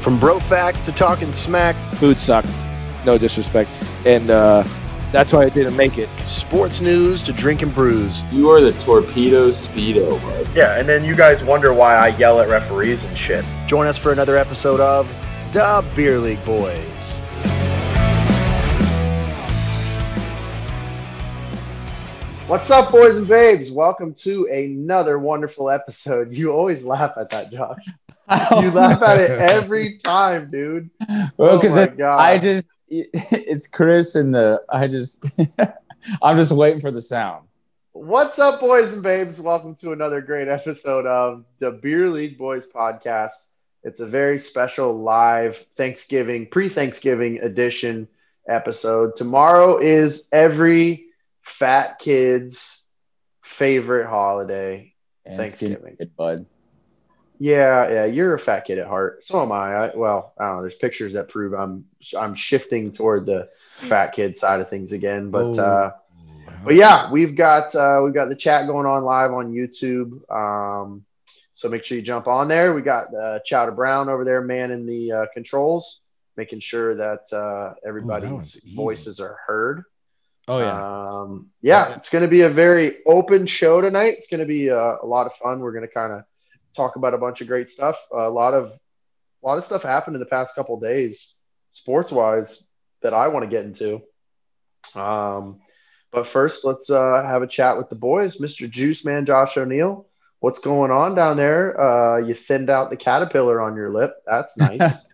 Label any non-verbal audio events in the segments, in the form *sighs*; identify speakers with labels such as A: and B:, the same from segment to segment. A: From bro facts to talking smack,
B: Food sucked. No disrespect. And uh, that's why I didn't make it.
A: sports news to drinking brews.
C: You are the torpedo speedo, bud.
D: Yeah, and then you guys wonder why I yell at referees and shit.
A: Join us for another episode of Da Beer League Boys.
E: What's up, boys and babes? Welcome to another wonderful episode. You always laugh at that, Josh.
F: *laughs*
E: You laugh at it every time, dude.
F: Oh. Well,
E: Oh my
F: because
E: God.
F: I just it's Chris and the I just *laughs* I'm just waiting for the sound.
E: What's up, boys and babes? Welcome to another great episode of the Beer League Boys podcast. It's a very special live Thanksgiving, pre Thanksgiving edition episode. Tomorrow is every fat kid's favorite holiday.
F: And
E: Thanksgiving.
F: skinny kid, bud.
E: Yeah, yeah, you're a fat kid at heart. So am I. I well, I don't know. There's pictures that prove I'm I'm shifting toward the fat kid side of things again. But
F: Oh.
E: uh,
G: Uh-huh.
E: but yeah, we've got uh, we've got the chat going on live on YouTube. Um, so make sure you jump on there. We got uh, Chowder Brown over there, man in the uh, controls, making sure that uh, everybody's
G: one's easy.
E: voices are heard.
G: Oh yeah.
E: Um, yeah, it's going to be a very open show tonight. It's going to be uh, a lot of fun. We're going to kind of talk about a bunch of great stuff. A lot of a lot of stuff happened in the past couple days, sports wise, that I want to get into. Um, but first, let's uh, have a chat with the boys, Mr. Juice Man, Josh O'Neill. What's going on down there? Uh, you thinned out the caterpillar on your lip. That's
G: *laughs*
E: nice.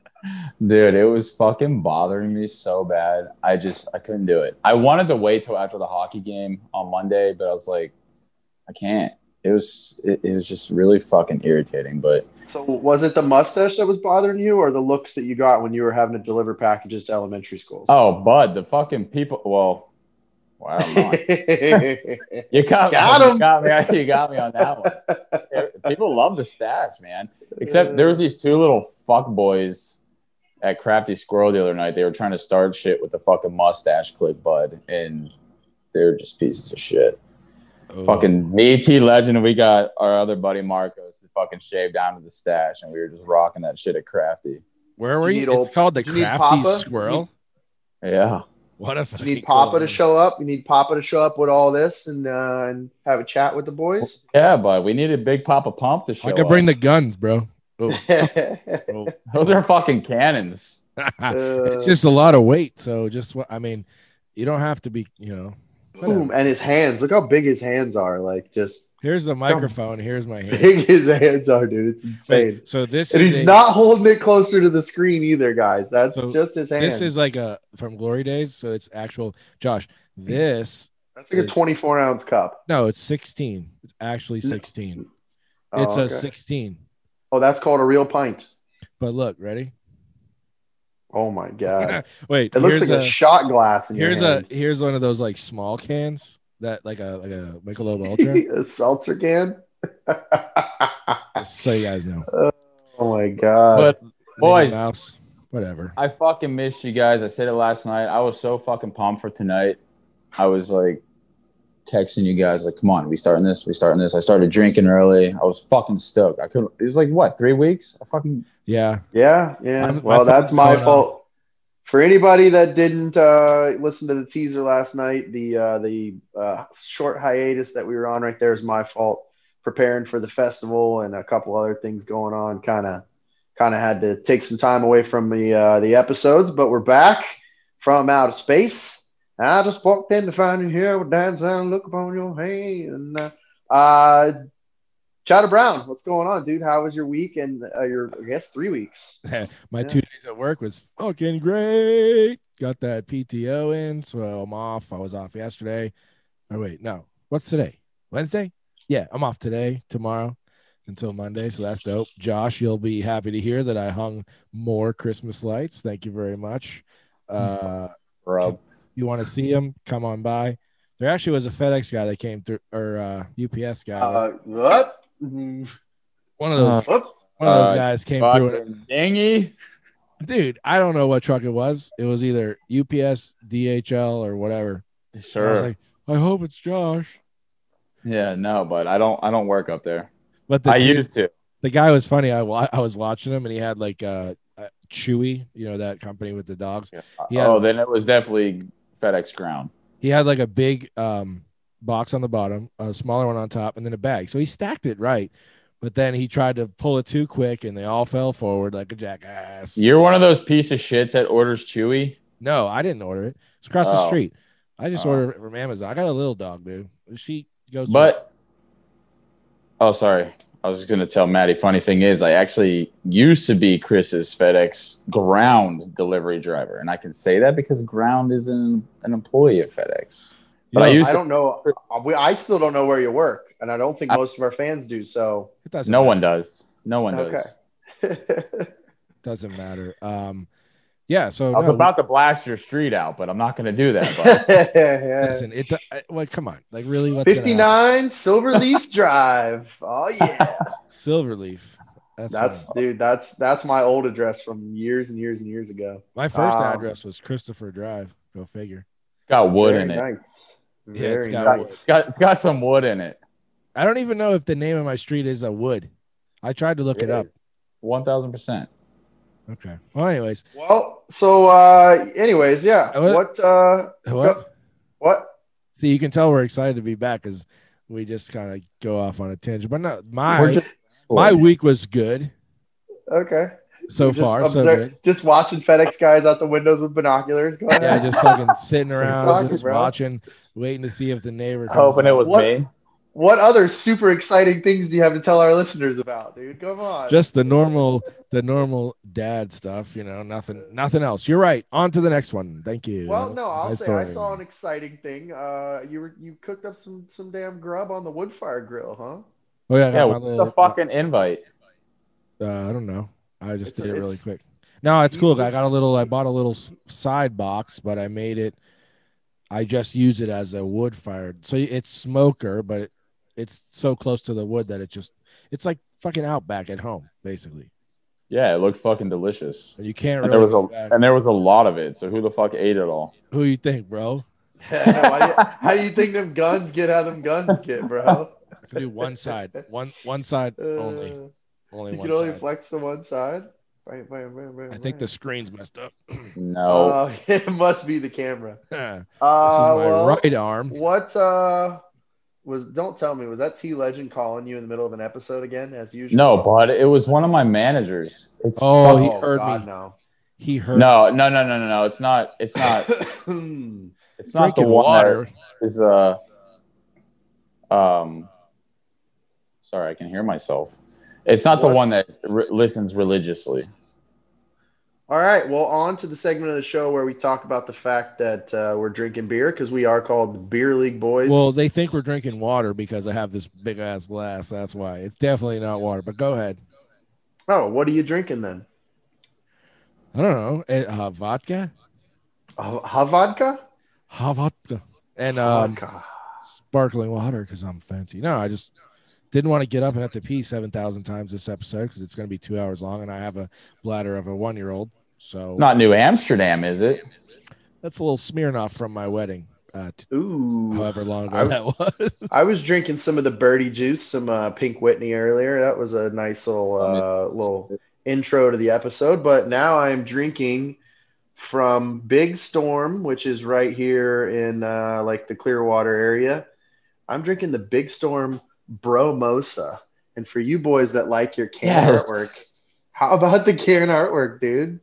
F: Dude, it was fucking bothering me so bad. I just I couldn't do it. I wanted to wait till after the hockey game on Monday, but I was like, I can't. It was it, it was just really fucking irritating. But
E: so, was it the mustache that was bothering you, or the looks that you got when you were having to deliver packages to elementary schools? *laughs*
F: oh, bud, the fucking people. Well, well I don't know. You got,
E: Got
F: me.
E: him.
F: You got me. You got me on that one. *laughs* People love the stash, man. Except there was these two little fuck boys at Crafty Squirrel the other night. They were trying to start shit with the fucking mustache clip, bud, and they're just pieces of shit.
G: Oh.
F: Fucking BT legend. We got our other buddy Marcos to fucking shave down to the stash, and we were just rocking that shit at Crafty.
G: Where were
E: You
G: you?
E: need
G: It's
E: old-
G: called the
E: you need
G: crafty
E: Papa?
G: squirrel.
F: Yeah,
G: What if
E: you need Papa to show up. You need Papa to show up with all this and uh, and have a chat with the boys.
F: yeah, bud. We needed Big Papa Pump to show.
G: I could bring
F: up.
G: the guns, bro. Oh.
E: Uh, *laughs*
G: oh. Ah,
F: Those are fucking cannons.
G: *laughs*
E: Uh,
G: it's just a lot of weight. So just what I mean, you don't have to be. You know,
E: boom, and his hands. Look how big his hands are. Like just
G: here's the microphone. Here's my
E: *laughs*
G: hand.
E: big his hands are, dude. It's insane.
G: So this
E: And
G: is
E: he's
G: a-
E: not holding it closer to the screen either, guys. That's
G: So
E: just his hands.
G: This is like a from glory days. So it's actual Josh. This
E: That's like a 24 ounce cup.
G: no, it's sixteen. It's actually sixteen.
E: Oh,
G: it's a
E: okay.
G: sixteen.
E: oh, that's called a real pint.
G: But look, ready?
E: Oh
G: *laughs*
E: my god.
G: Wait,
E: It looks
G: here's
E: like a,
G: a-
E: shot glass in
G: Here's
E: your hand.
G: a here's one of those like small cans that like a like a Michelob Ultra.
E: *laughs* a seltzer can. *laughs*
G: just so you guys know.
E: Oh my god.
F: But boys,
G: Minnie Mouse, whatever.
F: I fucking missed you guys. I said it last night. I was so fucking pumped for tonight. I was like texting you guys, like, come on, we starting this, we starting this. I started drinking early. I was fucking stoked. I couldn't it was like what, three weeks? I fucking
G: Yeah, *laughs*
E: Yeah, yeah.
G: I'm- my
E: well, that's
G: phone's
E: my
G: going
E: fault. For anybody that didn't uh, listen to the teaser last night, the uh, the uh, short hiatus that we were on right there is my fault. Preparing for the festival and a couple other things going on, kind of kind of had to take some time away from the uh, the episodes, but we're back from outer space. And I just walked in to find you here with dance and look upon your hand. Uh, Chata Brown, what's going on, dude? How was your week and uh, your I guess three weeks?
G: my
E: Yeah.
G: two days at work was fucking great. Got that PTO in, so I'm off. I was off yesterday. Oh wait, no. What's today? Wednesday? Yeah, I'm off today, tomorrow, until Monday. So that's dope. Josh, you'll be happy to hear that I hung more Christmas lights. Thank you very much.
E: Mm.
G: Uh,
F: bro.
G: you want to
F: *laughs*
G: see them, come on by. There actually was a FedEx guy that came through, or uh, UPS guy.
E: Uh, *laughs* what? Mhm.
G: one of those,
E: Oops.
G: one of those
F: uh,
G: guys came through. and-
F: Fucking dingy.
G: dude, I don't know what truck it was. It was either UPS, DHL, or whatever. And I
F: Sure.
G: was like, I hope it's Josh.
F: yeah, no, but I don't I don't work up there.
G: But the
F: I
G: dude,
F: used to.
G: the guy was funny. I wa- I was watching him and he had like uh, uh, Chewy, you know that company with the dogs. He had,
F: Oh, then it was definitely FedEx Ground.
G: he had like a big um box on the bottom, a smaller one on top, and then a bag. So he stacked it right, but then he tried to pull it too quick and they all fell forward like a jackass.
F: You're one of those piece of shits that orders Chewy.
G: No, I didn't order it. It's across the
F: Oh.
G: street. I just
F: Oh.
G: ordered it from Amazon. I got a little dog, dude. She goes. to-
F: But oh, sorry, I was just gonna tell Maddie. Funny thing is, I actually used to be Chris's FedEx ground delivery driver, and I can say that because ground is an an employee of FedEx. But I
G: Yo,
F: used
E: I
F: to,
E: don't know. I- we- I still don't know where you work, and I don't think most of our fans do. *laughs* So,
G: it doesn't
F: no
G: matter.
F: one does. No one
E: Okay.
F: does.
G: doesn't matter. Um, yeah. So
F: I was
G: no,
F: about to blast your street out, but I'm not gonna do that. But
E: fifty-nine
G: listen. It do- I- like come on, like really. What's gonna happen?
E: Silverleaf Drive. Oh yeah,
G: Silverleaf.
E: *laughs*
G: That's,
E: that's
G: fine.
E: dude. That's that's my old address from years and years and years ago.
G: my first
F: uh,
E: um,
G: address was Christopher Drive. Go figure.
E: *laughs*
F: it's got wood
E: Very
F: in it.
E: nice.
G: Yeah, it's
E: Very
G: got-
E: nice.
F: It's got it's got some wood in it.
G: I don't even know if the name of my street is a wood. I tried to look it, up.
F: One thousand percent.
G: Okay. Well, anyways,
E: Well, so uh, anyways, yeah.
G: Uh,
E: What uh,
G: well,
E: what?
G: see, you can tell we're excited to be back because we just kind of go off on a tangent. But no, my
F: We're just-
G: my *laughs*
F: *laughs*
G: week was good
E: Okay.
G: so
E: Just
G: far. So
E: observe-
G: good.
E: Just watching FedEx guys out the windows with binoculars. Go ahead.
G: Yeah, just fucking sitting around,
E: Talking,
G: just
E: bro.
G: watching, waiting to see if the neighbor. comes
F: hoping it
G: out.
F: was
E: What?
F: me.
E: what other super exciting things do you have to tell our listeners about, dude? Come on.
G: just the normal the normal dad stuff you know nothing nothing else you're right on to the next one thank you
E: well, no, I'll
G: Nice
E: say I
G: story.
E: saw an exciting thing. Uh, you were you cooked up some some damn grub on the wood fire grill, huh? *laughs*
G: oh yeah, I got
F: Yeah,
G: my
F: what's
G: little-
F: the fucking invite?
G: uh, i don't know i just
E: It's
G: did
E: a-
G: it really
E: it's-
G: quick no it's
E: You-
G: cool
E: you-
G: i got a little i bought a little s- side box but i made it i just use it as a wood fired so it's smoker but it, it's so close to the wood that it just it's like fucking outback at home basically
F: Yeah, it looked fucking delicious.
G: you can't
F: And
G: really
F: there was
G: go
F: a
G: back.
F: and there was a lot of it. So who the fuck ate it all?
G: who you think bro
E: how, do you, how do you think them guns get? How them guns get, bro?
G: i can do
E: *laughs*
G: one side one one side
E: Uh,
G: *laughs* only only
E: you
G: one
E: can only
G: side.
E: flex to one side. Bam, bam, bam, bam,
G: I think the
E: bam.
G: screen's messed up. *laughs*
F: No.
E: Uh, *laughs* it must be the camera.
G: this
E: Uh,
G: is my
E: well,
G: right arm.
E: What uh was don't tell me, was that T Legend calling you in the middle of an episode again as usual?
F: no, but it was one of my managers. It's
G: Oh, he heard
E: God,
G: me.
E: no.
G: He hurt.
F: no, no, no, no, no, no. It's not it's not
G: *laughs*
F: it's *laughs* not the
G: Drinking
F: one
G: water.
F: that is uh um sorry, I can hear myself. It's not
E: What?
F: the one that re- listens religiously.
E: *laughs* All right, well, on to the segment of the show where we talk about the fact that uh, we're drinking beer because we are called Beer League Boys.
G: Well, they think we're drinking water because I have this big ass glass. That's why. It's definitely not water. But go ahead.
E: oh, what are you drinking then?
G: I don't know. Eh, Uh, vodka,
E: Uh, ha- vodka?
G: Ha, vodka, and um,
E: Vodka.
G: sparkling water because I'm fancy. No, I just didn't want to get up and have to pee seven thousand times this episode because it's going to be two hours long, and I have a bladder of a one year old. So
F: It's not New Amsterdam, is it?
G: that's a little Smirnoff from my wedding. Uh, t-
E: Ooh.
G: however long ago
E: I-
G: that was.
E: *laughs* I was drinking some of the birdie juice, some uh, Pink Whitney earlier. That was a nice little
G: Oh,
E: uh, little intro to the episode. But now I am drinking from Big Storm, which is right here in uh, like the Clearwater area. I'm drinking the Big Storm Bromosa, and for you boys that like your can
F: Yes.
E: artwork, how about the can artwork, dude?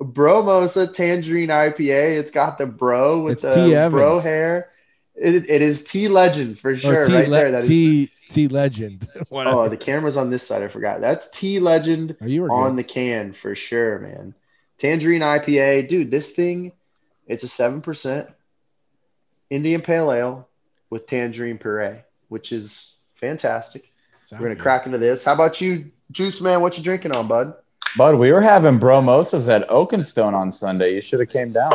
E: Bromosa Tangerine IPA. It's got the bro with
G: It's
E: the
G: T.
E: bro
G: Evans.
E: hair. It, it is T Legend for sure,
G: or Oh, T,
E: right
G: le-
E: there. That is.
G: T, T legend. Whatever.
E: oh, the camera's on this side. I forgot. That's T Legend
G: Are you were
E: on the
G: good.
E: can for sure, man. Tangerine IPA, dude. This thing, it's a seven percent Indian Pale Ale with tangerine puree, which is fantastic.
G: Sounds
E: We're gonna
G: good.
E: crack into this. How about you, Juice Man? What you drinking on, bud?
F: Bud, we were having bromosas at Oakenstone on Sunday. You should have came down.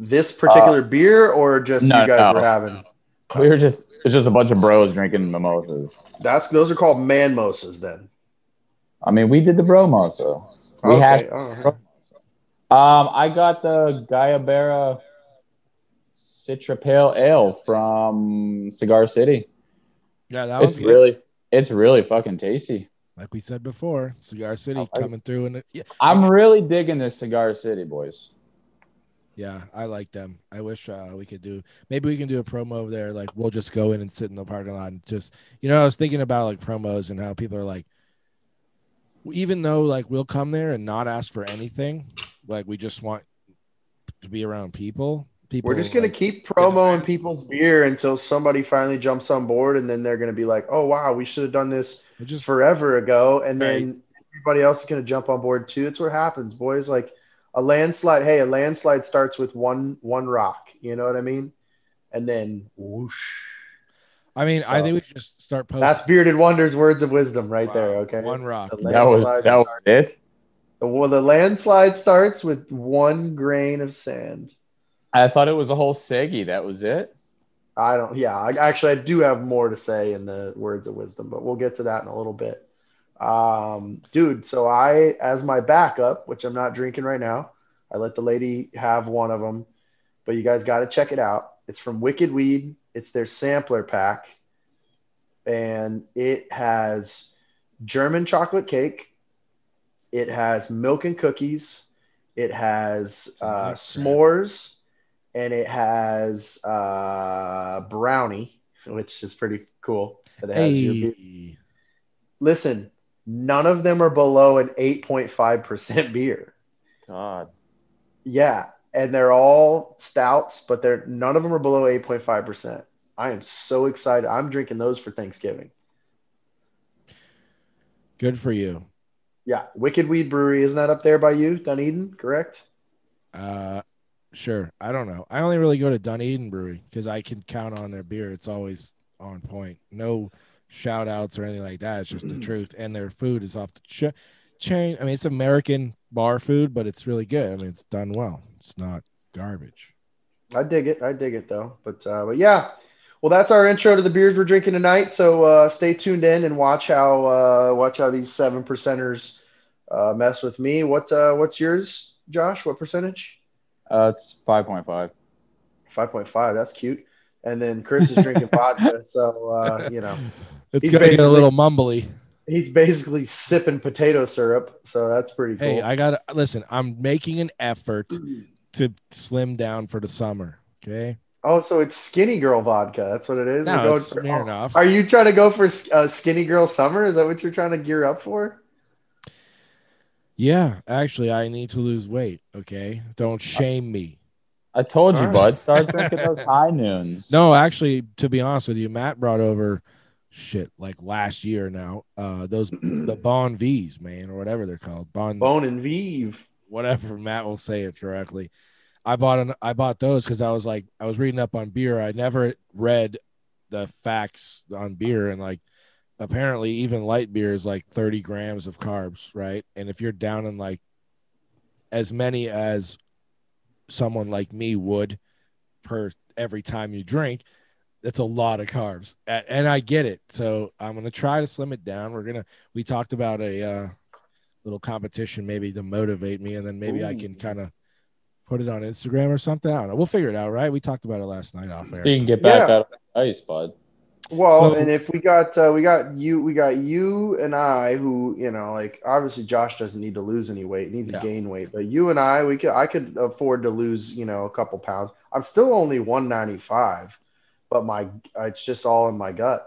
E: This particular beer, or just
F: Uh, No,
E: you guys
F: no.
E: were having?
F: We were just it's just a bunch of bros drinking mimosas.
E: That's those are called manmosas. Then
F: I mean, we did the bromoso. We
E: Okay,
F: had
E: all right.
F: um I got the Gayabera Citra Pale Ale from Cigar City.
G: Yeah, that was
F: It's
G: good.
F: really it's really fucking tasty.
G: like we said before, Cigar
E: Oh,
G: City
F: I-
G: coming through, and yeah,
F: I'm really digging this Cigar City, boys.
G: yeah, I like them. I wish uh, we could do maybe we can do a promo over there. Like we'll just go in and sit in the parking lot and just you know I was thinking about like promos and how people are like, even though like we'll come there and not ask for anything, like we just want to be around people. People,
E: We're just gonna
G: like-
E: keep promoing people's beer until somebody finally jumps on board, and then they're gonna be like, "Oh wow, we should have done this
G: we're just
E: forever ago," and then everybody else is gonna jump on board too. It's what happens, boys. Like a landslide. Hey, a landslide starts with one one rock. You know what I mean? And then whoosh.
G: I mean, I
E: So-
G: think we should just start posting.
E: That's bearded wonders, words of wisdom, right
G: Wow,
E: there. Okay.
G: One rock.
E: The
F: That was
E: landslide-
F: that was it.
E: the- well, the landslide starts with one grain of sand.
F: I thought it was a whole Siggy. That was it.
E: I don't. Yeah, I, actually, I do have more to say in the words of wisdom, but we'll get to that in a little bit, um, dude. So I, as my backup, which I'm not drinking right now, I let the lady have one of them, but you guys got to check it out. It's from Wicked Weed. It's their sampler pack, and it has German chocolate cake. It has milk and cookies. It has uh,
G: Sounds like
E: s'mores, and it has uh, brownie, which is pretty cool. that it has your beer.
G: Hey,
E: Listen, none of them are below an eight point five percent *laughs* beer.
F: God.
E: Yeah, and they're all stouts, but they're none of them are below 8.5%. I am so excited. I'm drinking those for Thanksgiving.
G: good for you.
E: Yeah, Wicked Weed Brewery isn't that up there by you, Dunedin, correct?
G: Uh, sure. I don't know. I only really go to Dunedin Brewery because I can count on their beer. It's always on point. No shout outs or anything like that. It's just
E: Mm.
G: the truth. And their food is off the ch- chain. I mean, it's American bar food, but it's really good. I mean, it's done well. It's not garbage.
E: I dig it. I dig it though. But uh, but yeah. Well, that's our intro to the beers we're drinking tonight. So uh, stay tuned in and watch how uh, watch how these seven percenters uh, mess with me. What uh, what's yours, Josh? What percentage?
F: Uh, it's five point five.
E: Five point five. That's cute. And then Chris is
G: *laughs*
E: drinking vodka, so uh, you know.
G: It's
E: He's
G: gonna get a
E: basically-
G: little mumbly.
E: He's basically sipping potato syrup, so that's pretty cool. Mm.
G: Hey, I gotta listen. I'm making an effort to slim down for the summer. Okay.
E: oh, so it's skinny girl vodka. That's what it is. We're
G: No,
E: going
G: it's
E: for-
G: near
E: oh,
G: enough.
E: Are you trying to go for uh, skinny girl summer? Is that what you're trying to gear up for?
G: Yeah, actually, I need to lose weight. Okay, don't shame me.
F: I told you,
E: All right.
G: *laughs*
F: bud. Start drinking those high noons.
G: No, actually, to be honest with you, Matt brought over shit like last year. Now, uh, those the Bon V's, man, or whatever they're called, Bon,
E: Bone and Vive.
G: whatever. *laughs* Matt will say it correctly. I bought an, I bought those because I was like, I was reading up on beer. I never read the facts on beer, and like, apparently, even light beer is like thirty grams of carbs, right? And if you're down in like as many as someone like me would per every time you drink that's a lot of carbs A- and i get it so i'm going to try to slim it down we're going to we talked about a uh, little competition maybe to motivate me and then maybe i can kind of put it on instagram or something i don't know we'll figure it out right we talked about it last night off air
F: you can get back
E: Yeah.
F: out of the ice, bud.
E: Well,
G: So-
E: and if we got uh, we got you we got you and I who you know like obviously Josh doesn't need to lose any weight needs
G: No.
E: to gain weight but you and I we could I could afford to lose you know a couple pounds I'm still only one ninety five but my it's just all in my gut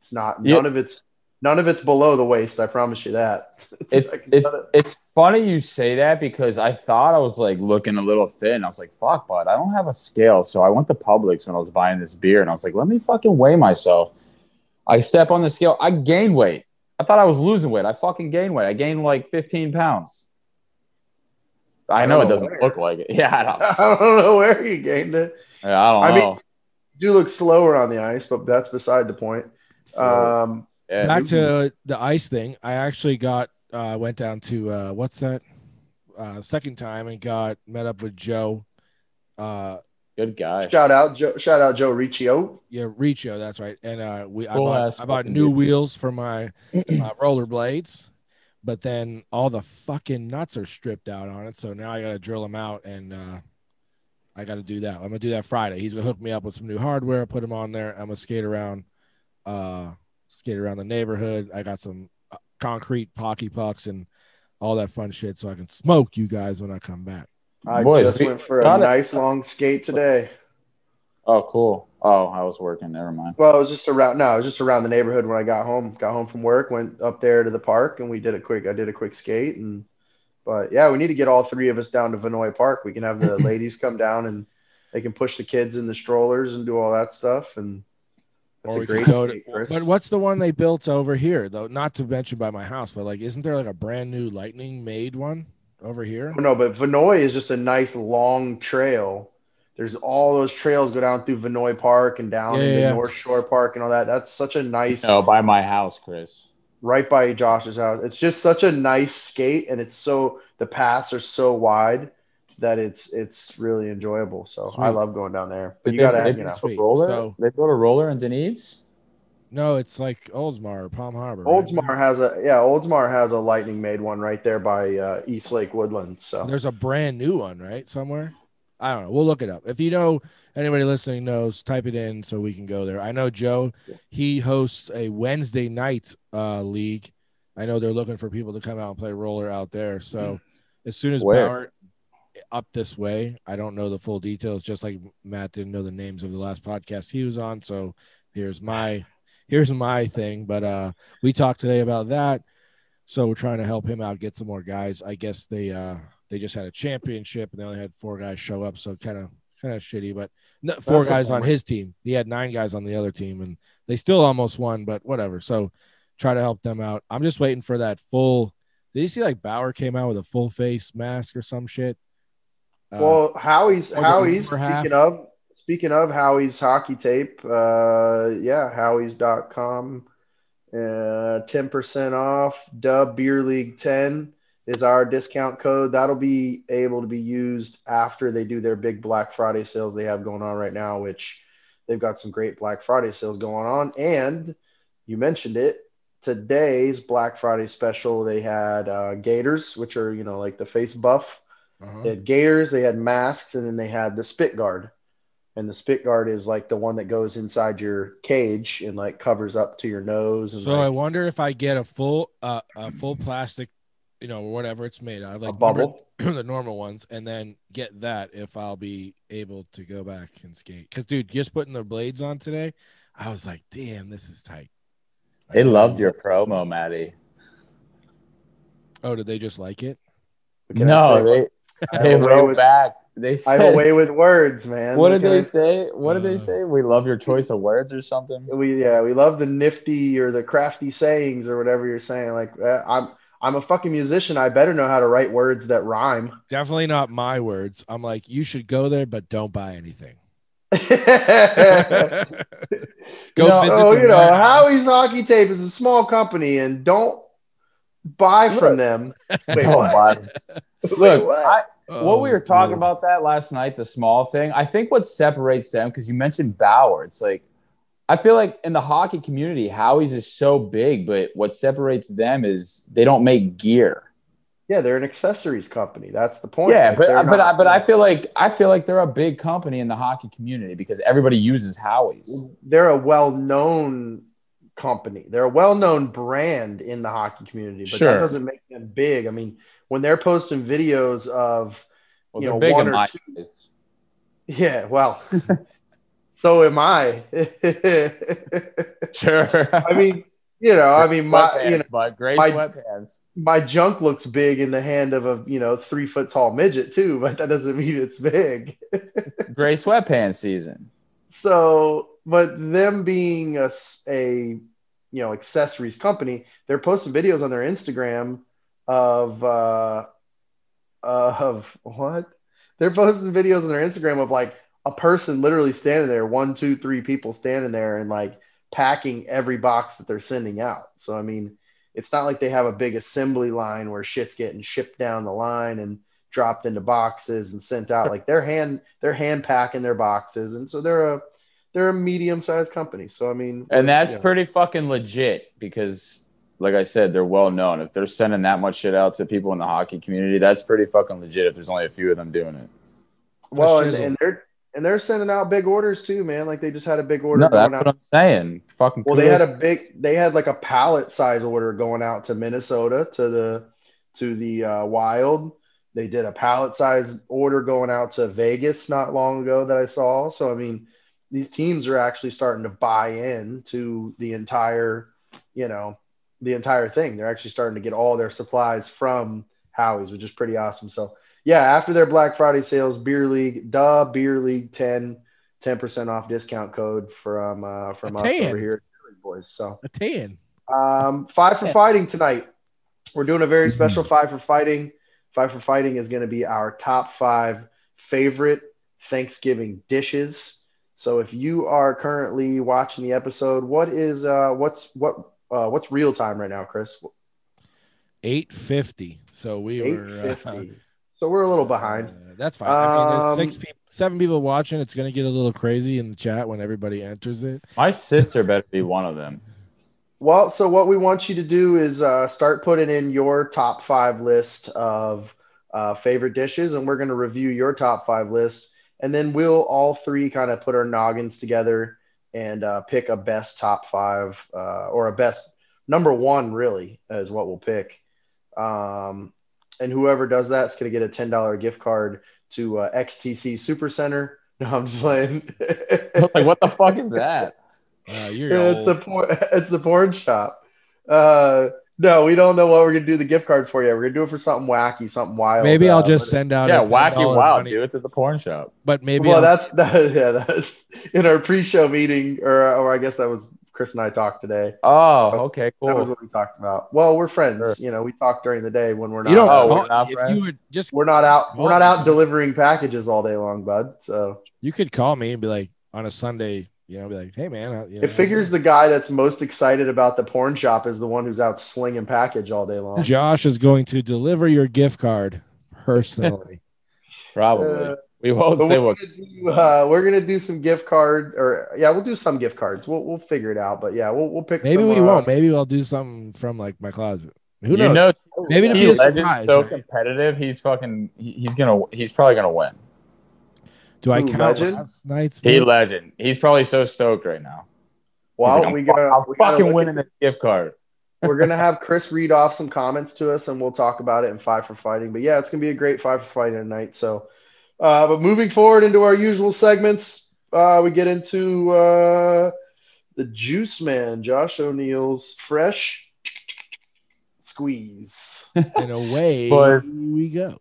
E: it's not
F: Yeah.
E: none of it's none of it's below the waist I promise you that *laughs*
F: It's
E: like
F: it's,
E: none of-
F: it's funny you say that because I thought I was like looking a little thin. I was like, fuck, bud, I don't have a scale. So I went to Publix when I was buying this beer and I was like, let me fucking weigh myself. I step on the scale. I gain weight. I thought I was losing weight. I fucking gained weight. I gained like 15 pounds. I,
E: I
F: know
E: don't
F: it
E: know
F: doesn't
E: where.
F: look like it. *laughs* Yeah,
E: *laughs*
F: I don't,
E: *laughs* I don't know where you gained it
F: yeah, I don't
E: I mean,
F: know.
E: you do look slower on the ice but that's beside the point um
F: Yeah.
G: back to the ice thing i actually got uh went down to uh what's that uh second time and got met up with joe uh
F: Good guy.
E: shout out Joe shout out Joe Riccio.
G: Yeah, Riccio, that's right. And uh, we I
F: Cool
G: bought,
F: ass
G: I bought
F: fucking
G: new
F: dude.
G: wheels for my uh, roller blades, but then all the fucking nuts are stripped out on it. So now I got to drill them out, and uh, I got to do that. I'm gonna do that Friday. He's gonna hook me up with some new hardware, put them on there. I'm gonna skate around, uh, skate around the neighborhood. I got some uh, concrete hockey pucks and all that fun shit so I can smoke you guys when I come back.
E: I
F: Boys,
E: just
F: we-
E: went for a
F: got it.
E: nice long skate today.
F: Oh, cool. Oh, I was working. Never mind.
E: Well, it was just around. No, it was just around the neighborhood when I got home. Got home from work, went up there to the park, and we did a quick. I did a quick skate, and but yeah, we need to get all three of us down to Vinoy Park. We can have
F: *laughs*
E: the ladies come down, and they can push the kids in the strollers and do all that stuff. And that's
G: Or
E: a
G: we
E: great
G: could go to-
E: skate, Chris.
G: But what's the one they built over here though? Not to mention by my house, but like, isn't there like a brand new lightning made one over here?
E: No, but Vinoy is just a nice long trail. There's all those trails go down through Vinoy Park and down
G: Yeah,
E: into
G: yeah, yeah.
E: North Shore Park and all that. That's such a nice
F: No, by my house, Chris.
E: right by Josh's house. It's just such a nice skate, and it's so the paths are so wide that it's it's really enjoyable. So I
G: Sweet.
E: love going down there. But
F: Did
E: you
F: they-
E: gotta,
F: they-
E: you know,
G: Sweet.
F: A roller?
G: So-
F: they built a roller in Denise.
G: No, it's like Oldsmar, or Palm Harbor. right?
E: Oldsmar has a yeah, Oldsmar has a lightning made one right there by uh, East Lake Woodlands. So
G: There's a brand new one, right? Somewhere. I don't know. We'll look it up. If you know anybody listening knows, type it in so we can go there. I know Joe, he hosts a Wednesday night uh, league. I know they're looking for people to come out and play roller out there. So as soon as
F: Where?
G: power up this way, I don't know the full details, just like Matt didn't know the names of the last podcast he was on. So here's my here's my thing. But uh we talked today about that. So we're trying to help him out, get some more guys. I guess they uh they just had a championship and they only had four guys show up, so kind of kind of shitty. But no, four
E: That's a
G: guys on
E: bummer.
G: his team. He had nine guys on the other team, and they still almost won. But whatever. So try to help them out. I'm just waiting for that full. Did you see like Bauer came out with a full face mask or some shit? Uh,
E: Well, Howie's
G: or the
E: Howie's
G: lower
E: speaking
G: half.
E: of speaking of Howie's hockey tape, uh yeah, Howie's.com. Uh ten percent off. Dub Beer League ten is our discount code. That'll be able to be used after they do their big Black Friday sales they have going on right now, which they've got some great Black Friday sales going on. And you mentioned it. Today's Black Friday special, they had uh, Gators, which are, you know, like the face buff.
G: uh-huh.
E: They had gaiters, they had masks, and then they had the spit guard. And the spit guard is like the one that goes inside your cage and like covers up to your nose. And
G: So I
E: like,
G: wonder if I get a full uh, a full plastic, you know, whatever it's made out of, like
E: a bubble.
G: number- *clears throat* the normal ones, and then get that if I'll be able to go back and skate. Because dude, just putting the blades on today, I was like, damn, this is tight.
F: They loved
E: um,
F: your promo, Maddie.
G: Oh, did they just like it?
E: What can I say?
F: no, they,
E: I
F: they
E: have a way
F: wrote
E: with-
F: back. They
E: I
F: said,
E: have a
F: *laughs*
E: way with words, man. What
F: what did
E: can
F: they
E: I-
F: say? What did
G: Uh,
F: they say? We love your choice of words or something.
E: We yeah, we love the nifty or the crafty sayings or whatever you're saying. Like uh, I'm I'm a fucking musician. I better know how to write words that rhyme. *laughs*
G: *laughs* Definitely not my words. I'm like, you should go there, but don't buy
E: *laughs*
G: anything. *laughs*
E: go
G: Go
F: No,
E: so
G: visit. the
E: oh, you know,
G: warehouse.
E: Howie's Hockey Tape is a small company, and don't buy from
G: *laughs*
E: them. Wait,
F: Don't
E: what?
F: buy
E: *laughs*
F: Look,
E: what?
F: I, what we
G: Oh,
F: were talking
G: dude.
F: about that last night, the small thing. I think what separates them because you mentioned Bauer. It's like I feel like in the hockey community, Howie's is so big, but what separates them is they don't make gear.
E: Yeah, they're an accessories company. That's the point.
F: Yeah,
E: Like,
F: but
E: they're
F: but I,
E: not-
F: but I feel like I feel like they're a big company in the hockey community because everybody uses Howie's.
E: they're a well-known company. They're a well-known brand in the hockey community, but that
F: Sure.
E: doesn't make them big. I mean, when they're posting videos of
F: Well,
E: You
F: they're
E: know,
F: big
E: one
F: in
E: or
F: my
E: two- *laughs*
F: eyes.
E: yeah, well, *laughs* so am I. *laughs*
F: *laughs* Sure.
E: I mean, you know, I mean, *laughs* my
F: sweatpants,
E: you know,
F: but gray
E: my-
F: sweatpants.
E: my junk looks big in the hand of a you know three foot tall midget too, but that doesn't mean it's big.
F: Gray sweatpants season.
E: so but them being a, s- a, you know accessories company they're posting videos on their instagram of uh of what they're posting videos on their instagram of like a person literally standing there one two three people standing there and like packing every box that they're sending out so i mean it's not like they have a big assembly line where shit's getting shipped down the line and dropped into boxes and sent out. Like they're hand they're hand packing their boxes, and so they're a they're a medium sized company. So I mean,
F: And that's
E: Yeah.
F: pretty fucking legit because, like I said, they're well known. If they're sending that much shit out to people in the hockey community, that's pretty fucking legit. If there's only a few of them doing it,
E: well, and,
G: shizzle.
E: and they're and they're sending out big orders too, man. Like they just had a big order
F: No,
E: going
F: that's
E: out
F: what I'm saying. Fucking
E: Well, they had
F: kudos.
E: a big, they had like a pallet size order going out to Minnesota to the to the uh, Wild. They did a pallet size order going out to Vegas not long ago that I saw. So I mean, these teams are actually starting to buy in to the entire, you know, the entire thing. They're actually starting to get all their supplies from Howie's, which is pretty awesome. So yeah, after their Black Friday sales, Beer League, duh, Beer League 10, 10% off discount code from uh, from
G: A
E: us
G: tan.
E: over here at Beer League Boys. So
G: A tan.
E: um, five for
G: Yeah.
E: fighting tonight. We're doing a very special five for fighting. Five for fighting is going to be our top five favorite Thanksgiving dishes. So if you are currently watching the episode, what is uh, what's what uh, what's real time right now, Chris?
G: Eight fifty. So we
E: Eight
G: were uh,
E: fifty. so we're a little behind.
G: Uh, that's fine. I mean, there's six
E: Um,
G: people, seven people watching. It's gonna get a little crazy in the chat when everybody enters it.
F: My sister better be one of them. *laughs*
E: Well, so what we want you to do is uh, start putting in your top five list of uh, favorite dishes, and we're going to review your top five list, and then we'll all three kind of put our noggins together and uh, pick a best top five uh, or a best number one, really, is what we'll pick. Um, and whoever does that's going to get a ten dollar gift card to uh, XTC Supercenter. *laughs* No, I'm just playing.
F: Like, what the fuck
E: *laughs*
F: is that?
G: Uh, you're
E: Yeah, it's
G: old.
E: the por- *laughs* it's the porn shop. Uh, no, we don't know what we're gonna do the gift card for yet. We're gonna do it for something wacky, something wild.
G: maybe
E: uh,
G: I'll just
E: but-
G: send out.
F: yeah,
G: a
F: wacky
G: $10
F: wow,
G: money-
F: do it to the porn shop.
G: But maybe
E: well,
G: I'll-
E: that's *laughs* that, yeah, that's in our pre-show meeting, or or I guess that was Chris and I talked today.
F: Oh, okay, cool.
E: That was what we talked about. Well, we're friends,
F: Sure.
E: you know. We talk during the day when we're not.
G: you don't.
F: Oh,
E: out.
F: we're
G: call,
F: not
G: if
F: friends?
G: you would just,
E: we're not out. We're
G: Oh.
E: not out delivering packages all day long, bud. So
G: you could call me and be like on a Sunday. You know, be like, hey man. I, you know,
E: it figures the guy that's most excited about the porn shop is the one who's out slinging package all day long.
G: Josh is going to deliver your gift card
E: *laughs*
G: personally.
F: Probably.
E: Uh,
F: we won't
E: But
F: say
E: we're
F: what.
E: gonna do, uh, we're gonna do some gift card or yeah, we'll do some gift cards. We'll we'll figure it out. But yeah, we'll we'll pick.
G: Maybe
E: some,
G: we
E: uh,
G: won't. Maybe I'll do something from like my closet. Who
F: you
G: knows?
F: know,
G: Maybe it'll
F: he
G: be a
F: legend's
G: surprise,
F: so
G: right?
F: competitive. He's fucking. he- he's gonna. He's probably gonna win.
G: Do I
E: Ooh,
G: count
E: legend?
G: last night's?
F: He
G: vote?
F: legend. He's probably so stoked right now. He's
E: Well,
F: like, I'm
E: we
F: fu-
E: got.
F: I'm
E: we gotta
F: fucking
E: look
F: winning
E: at
F: this gift card.
E: this. We're gonna have Chris read off some comments to us, and we'll talk about it in five for fighting. But yeah, it's gonna be a great five for fighting tonight. So, uh, but moving forward into our usual segments, uh, we get into uh, the Juice Man, Josh O'Neill's fresh squeeze.
G: and away
F: *laughs* Boys.
G: we go.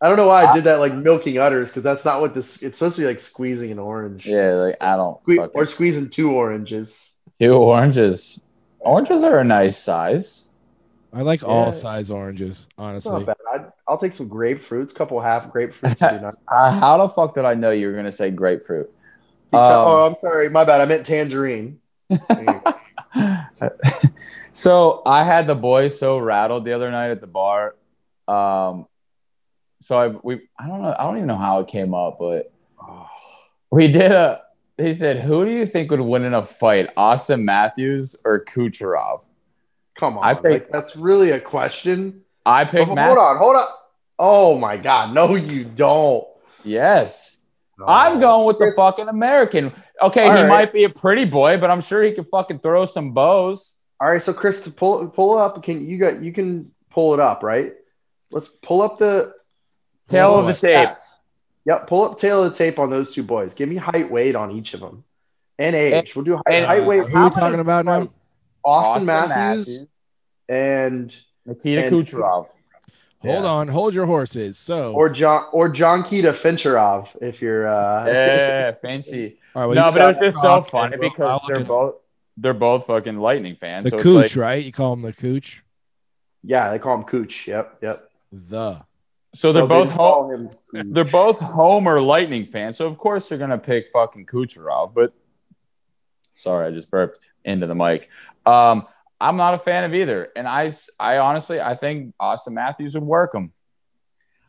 E: I don't know why I did that like milking udders because that's not what this. It's supposed to be like squeezing an orange.
F: Yeah, like I don't.
E: Sque-
F: fucking-
E: or squeezing two oranges.
F: two oranges. Oranges are a nice size.
G: I like all
E: Yeah.
G: size oranges,
E: It's
G: honestly.
E: not bad. I'd, I'll take some grapefruits, couple half grapefruits. would be nice.
F: Uh, how the fuck did I know you were gonna say grapefruit?
E: *laughs*
F: *laughs*
E: Because-
F: Um,
E: oh, I'm sorry, my bad. I meant *laughs* tangerine. There you go.
F: so I had the boys so rattled the other night at the bar. Um, so I we I don't know I don't even know how it came up, but
E: Oh,
F: we did a. He said, "Who do you think would win in a fight, Austin Matthews or Kucherov?"
E: Come on,
F: I think-
E: like, that's really a question.
F: I picked
E: Oh, hold
F: Matthews.
E: on, hold on. Oh my God, no, you don't.
F: Yes, I'm going with the fucking American. Okay,
E: Oh. All
F: he
E: right.
F: might be a pretty boy, but I'm sure he can fucking throw some bows.
E: All right, so Chris, to pull pull up, can you got you can pull it up, right? Let's pull up the
F: Tail
E: pull
F: of the
E: up
F: tape.
E: stats. Yep, pull up tail of the tape on those two boys. Give me height, weight on each of them, and age. we'll do height,
F: and-
E: height weight.
G: Who are we talking about now?
E: Austin, Matthews, and
F: Nikita
E: and- *laughs*
F: Kucherov.
G: Hold
F: Yeah.
G: on, hold your horses. So,
E: or John or John Kita Fincherov. If you're uh,
F: Yeah, fancy.
G: all right, well,
F: no,
G: you
F: but it was just so
G: talk,
F: funny
G: and we'll-
F: because
G: I'll look
F: they're
G: it
F: both they're both fucking Lightning
G: up.
F: fans.
G: the
F: so
G: cooch,
F: it's like
G: right? You call him the cooch.
E: *laughs* yeah, they call him Cooch. Yep, yep.
G: The
F: so
E: No,
F: they're
E: they
F: both
E: just
F: home.
E: call him Cooch.
F: *laughs* They're both Homer Lightning fans, so of course they're gonna pick fucking Kucherov. But sorry, I just burped into the mic. Um, I'm not a fan of either, and I, I honestly, I think Austin Matthews would work them.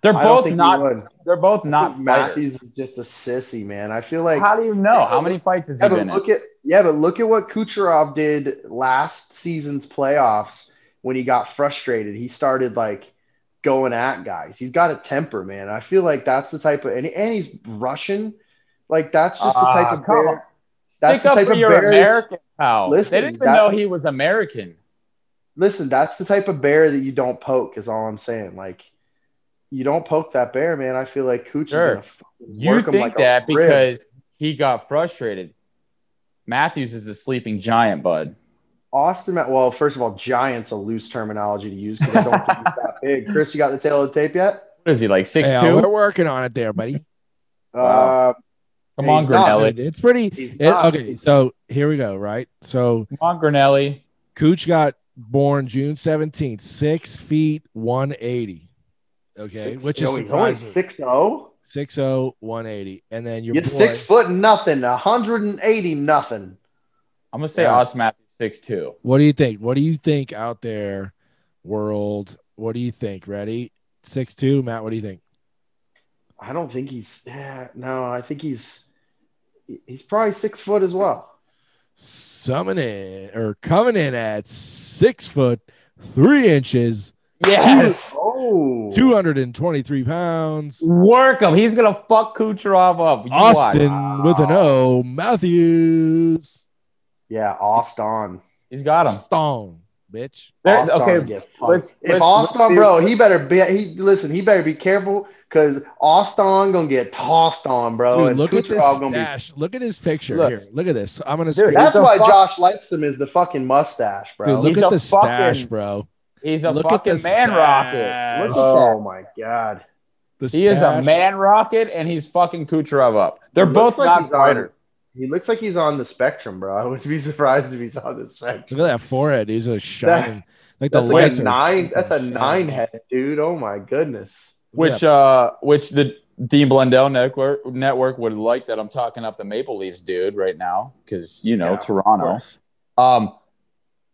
F: They're
E: I don't
F: both
E: think he would.
F: not. They're both
E: I
F: not
E: think
F: Matthews.
E: Matthews is just a sissy man. I feel like
F: How do you know? How many fights has he
E: yeah,
F: been
E: but
F: in?
E: look at yeah, but look at what Kucherov did last season's playoffs when he got frustrated. He started like going at guys. He's got a temper, man. I feel like that's the type of and, and he's Russian. Like that's just the type
F: Ah,
E: of
F: come
E: bear.
F: on.
E: That's
F: Stick
E: the
F: up
E: type
F: for
E: of
F: your
E: bear.
F: American pal.
E: Listen,
F: they didn't even
E: that-
F: know he was American.
E: Listen, that's the type of bear that you don't poke. Is all I'm saying. Like you don't poke that bear, man. I feel like Cooch
F: Sure.
E: is gonna fucking
F: You
E: work him
F: think
E: like
F: that
E: a rib.
F: because he got frustrated. Matthews is a sleeping giant, bud.
E: Austin. Ma- Well, first of all, giant's a loose terminology to use because I don't think he's that big. Chris, you got the tail of the tape yet?
F: What is he like six
G: Yeah,
F: two?
G: we're working on it there,
F: *laughs*
G: buddy.
E: Uh,
F: Come on,
E: he's not.
F: Grinelli.
G: It's pretty.
E: he's
G: it-
E: not.
G: okay, so here we go. Right, so
F: Come on, Grinelli.
G: Cooch got born June seventeenth, six feet one eighty. Okay,
E: Six-
G: which
E: yo,
G: is
E: he's only
G: surprising.
E: six zero.
G: Six oh one eighty, and then your
E: You're
G: boy-
E: six foot nothing, hundred and eighty nothing.
F: I'm gonna say
G: Yeah.
F: Austin Matthews six two.
G: What do you think? What do you think out there, world? What do you think? Ready? Six two, Matt. What do you think?
E: I don't think he's. Yeah, no, I think he's. He's probably six foot as well.
G: Summon in or coming in at six foot three inches,
F: Yes,
E: Oh,
G: two hundred and twenty three pounds.
F: work him. He's gonna fuck Kucherov up. You watch.
G: Austin with an O, Matthews
E: Yeah, Austin.
F: He's got him.
G: Stone, bitch.
F: There-
E: Austin
F: okay,
E: gets fucked.
F: let's-
E: if
F: let's-
E: Austin,
F: let's do-
E: bro, he better be. He listen. He better be careful because Austin gonna get tossed on, bro.
F: Oh,
G: Dude,
E: and
G: look at
E: Kucherov
G: this
E: gonna be-
G: stash. Look at his picture
F: Look.
G: here. Look at this. I'm gonna.
F: Dude,
G: screen-
E: That's
F: He's a
E: why
F: fuck-
E: Josh likes him is the fucking mustache, bro.
G: Dude, look
F: He's
G: at
F: a
G: the stash,
F: fucking-
G: bro.
F: He's a
G: Look at
F: fucking
G: the
F: man
G: stats.
F: rocket. Look at
E: oh my god.
G: The
F: that. He is a
G: stash.
F: man rocket, and he's fucking Kucherov up. They're
E: He
F: both
E: looks like
F: not
E: he's on-
F: fighters.
E: He looks like he's on the spectrum, bro. *laughs* I wouldn't be surprised if he's on the spectrum.
G: Look at that forehead. He's a shining. like the
E: That's like
G: lights
E: a
G: are
E: nine. That's a
G: fucking
E: nine
G: shining.
E: head, dude. Oh my goodness.
F: Which, uh, which the Dean Blundell network network would like that I'm talking up the Maple Leafs dude right now because you know
E: Yeah, of
F: Toronto. Um,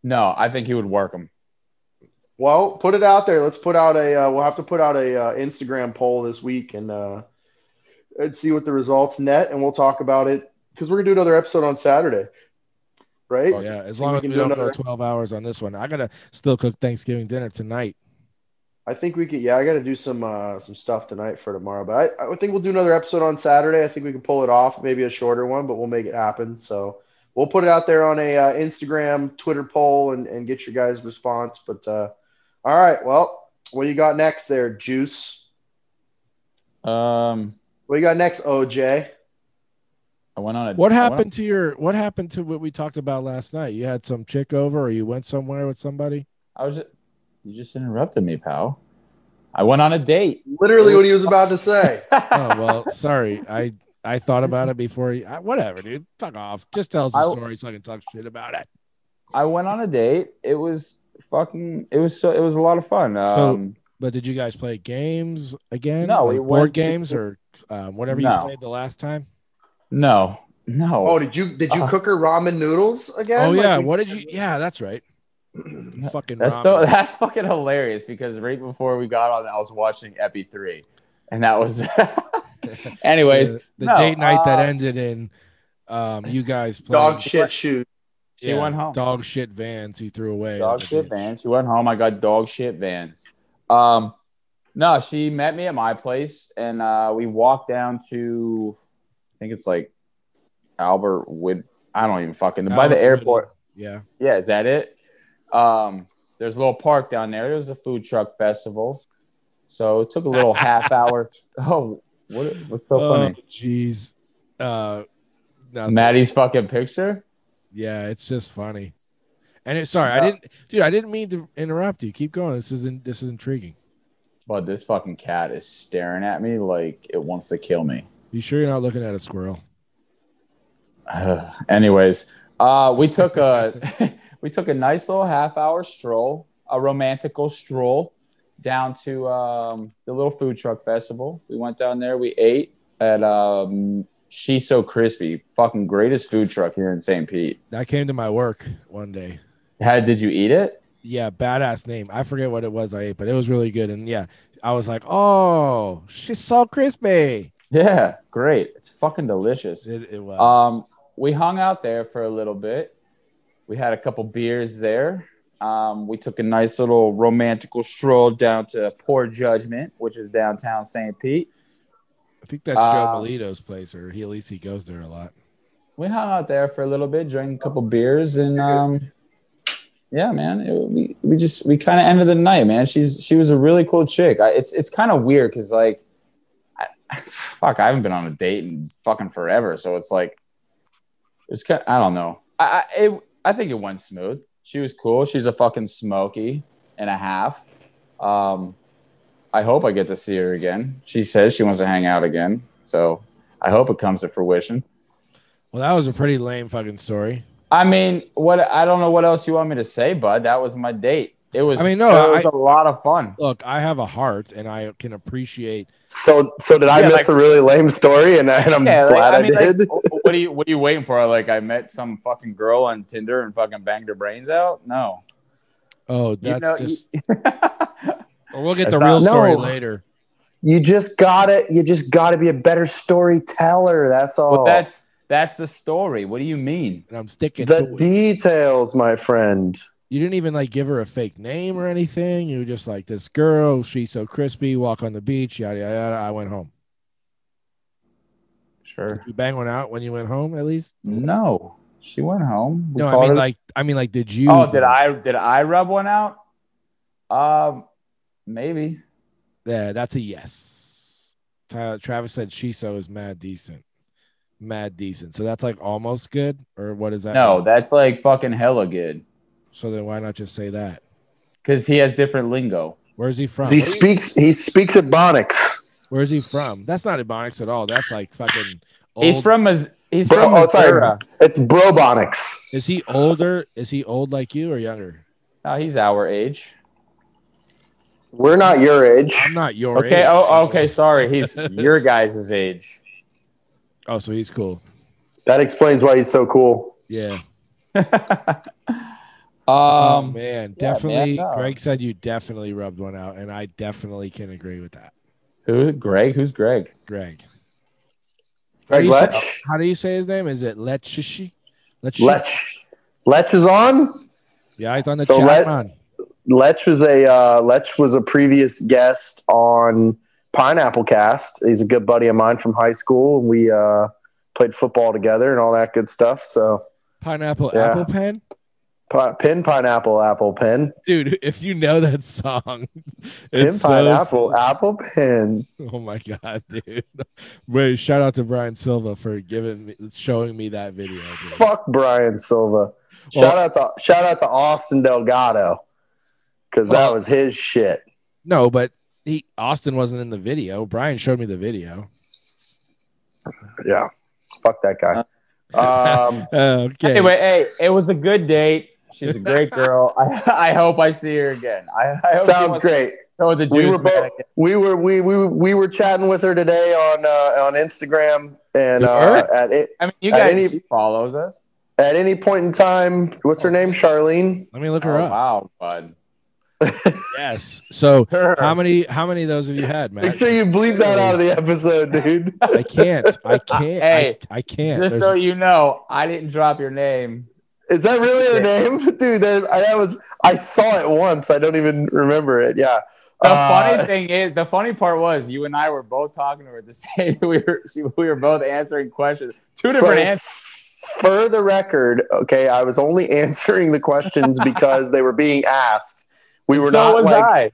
F: no, I think he would work him.
E: Well, put it out there. Let's put out a. Uh, we'll have to put out a uh, Instagram poll this week and uh, and see what the results net, and we'll talk about it because we're gonna do another episode on Saturday, right?
G: Oh, yeah, as
E: we
G: long as we
E: can do
G: don't go
E: another-
G: 12 hours on this one. I got to still cook Thanksgiving dinner tonight.
E: I think we could. Yeah, I got to do some uh, some stuff tonight for tomorrow, but I, I think we'll do another episode on Saturday. I think we can pull it off, maybe a shorter one, but we'll make it happen. So we'll put it out there on a uh, Instagram, Twitter poll, and and get your guys' response. But uh, all right, well, what you got next there, Juice?
F: Um,
E: What you got next, OJ?
F: I went on a
G: What
F: I went on-
G: happened to your what happened to what we talked about last night? You had some chick over or you went somewhere
E: *laughs*
G: with somebody?
F: I was. Just, you just interrupted me, pal. I went on
G: *laughs*
F: a date.
E: Literally, what he was about to say.
G: Oh, well, sorry. I I thought about it before you. I, whatever, dude. Fuck off. Just tell us the
F: I-
G: story so I can talk shit about it.
F: I went on a date. It was fucking. It was so. It was a lot of fun. Um,
G: But did you guys play games again?
F: No,
G: Like
F: we
G: board
F: went to-
G: games or um, whatever you
F: No.
G: played the last time.
F: no, no.
E: Oh, did you did you
F: Uh.
E: cook her ramen noodles again?
G: Oh
E: Like
G: yeah,
E: we-
G: what did you? Yeah, that's right.
F: *clears throat*
G: Fucking
F: That's
G: *laughs* ramen.
F: th- *laughs* that's fucking hilarious because right before we got on, I was watching Epi three, and that was. *laughs* Anyways,
G: the, the
F: no,
G: date night that
F: uh,
G: ended in um, you guys
E: dog
G: playing-
E: shit shoes?
F: She went home.
G: Dog shit vans he threw away.
F: dog
G: That's a
F: shit
G: bitch.
F: vans. She went home. I got dog shit vans. Um, no, she met me at my place, and uh, we walked down to, I think it's like Albert Wood. I don't even fucking by
G: Albert
F: the
G: Wood.
F: airport.
G: Yeah.
F: Yeah, is that it? Um, there's a little park down there. There was a food truck festival, so it took a
G: *laughs*
F: little half hour. Oh, what, what's so
G: Oh,
F: funny?
G: jeez. Uh, nothing.
F: Maddie's fucking picture.
G: Yeah, it's just funny. And it, sorry, I
F: No.
G: didn't, dude. I didn't mean to interrupt you. Keep going. This isn't. This is intriguing.
F: But this fucking cat is staring at me like it wants to kill me.
G: You sure you're not looking at a squirrel?
F: Uh, *sighs* anyways, uh, we took a *laughs* we took a nice little half hour stroll, a romantical stroll down to um, the little food truck festival. We went down there, we ate at um, She's So Crispy, fucking greatest food truck here in St. Pete.
G: That came to my work one day.
F: How did you eat it?
G: Yeah, badass name. I forget what it was I ate, but it was really good. And yeah, I was like, oh, she's so crispy.
F: Yeah, great. It's fucking delicious.
G: It, it was.
F: Um, we hung out there for a little bit. We had a couple beers there. Um, we took a nice little romantical stroll down to Poor Judgment, which is downtown St. Pete.
G: I think that's Joe
F: Um,
G: Melito's place, or he at least he goes there a lot.
F: we hung out there for a little bit, drank a couple beers, and um, yeah, man, it, we we just we kind of ended the night, man. She's she was a really cool chick. I, it's it's kind of weird because like, I, *laughs* fuck, I haven't been on a date in fucking forever, so it's like, it's kind. I don't know. I I, it, I think it went smooth. She was cool. She's a fucking smoky and a half. Um, I hope I get to see her again. She says she wants to hang out again, so I hope it comes to fruition.
G: Well, that was a pretty lame fucking story.
F: I mean, what I don't know what else you want me to say, bud. That was my date. It was.
G: I mean, no,
F: it was
G: I-
F: a lot of fun.
G: Look, I have a heart, and I can appreciate.
E: So, so did I
F: Yeah,
E: miss
F: like-
E: a really lame story? And, I, and I'm
F: Yeah, like,
E: glad I,
F: mean, like,
E: did.
F: what are you What are you waiting for? Like, I met some fucking girl on Tinder and fucking banged her brains out.
E: *laughs*
F: No,
G: Oh, that's
F: you know,
G: just.
F: you-
G: or we'll get
F: That's
G: the real
F: not-
G: story
E: No.
G: later.
E: you just gotta, you just gotta be a better storyteller. That's all.
F: Well, that's that's the story. What do you mean?
G: And I'm sticking
E: the
G: to it.
E: details, my friend.
G: You didn't even like give her a fake name or anything. You were just like this girl. She's so crispy. Walk on the beach. Yada yada. yada. I went home. Did
F: Sure.
G: you bang one out when you went home? At least.
F: No, she went home. We
G: no, I
F: called
G: mean
F: her-
G: like I mean like did you?
F: Oh, did I did I rub one out? Um, maybe.
G: Yeah, that's a yes. Tyler, Travis said Shiso is mad decent. Mad decent. So that's like almost good, or what is that?
F: No,
G: mean?
F: that's like fucking hella good
G: so then why not just say that?
F: because he has different lingo.
G: Where's he from?
E: He
G: Where-
E: speaks, he speaks Ebonics.
G: Where's he from? That's not Ebonics at all. That's like fucking. Old.
F: He's from Mis- he's
E: Bro-
F: from
E: oh, sorry.
F: Missouri.
E: It's Brobonics.
G: Is he older? Is he old like you or younger?
F: No, Oh, he's our age.
E: We're not your age.
G: I'm not your
F: Okay.
G: age, so-
F: Oh, okay.
G: *laughs*
F: Sorry, he's your guys' age.
G: Oh, so he's cool.
E: That explains why he's so cool.
G: Yeah.
F: um,
G: oh man, definitely.
F: no.
G: Greg said you definitely rubbed one out, and I definitely can agree with that.
F: who? Greg? Who's Greg?
G: Greg.
E: Greg
G: He said-
E: Letch.
G: How do you say his name? Is it Lechishi? Lechishi.
E: Letch. Letch is on.
G: Yeah, he's on the
E: So
G: chat,
E: let-
G: man.
E: Letch was a uh, Letch was a previous guest on Pineapple Cast. He's a good buddy of mine from high school, and we uh, played football together and all that good stuff. So
G: Pineapple
E: Yeah.
G: Apple Pen?
E: pi- pin pineapple apple pin
G: Dude, *laughs* if you know that song, *laughs*
E: pin
G: it's uh, so,
E: pineapple apple pin.
G: Oh my god, *laughs* dude! Wait, shout out to Brian Silva for giving me, showing me that video. Dude.
E: Fuck Brian Silva.
G: Well-
E: shout out to shout out to Austin Delgado because that
G: Well-
E: was his shit.
G: No, but he Austin wasn't in the video. Brian showed me the video.
E: Yeah, fuck that guy.
G: *laughs*
E: Um,
G: Uh, okay.
F: Anyway, hey, it was a good date. She's a great girl. *laughs* I, I hope I see her again. I, I hope she
E: sounds
F: wants
E: great.
F: to Go with the
E: we
F: juice
E: were both,
F: man again.
E: we were we, we we were chatting with her today on uh, on Instagram and
G: You
E: uh,
G: heard?
E: at it,
F: I mean, you
E: At
F: guys.
E: any-
F: she follows us.
E: at any point in time, what's her name? Charlene.
G: let me look
F: Oh,
G: her up.
F: wow, bud.
G: Yes. So
F: Sure.
G: how many? How many of those have you had,
E: Make
G: Matt?
E: sure you bleep that out of the episode, dude.
G: I can't. I can't.
F: Uh, Hey,
G: I, I can't.
F: Just
G: There's-
F: so you know, I didn't drop your name.
E: Is that really her name, *laughs* dude? There's, I that was I saw it once. I don't even remember it. Yeah.
F: The
E: Uh,
F: funny thing is, the funny part was, you and I were both talking to her at the *laughs* same. We were she, we were both answering questions, two
E: So,
F: different answers.
E: For the record, okay, I was only *laughs* answering the questions because they were being asked. We were
F: so
E: not
F: was
E: like uh,
F: I.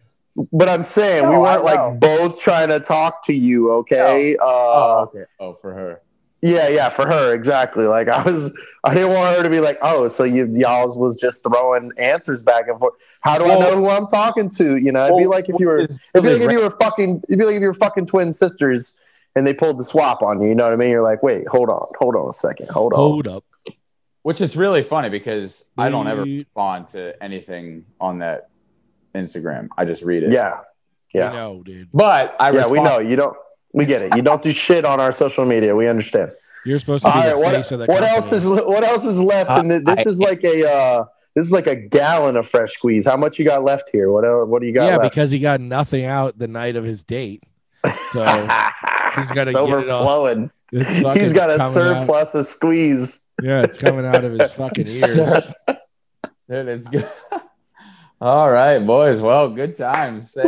E: But I'm saying we
F: No, I
E: weren't
F: know.
E: like both trying to talk to you, okay?
F: Oh,
E: Uh,
F: okay. Oh, for her.
E: Yeah, yeah, for her exactly. Like I was, I didn't want her to be like, oh, so you y'all was just throwing answers back and forth. How do
F: Well-
E: I know who I'm talking to? You know, it'd be like if you were, it'd
F: It's
E: be like
F: really
E: if you were fucking, it'd be like if you were fucking twin sisters and they pulled the swap on you. You know what I mean? You're like, wait, hold on, hold on a second, hold on.
G: hold up.
F: Which is really funny because I don't
E: Mm.
F: ever
G: We-
F: respond to anything on that Instagram. I just read it.
E: yeah, yeah,
G: We know, dude.
F: But I
E: yeah.
F: respond.
E: We
F: *laughs*
E: know you don't. We get it. You don't do shit on our social media. We understand.
G: You're supposed to
E: All
G: be
E: right,
G: the
E: what,
G: face of the
E: what
G: company.
E: else is what else is left?
F: Uh,
E: and th- this
F: I-
E: is like a uh, this is like a gallon of fresh squeeze. How much you got left here? What else, what do you got
G: yeah,
E: left?
G: because he got nothing out the night of his date.
E: *laughs*
G: So uh, he's gotta
E: it's
G: get it all-
E: overflowing.
G: it's
E: He's
G: fucking
E: got a
G: coming out-
E: surplus of squeeze.
G: Yeah, it's coming out of his
E: *laughs*
G: fucking
F: Sir.
G: ears.
F: *laughs* Dude, it's good. All right, boys. Well, good times. Say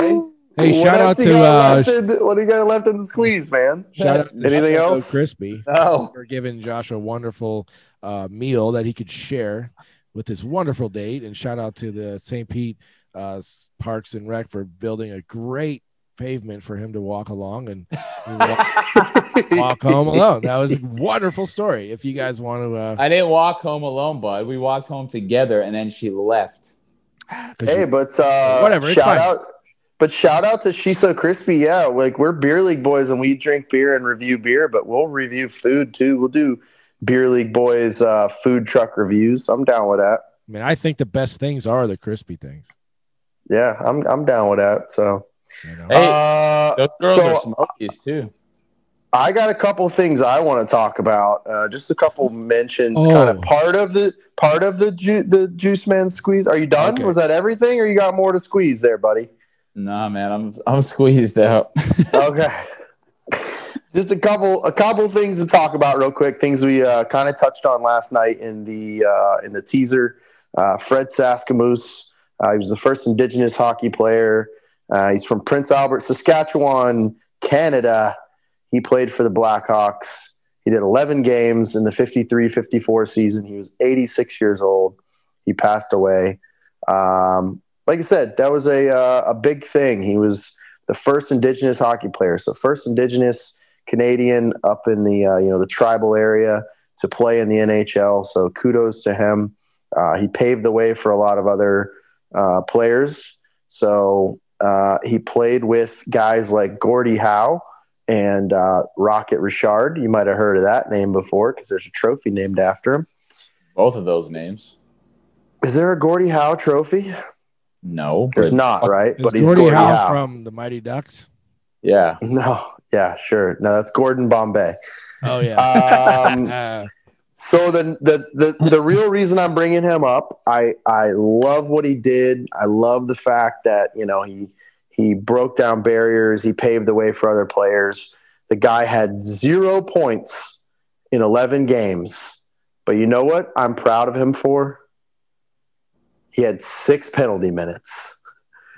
G: Hey,
E: What
G: shout
E: else
G: out
E: you
G: to
E: got
G: uh,
E: left in the- what do you got left in the squeeze, man?
G: Shout out to
E: Anything
G: Chico
E: else?
G: Crispy
F: No.
G: for giving Josh a wonderful uh, meal that he could share with his wonderful date, and shout out to the St. Pete uh, s- Parks and Rec for building a great pavement for him to walk along and
E: *laughs*
G: walk, walk home alone. That was a wonderful story. If you guys want
E: *laughs*
G: to, uh,
F: I didn't walk home alone, bud. We walked home together, and then she left.
G: 'cause
E: hey,
G: you-
E: but uh,
G: Whatever, it's
E: Shout
G: fine.
E: out, but shout out to She's So Crispy. Yeah, like we're beer league boys, and we drink beer and review beer, but we'll review food too. We'll do beer league boys uh, food truck reviews. I'm down with that.
G: I mean, I think the best things are the crispy things.
E: Yeah, I'm I'm down with that. So,
G: You know?
F: Hey,
E: uh,
F: Those girls
E: so
F: are smokies too.
E: I got a couple things I want to talk about. Uh, just a couple mentions,
G: Oh.
E: kind of part of the part of the ju- the Juice Man squeeze. Are you done?
G: Okay.
E: Was that everything, or you got more to squeeze there, buddy?
F: Nah, man, I'm I'm
E: *laughs*
F: squeezed out.
E: okay. Just a couple, a couple things to talk about real quick. Things we uh, kind of touched on last night in the uh, in the teaser. Uh, Fred Saskamoose, uh, he was the first Indigenous hockey player. Uh, he's from Prince Albert, Saskatchewan, Canada. He played for the Blackhawks. He did 11 games in the 53-54 season. He was 86 years old. He passed away. Um, like I said, that was a uh, a big thing. He was the first indigenous hockey player. So first indigenous Canadian up in the uh, you know the tribal area to play in the NHL. So kudos to him. Uh, he paved the way for a lot of other uh, players. So uh, he played with guys like Gordie Howe and uh, Rocket Richard. You might have heard of that name before because there's a trophy named after him.
F: Both of those names.
E: Is there a Gordie Howe trophy?
F: No,
E: There's
F: but
E: not, right?
G: Is
E: but he's
G: Gordie
E: Gordie
G: Howe
E: Howe.
G: from the Mighty Ducks?
F: yeah,
E: *laughs* no, yeah, sure. No, that's Gordon Bombay.
G: Oh yeah.
E: Um,
G: Uh,
E: So the, the the the real reason I'm bringing him up, I I love what he did. I love the fact that you know he he broke down barriers. He paved the way for other players. The guy had zero points in 11 games, but you know what? I'm proud of him for. He had six penalty minutes.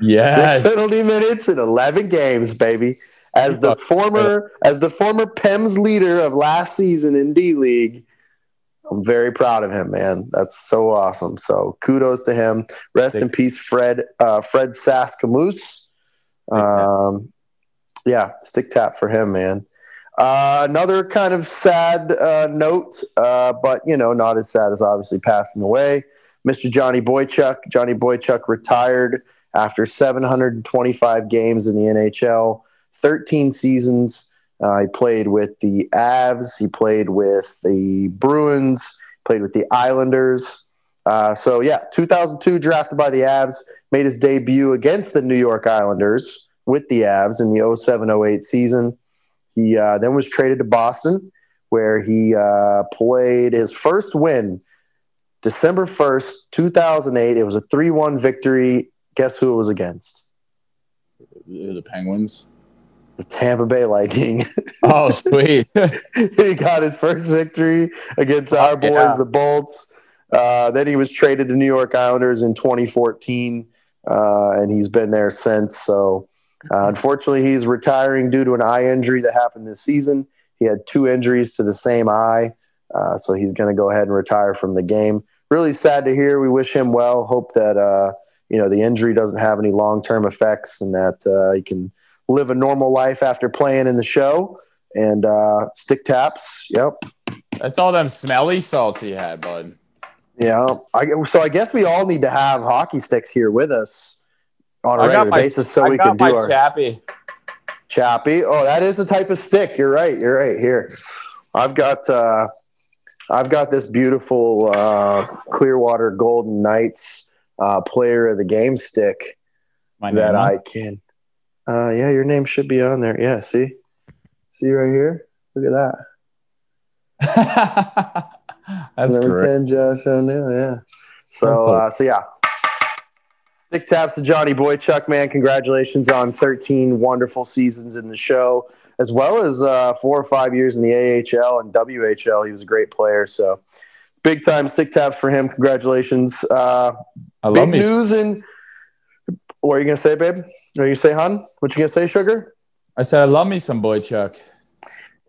F: yes.
E: Six penalty minutes in 11 games, baby. As the former as the former PEMS leader of last season in D League, I'm very proud of him, man. That's so awesome. So kudos to him. Rest in peace, Fred uh, Fred Saskamoose. Um, yeah, stick tap for him, man. Uh, another kind of sad uh, note, uh, but you know, not as sad as obviously passing away. Mr. Johnny Boychuk. Johnny Boychuk retired after 725 games in the NHL, 13 seasons. Uh, he played with the Avs, he played with the Bruins, played with the Islanders. Uh, so, yeah, 2002 drafted by the Avs, made his debut against the New York Islanders with the Avs in the 07 08 season. He uh, then was traded to Boston, where he uh, played his first win December 1st, 2008. It was a 3 1 victory guess who it was against?
F: The Penguins.
E: The Tampa Bay Lightning. *laughs*
F: Oh, *laughs* sweet.
E: he got his first victory against our boys,
F: yeah.
E: the Bolts. Uh, then he was traded to New York Islanders in 2014, uh, and he's been there since. So, uh, unfortunately, he's retiring due to an eye injury that happened this season. He had two injuries to the same eye, uh, so he's going to go ahead and retire from the game. Really sad to hear. We wish him well. Hope that uh, you know the injury doesn't have any long-term effects, and that uh, he can live a normal life after playing in the show. And uh, stick taps. Yep.
F: That's all them smelly salts he had, bud.
E: Yeah, I, so I guess we all need to have hockey sticks here with us on a
F: I got
E: regular
F: my-
E: basis so
F: I
E: we
F: got
E: can do
F: my
E: our
F: chappy.
E: chappy. Oh, that is the type of stick. You're right. You're right. Here, I've got uh, I've got this beautiful uh, Clearwater Golden Knights uh, Player of the Game stick
F: My
E: that
F: name, huh?
E: I can. Uh, yeah, your name should be on there. Yeah, see, see right here. Look at that.
F: *laughs* That's
E: Number
F: correct.
E: ten, Josh O'Neill. Yeah.
F: That's
E: So,
F: a-
E: uh, so yeah. Stick taps to Johnny Boychuk, man. Congratulations on 13 wonderful seasons in the show, as well as uh, four or five years in the AHL and WHL. He was a great player. So, big time stick taps for him. Congratulations. Uh,
F: I love
E: big
F: me.
E: news in. What are you going to say, babe? Are you say, hon? What you gonna say, sugar?
F: I said I love me some boy Chuck.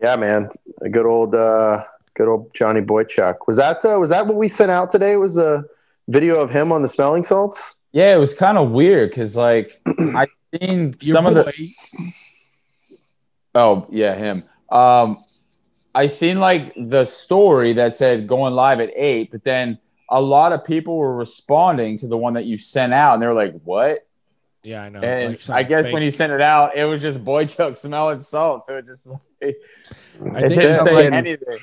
E: Yeah, man. A good old, uh, good old Johnny Boychuk. Was that uh, was that what we sent out today? Was a video of him on the smelling salts?
F: Yeah, it was kind of weird
E: *clears throat*
F: because like I seen
G: Your
F: some of the
G: boy,
F: Oh yeah, him. Um, I seen like the story that said going live at eight, but then a lot of people were responding to the one that you sent out, and they were like, "What?"
G: Yeah, I know.
F: and
G: like some
F: I guess
G: fake-
F: when you sent it out, it was just boy chuck smelling salt, so it just it
G: I think
F: didn't
G: some,
F: say
G: like,
E: fucking-
F: anything.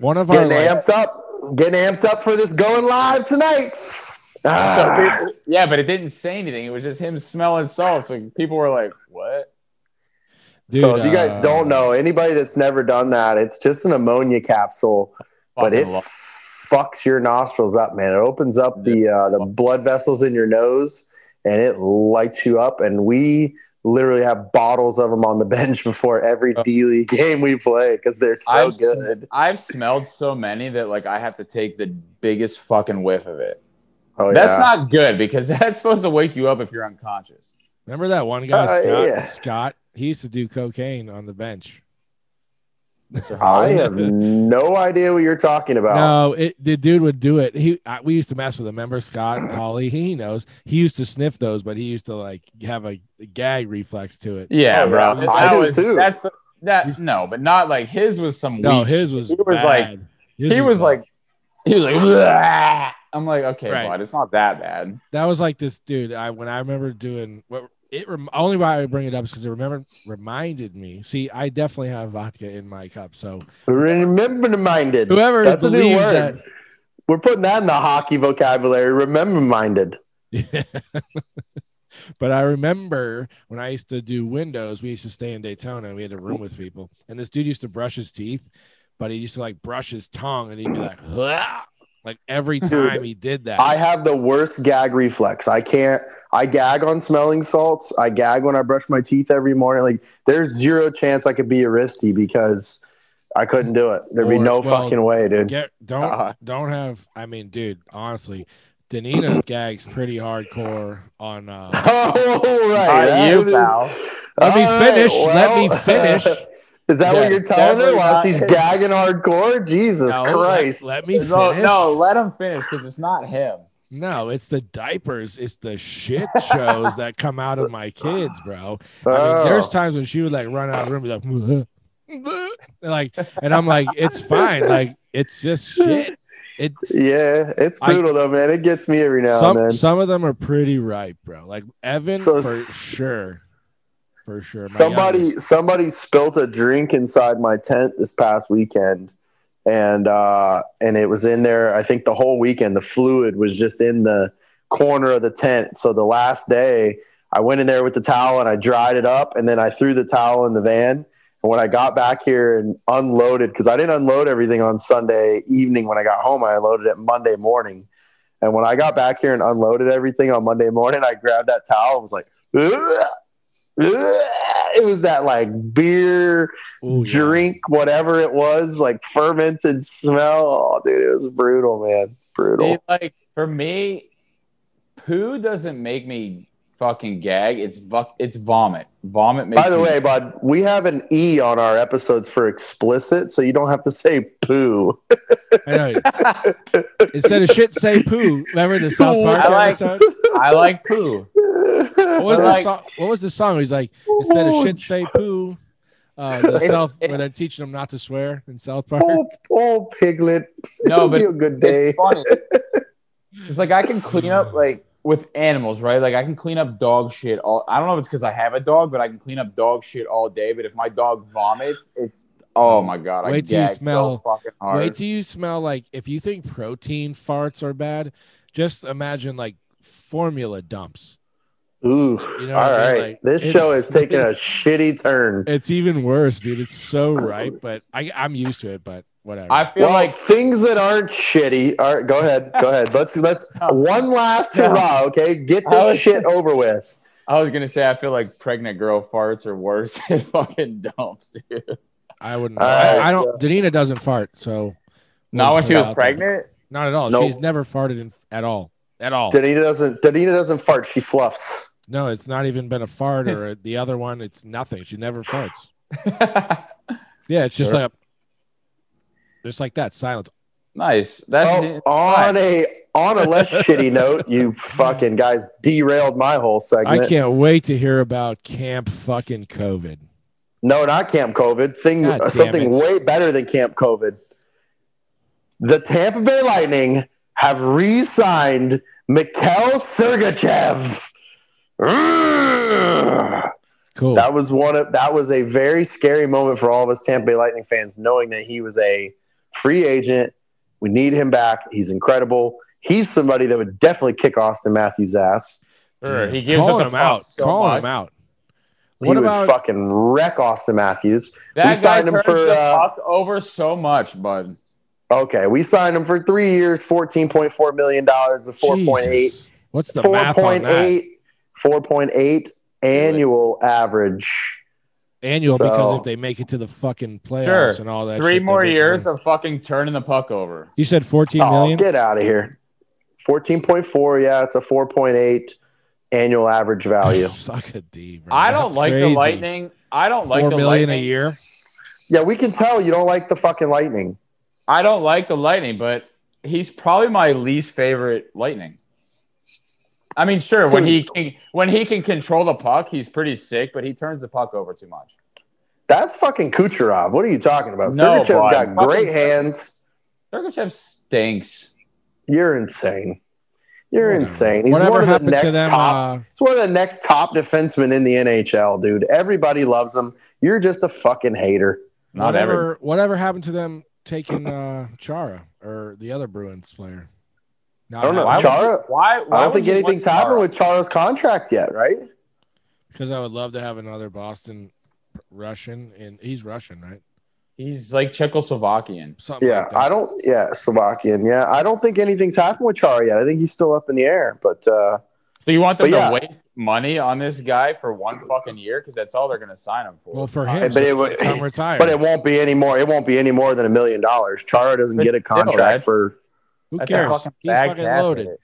G: one of our
E: Getting
G: like,
E: amped up, getting amped up for this going live tonight.
F: So
E: Ah.
F: people- yeah, but it didn't say anything. It was just him smelling salt, so people were like, "What?"
G: dude,
E: so if you guys
G: uh,
E: don't know anybody that's never done that, it's just an ammonia capsule but
F: Fucking
E: it
F: lo-
E: fucks your nostrils up, man. It opens up the uh, the blood vessels in your nose, and it lights you up. And we literally have bottles of them on the *laughs* bench before every
F: Oh.
E: D League game we play because they're so
F: I've-
E: good.
F: I've smelled so many that like I have to take the biggest fucking whiff of it.
E: Oh
F: that's
E: yeah.
F: not good because *laughs* that's supposed to wake you up if you're unconscious.
G: Remember that one guy,
E: Uh,
G: Scott?
E: yeah.
G: Scott? He used to do cocaine on the bench.
F: Mr.
E: I
F: Holland.
E: have no idea what you're talking
F: Oh.
E: about.
G: No, it, the dude would do it. He I, we used to mess with him. Remember Scott and Holly? He knows. He used to sniff those, but he used to like have a, gag reflex to it.
F: Yeah,
E: Oh,
F: bro.
E: yeah. I
F: That
E: do
F: was-
E: too.
F: That's that. No, but not like his was some.
G: No,
F: weak
G: his
F: shit.
G: was.
F: He was like.
G: bad. His
F: He was
G: bad.
F: like. He was like. "Bleh." I'm like, okay,
G: Right.
F: bud, it's not that bad.
G: that was like this dude. I when I remember doing what it rem- only why I bring it up is because it remember reminded me. See, I definitely have vodka in my cup, so
E: Remember minded.
G: whoever
E: That's a new
G: believes
E: word.
G: that.
E: We're putting that in the hockey vocabulary. Remember minded.
G: Yeah. *laughs* but I remember when I used to do windows, we used to stay in Daytona and we had a room with people. And this dude used to brush his teeth, but he used to like brush his tongue and he'd be like, "Hua!" like every time he did that.
E: I have the worst gag reflex. I can't. I gag on smelling salts. I gag when I brush my teeth every morning. Like there's zero chance I could be a wristy because I couldn't do it. There'd be
G: Or-
E: no
G: well,
E: fucking way, dude. *laughs*
G: Get don't
E: Uh-huh.
F: God.
G: don't have. I mean, dude, honestly, Danina gags pretty hardcore on. Uh,
E: Oh right,
F: Not
E: that
F: you,
E: is-
F: pal.
G: let me
E: All right,
G: finish. let me
E: well, *laughs*
G: finish.
E: is that
F: Yeah,
E: what you're telling her
F: definitely
E: while
F: not
E: she's
F: his-
E: gagging hardcore? Jesus
G: No, let-
E: Christ!
G: Let, me finish.
F: No, no, let him finish because it's not him.
G: No, it's the diapers. It's the shit shows that come out of my kids, bro. I mean,
E: Oh.
G: there's times when she would like run out of the room and be like, and like, *laughs* and I'm like, it's fine. Like, it's just shit.
E: yeah, it's
G: I-
E: brutal though, man. It gets me every now
G: some
E: and then.
G: some of them are pretty ripe, bro. Like Evan
E: So
G: for
E: s-
G: sure, for sure. My
E: somebody
G: youngest.
E: somebody spilt a drink inside my tent this past weekend and uh and it was in there i think the whole weekend the fluid was just in the corner of the tent so the last day i went in there with the towel and i dried it up and then i threw the towel in the van and when i got back here and unloaded because i didn't unload everything on sunday evening when i got home i unloaded it monday morning and when i got back here and unloaded everything on monday morning i grabbed that towel and was like "Ugh." it was that like beer
G: Ooh, yeah.
E: drink whatever it was like fermented smell oh dude it was brutal man brutal
F: See, like for me, poo doesn't make me fucking gag. It's vo- it's vomit. Vomit makes.
E: by the
F: me-
E: way bud we have an e on our episodes for explicit so you don't have to say poo
G: I know. Instead of shit, say poo. Remember the South Park
F: I like-
G: episode?
F: I like
E: *laughs*
F: poo.
G: What was
F: I
G: the
F: like-
G: song? What was the song? He's like, instead of shit, say poo. Uh, the
E: It's-
G: South,
F: it-
G: where they're teaching them not to swear in South Park.
E: oh, oh piglet
F: No,
E: it'll
F: but
E: be a good day
F: It's funny. *laughs* it's like I can clean up like with animals, right? Like I can clean up dog shit all. I don't know if it's because I have a dog, but I can clean up dog shit all day. But if my dog vomits, it's oh my god, I
G: Wait till you
F: gag
G: smell-
F: so fucking hard.
G: Wait till you smell like if you think protein farts are bad, just imagine like formula dumps.
E: ooh
G: You know what
E: all
G: I
E: right
G: mean? Like,
E: this
G: it's-
E: show
G: *laughs*
E: is taking a shitty turn
G: It's even worse, dude. It's so ripe, but I I'm used to it, but whatever.
F: I feel
E: well,
F: like
E: things that aren't shitty are. Go ahead, go ahead.
G: *laughs*
E: Let's let's
G: Oh.
E: one last
F: No.
E: hurrah. Okay, get this
F: I was-
E: shit
G: *laughs*
E: over with.
F: I was gonna say I feel like pregnant girl farts are worse *laughs* than fucking dumps, dude.
G: I wouldn't.
E: All
G: I,
E: right.
G: I don't. Danina doesn't fart, so
F: uh, Not when she
G: Yeah.
F: was pregnant. *laughs*
G: not at all.
E: Nope.
G: She's never farted in, at all. At all.
E: Danita doesn't. Danita doesn't fart. She fluffs.
G: No, it's not even been a fart or the other one. It's nothing. She never farts. Yeah, it's just
F: Sure.
G: like a, just like that silence.
F: nice. That's
E: Oh, on a on a
G: *laughs*
E: less shitty note, you fucking guys derailed my whole segment.
G: I can't wait to hear about Camp fucking COVID.
E: No, not Camp COVID. Thing uh,
G: God damn
E: something
G: it.
E: way better than Camp COVID. The Tampa Bay Lightning have re-signed Mikhail
G: *laughs*
E: Sergachev. Urgh.
G: Cool.
E: That was one of that was a very scary moment for all of us Tampa Bay Lightning fans, knowing that he was a free agent. We need him back. He's incredible. He's somebody that would definitely kick Austin Matthews' ass.
G: Damn.
F: He gives
G: calling
F: up the
G: him out.
F: puck so
G: calling him
F: much.
G: out.
E: He
G: What
E: would
G: about
E: fucking wreck Austin Matthews.
F: That guy
E: signed him
F: turns
E: for,
F: the
E: uh,
F: puck over so much, bud.
E: Okay, we signed him for three years, fourteen point four million dollars, a four point eight,
G: Jesus. What's the
E: four
G: math on
E: point
G: that?
E: eight, four point eight annual average.
G: Annual because
E: So-
G: if they make it to the fucking playoffs
F: Sure.
G: and all that.
F: Three
G: shit,
F: more
G: they get
F: years
G: money.
F: of fucking turning the puck over.
G: You said fourteen
E: Oh,
G: million.
E: get out of here. Fourteen point four, yeah, it's a four point eight annual average
G: *laughs*
E: value.
G: Suck a D, bro.
F: I don't
G: That's
F: like the
G: crazy.
F: Lightning. I don't like
G: Four
F: the
G: million
F: Lightning.
G: a year.
E: yeah, we can tell you don't like the fucking lightning.
F: I don't like the Lightning, but he's probably my least favorite Lightning. I mean, sure, when he can, when he can control the puck, he's pretty sick, but he turns the puck over too much.
E: That's fucking Kucherov. What are you talking about?
F: No,
E: Sergeyev's
F: boy.
E: got great
F: Fucking-
E: hands.
F: Sergachev stinks.
E: You're insane. You're
G: Whatever.
E: insane. He's
G: Whatever
E: one of
G: happened
E: the next
G: to them?
E: top
G: Uh,
E: It's one of the next top defensemen in the NHL, dude. Everybody loves him. You're just a fucking hater.
F: Not
G: whatever.
F: every.
G: Whatever happened to them taking
E: *laughs*
G: uh, Chara or the other Bruins player? Not
E: I don't know.
F: Why would
E: Chara.
F: Why? why
E: I don't
F: would
E: think
F: you want
E: anything's
F: Chara?
E: happened with Chara's contract yet, right?
G: because I would love to have another Boston Russian, and he's Russian, right?
F: He's like Czechoslovakian.
G: Something.
E: Yeah,
G: like that.
E: I don't. Yeah, Slovakian. Yeah, I don't think anything's happened with Chara yet. I think he's still up in the air. But uh,
F: So you want them
E: But yeah.
F: to waste money on this guy for one fucking year because that's all they're going to sign him for.
G: Well, for him,
E: Uh, *laughs* but
G: so
E: it would.
G: I'm retired.
E: But it won't be any more. It won't be any more than a million dollars. Chara doesn't
F: But
E: get a
F: still,
E: contract
F: that's-
E: for.
G: Who
F: That's a
G: cares?
F: fucking
G: He's
F: bag
G: fucking
F: cap
G: loaded.
F: hit.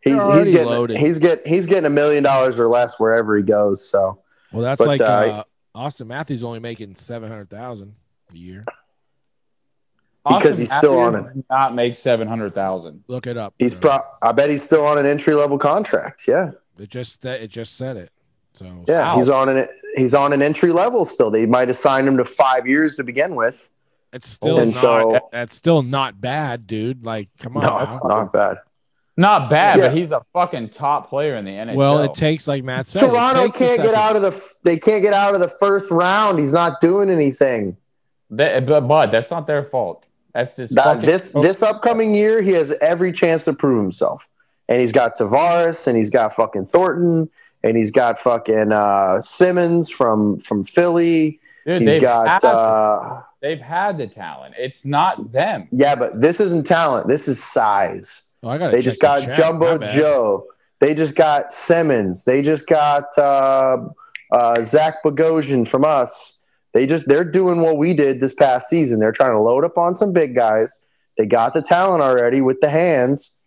E: He's,
G: They're
E: he's
G: already
E: getting.
G: loaded.
E: He's get. He's getting a million dollars or less wherever he goes. So
G: Well, that's
E: But,
G: like
E: uh,
G: uh, Austin Matthews only making seven hundred thousand a year.
E: Because
F: Austin
E: he's still on
F: Matthews does Not make seven hundred thousand.
G: Look it up.
E: he's
G: bro.
E: pro. I bet he's still on an entry level contract. Yeah.
G: It just that it just said it. So
E: Yeah,
F: Wow.
E: he's on an he's on an entry level still. They might assign him to five years to begin with.
G: it's still
E: And
G: not.
E: so-
G: that's still not bad, dude. Like, come on.
E: no,
G: now.
E: it's not bad.
F: Not bad,
E: Yeah.
F: but he's a fucking top player in the NHL.
G: well, it takes like Matt said. it
E: Toronto
G: takes a
E: can't get
G: second.
E: out of the f- they can't get out of the first round. He's not doing anything.
F: That- but, but that's not their fault. That's this.
E: That,
F: fucking,
E: this this upcoming year, he has every chance to prove himself. And he's got Tavares, and he's got fucking Thornton, and he's got fucking uh, Simmons from from Philly.
F: dude,
E: He's
F: they've,
E: got
F: had,
E: uh,
F: they've had the talent. It's not them.
E: yeah, but this isn't talent. This is size.
G: Oh, I gotta
E: They
G: check
E: just
G: the
E: got
G: chat. My
E: Jumbo
G: bad.
E: Joe. They just got Simmons. They just got uh, uh, Zach Bogosian from us. They just they're doing what we did this past season. They're trying to load up on some big guys. They got the talent already with the hands.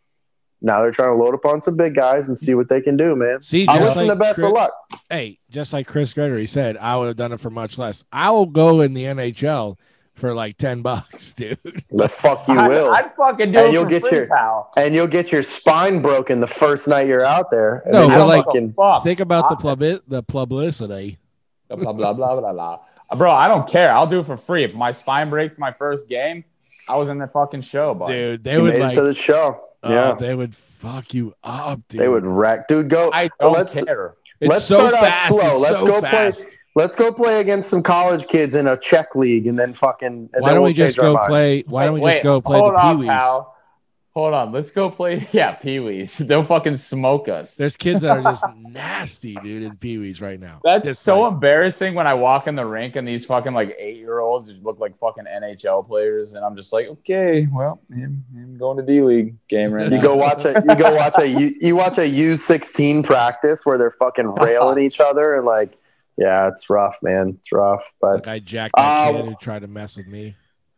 E: Now they're trying to load up on some big guys and see what they can do, man.
G: See,
E: I wish
G: just
E: them
G: like
E: the best
G: Chris,
E: of luck.
G: Hey, just like Chris Gregory said, I would have done it for much less. I will go in the NHL for like ten bucks, *laughs* dude.
E: The fuck you
F: I,
E: will,
F: I'd fucking do
E: And
F: it
E: you'll
F: for
E: get
F: free,
E: your-
F: pal.
E: and you'll get your spine broken the first night you're out there. And
G: No,
E: then
G: but
E: you'll
G: like-
E: fucking-
F: Fuck.
G: Think about the publi- the publicity.
F: blah blah blah blah blah. Uh, Bro, I don't care. I'll do it for free. If my spine breaks my first game, I was in the fucking show, but
G: dude. They
E: you
G: would
E: made
G: like,
E: it to the show.
G: oh,
E: yeah,
G: they would fuck you up, dude.
E: they would wreck, dude. Go.
F: I don't
E: Let's-
F: care.
G: It's
E: Let's
G: so
E: start out
G: fast.
E: slow.
G: It's
E: Let's
G: so
E: go play-
G: fast.
E: Let's go play against some college kids in a Czech league, and then fucking. And
G: Why
E: then
G: don't
E: we'll
G: we just
E: change our
G: go
E: minds.
G: play? Why don't we just go play
F: hold
G: the
F: on,
G: Pee Wees?
F: pal. Hold on. Let's go play. *laughs* Yeah, Pee Wees. They'll fucking smoke us.
G: There's kids that are
F: *laughs*
G: just nasty, dude, in Pee Wees right now.
F: That's
G: Just
F: so
G: like-
F: embarrassing when I walk in the rink and these fucking like eight year olds just look like fucking NHL players, and I'm just like, okay, well, him, him going to D League game right
E: You
F: now.
E: go watch a you go watch a you, you watch a U sixteen practice where they're fucking
G: *laughs*
E: railing each other and like, yeah, it's rough, man, it's rough. But
G: like I jacked that
E: Uh,
G: kid who tried to mess with me.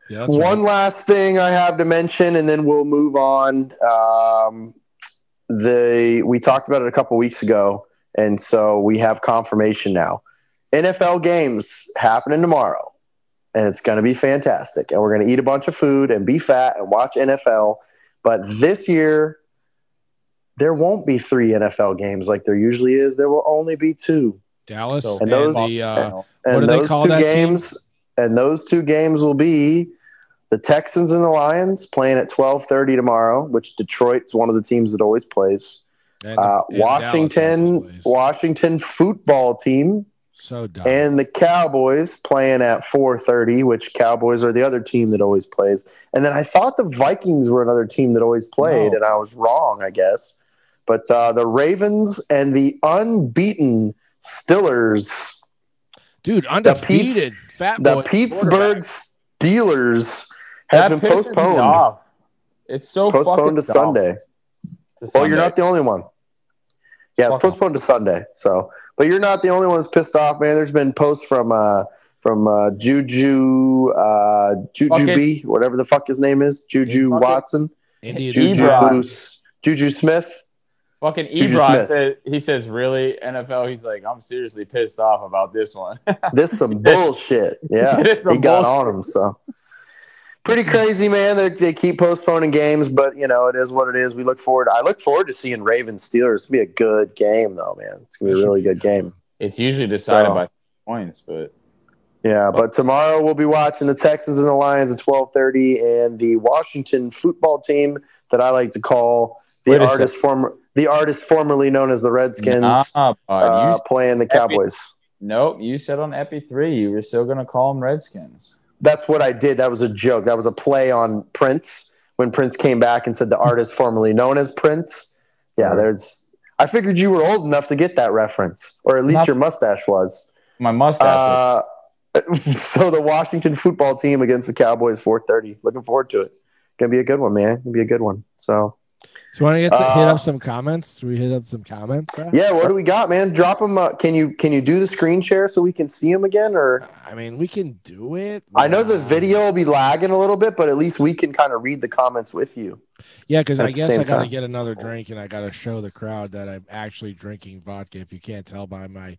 G: Yeah, that's
E: one
G: right.
E: last thing I have to mention, and then we'll move on. Um, the we talked about it a couple weeks ago. And so we have confirmation now. NFL games happening tomorrow, and it's going to be fantastic. And we're going to eat a bunch of food and be fat and watch NFL. But this year, there won't be three NFL games like there usually is. There will only be two.
G: Dallas
F: So-
E: And
G: and,
E: those-
G: the uh,
E: And
G: What do they
E: those
G: call
E: two
G: that team?
E: games, and those two games will be the Texans and the Lions playing at twelve thirty tomorrow, which Detroit's one of the teams that always plays.
G: and-
E: Uh,
G: and Dallas
E: Washington,
G: always plays. Uh-huh.
E: Washington football team,
G: so dumb.
E: and the Cowboys playing at four thirty, which Cowboys are the other team that always plays. And then I thought the Vikings were another team that always played,
G: Oh.
F: No.
E: and I was wrong, I guess. But uh, the Ravens and the unbeaten Steelers
G: dude undefeated fat
E: the
G: boy
E: Pittsburgh Steelers
F: *laughs* That
E: have been
F: pisses me
E: postponed.
F: off. It's so fucking
E: Postponed to
F: dumb.
E: Sunday.
F: To
E: Well, you're
F: Sunday.
E: not the only one. Yeah, it's
F: Fuck 'em.
E: postponed to Sunday. So, but you're not the only one that's pissed off, man. There's been posts from uh, from uh, Juju uh, Juju
F: Fucking-
E: B, whatever the fuck his name is, Juju
F: Fucking-
E: Watson,
G: Indian
E: Juju
F: Ebron.
E: Bruce, Juju Smith.
F: Fucking
E: Juju
F: Ebron
E: Smith.
F: said he says really NFL. He's like I'm seriously pissed off about this one. *laughs*
E: This some bullshit. Yeah,
F: It's
E: he
F: a
E: got
F: bullshit.
E: on him. So pretty crazy, man. They, they keep postponing games, but you know it is what it is. We look forward. I look forward to seeing Ravens Steelers. It's gonna be a good game, though, man. It's gonna be a really good game.
F: It's usually decided
E: So-
F: by points, but
E: Yeah, but tomorrow we'll be watching the Texans and the Lions at twelve thirty, and the Washington football team that I like to call the
F: Wait a
E: artist former the artist formerly known as the Redskins
F: Nah, bud.
E: uh,
F: you,
E: playing the Cowboys.
F: nope. You said on Epi three you were still gonna call them Redskins.
E: That's what I did. That was a joke. That was a play on Prince when Prince came back and said the artist formerly known as Prince. Yeah, there's. I figured you were old enough to get that reference, or at least
F: Not-
E: your mustache was.
F: My mustache. was-
E: Uh, *laughs* so the Washington football team against the Cowboys, four thirty. Looking forward to it. Gonna be a good one, man. Gonna be a good one. So
G: So want to get to hit
E: Uh,
G: up some comments? Should we hit up some comments? Brad?
E: yeah, what do we got, man? Drop them. Uh, can you can you do the screen share so we can see them again? Or
G: I mean, we can do it.
E: I know the
G: Uh,
E: video will be lagging a little bit, but at least we can kind of read the comments with you.
G: Yeah, because
E: at
G: I
E: the
G: guess
E: same
G: I gotta
E: time.
G: get another drink and I gotta show the crowd that I'm actually drinking vodka. If you can't tell by my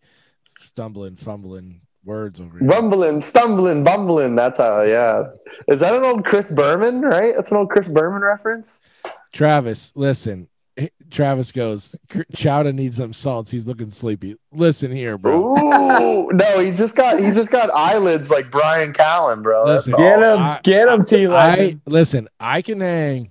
G: stumbling, fumbling words over here.
E: Rumbling, stumbling, bumbling. That's how. Yeah, is that an old Chris Berman? Right, that's an old Chris Berman reference.
G: Travis, listen. Travis goes. Chowda needs them salts. He's looking sleepy. Listen here, bro.
E: Ooh, no, he's just got he's just got eyelids like Brian Callen, bro. That's
G: Listen.
E: all.
F: get him,
G: I-
F: get him,
G: I
F: T. Lion.
G: listen. I can hang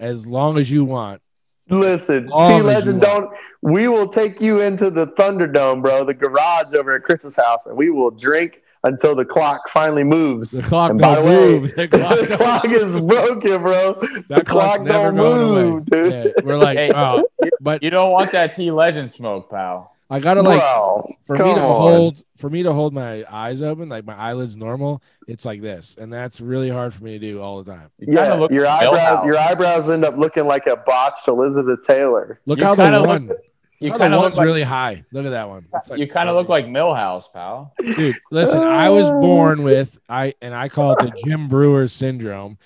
G: as long as you want.
E: Listen,
G: Long as
E: T
G: you
E: Legend,
G: want.
E: don't. We will take you into the Thunderdome, bro, the garage over at Chris's house, and we will drink until the clock finally moves.
G: The clock
E: And by
G: don't
E: the way,
G: move. *laughs*
E: *laughs*
G: the clock
E: the
G: don't-
E: clock is broken, bro.
G: That
E: the
G: clock's
E: clock
G: never
E: don't
G: going
E: move,
G: away.
E: dude.
G: Yeah, we're like,
F: Hey.
G: oh,
F: *laughs*
G: but
F: You don't want that T. Legend smoke, pal.
G: I gotta like
E: Bro,
G: for me
E: come
G: to
E: on.
G: hold for me to hold my eyes open, like my eyelids normal. It's like this, and that's really hard for me to do all the time.
F: You kinda
E: yeah,
F: look
E: your
F: like Bill
E: eyebrows,
F: Howe.
E: your eyebrows end up looking like a botched Elizabeth Taylor.
G: Look
F: You
G: how the
F: kinda look-
G: one, look,
F: You
G: the
F: kind of
G: one's
F: look like
G: really high. Look at that one. It's like-
F: you kind of look like Millhouse, pal.
G: dude. Listen, I was born with I and I call it the Jim Brewer syndrome,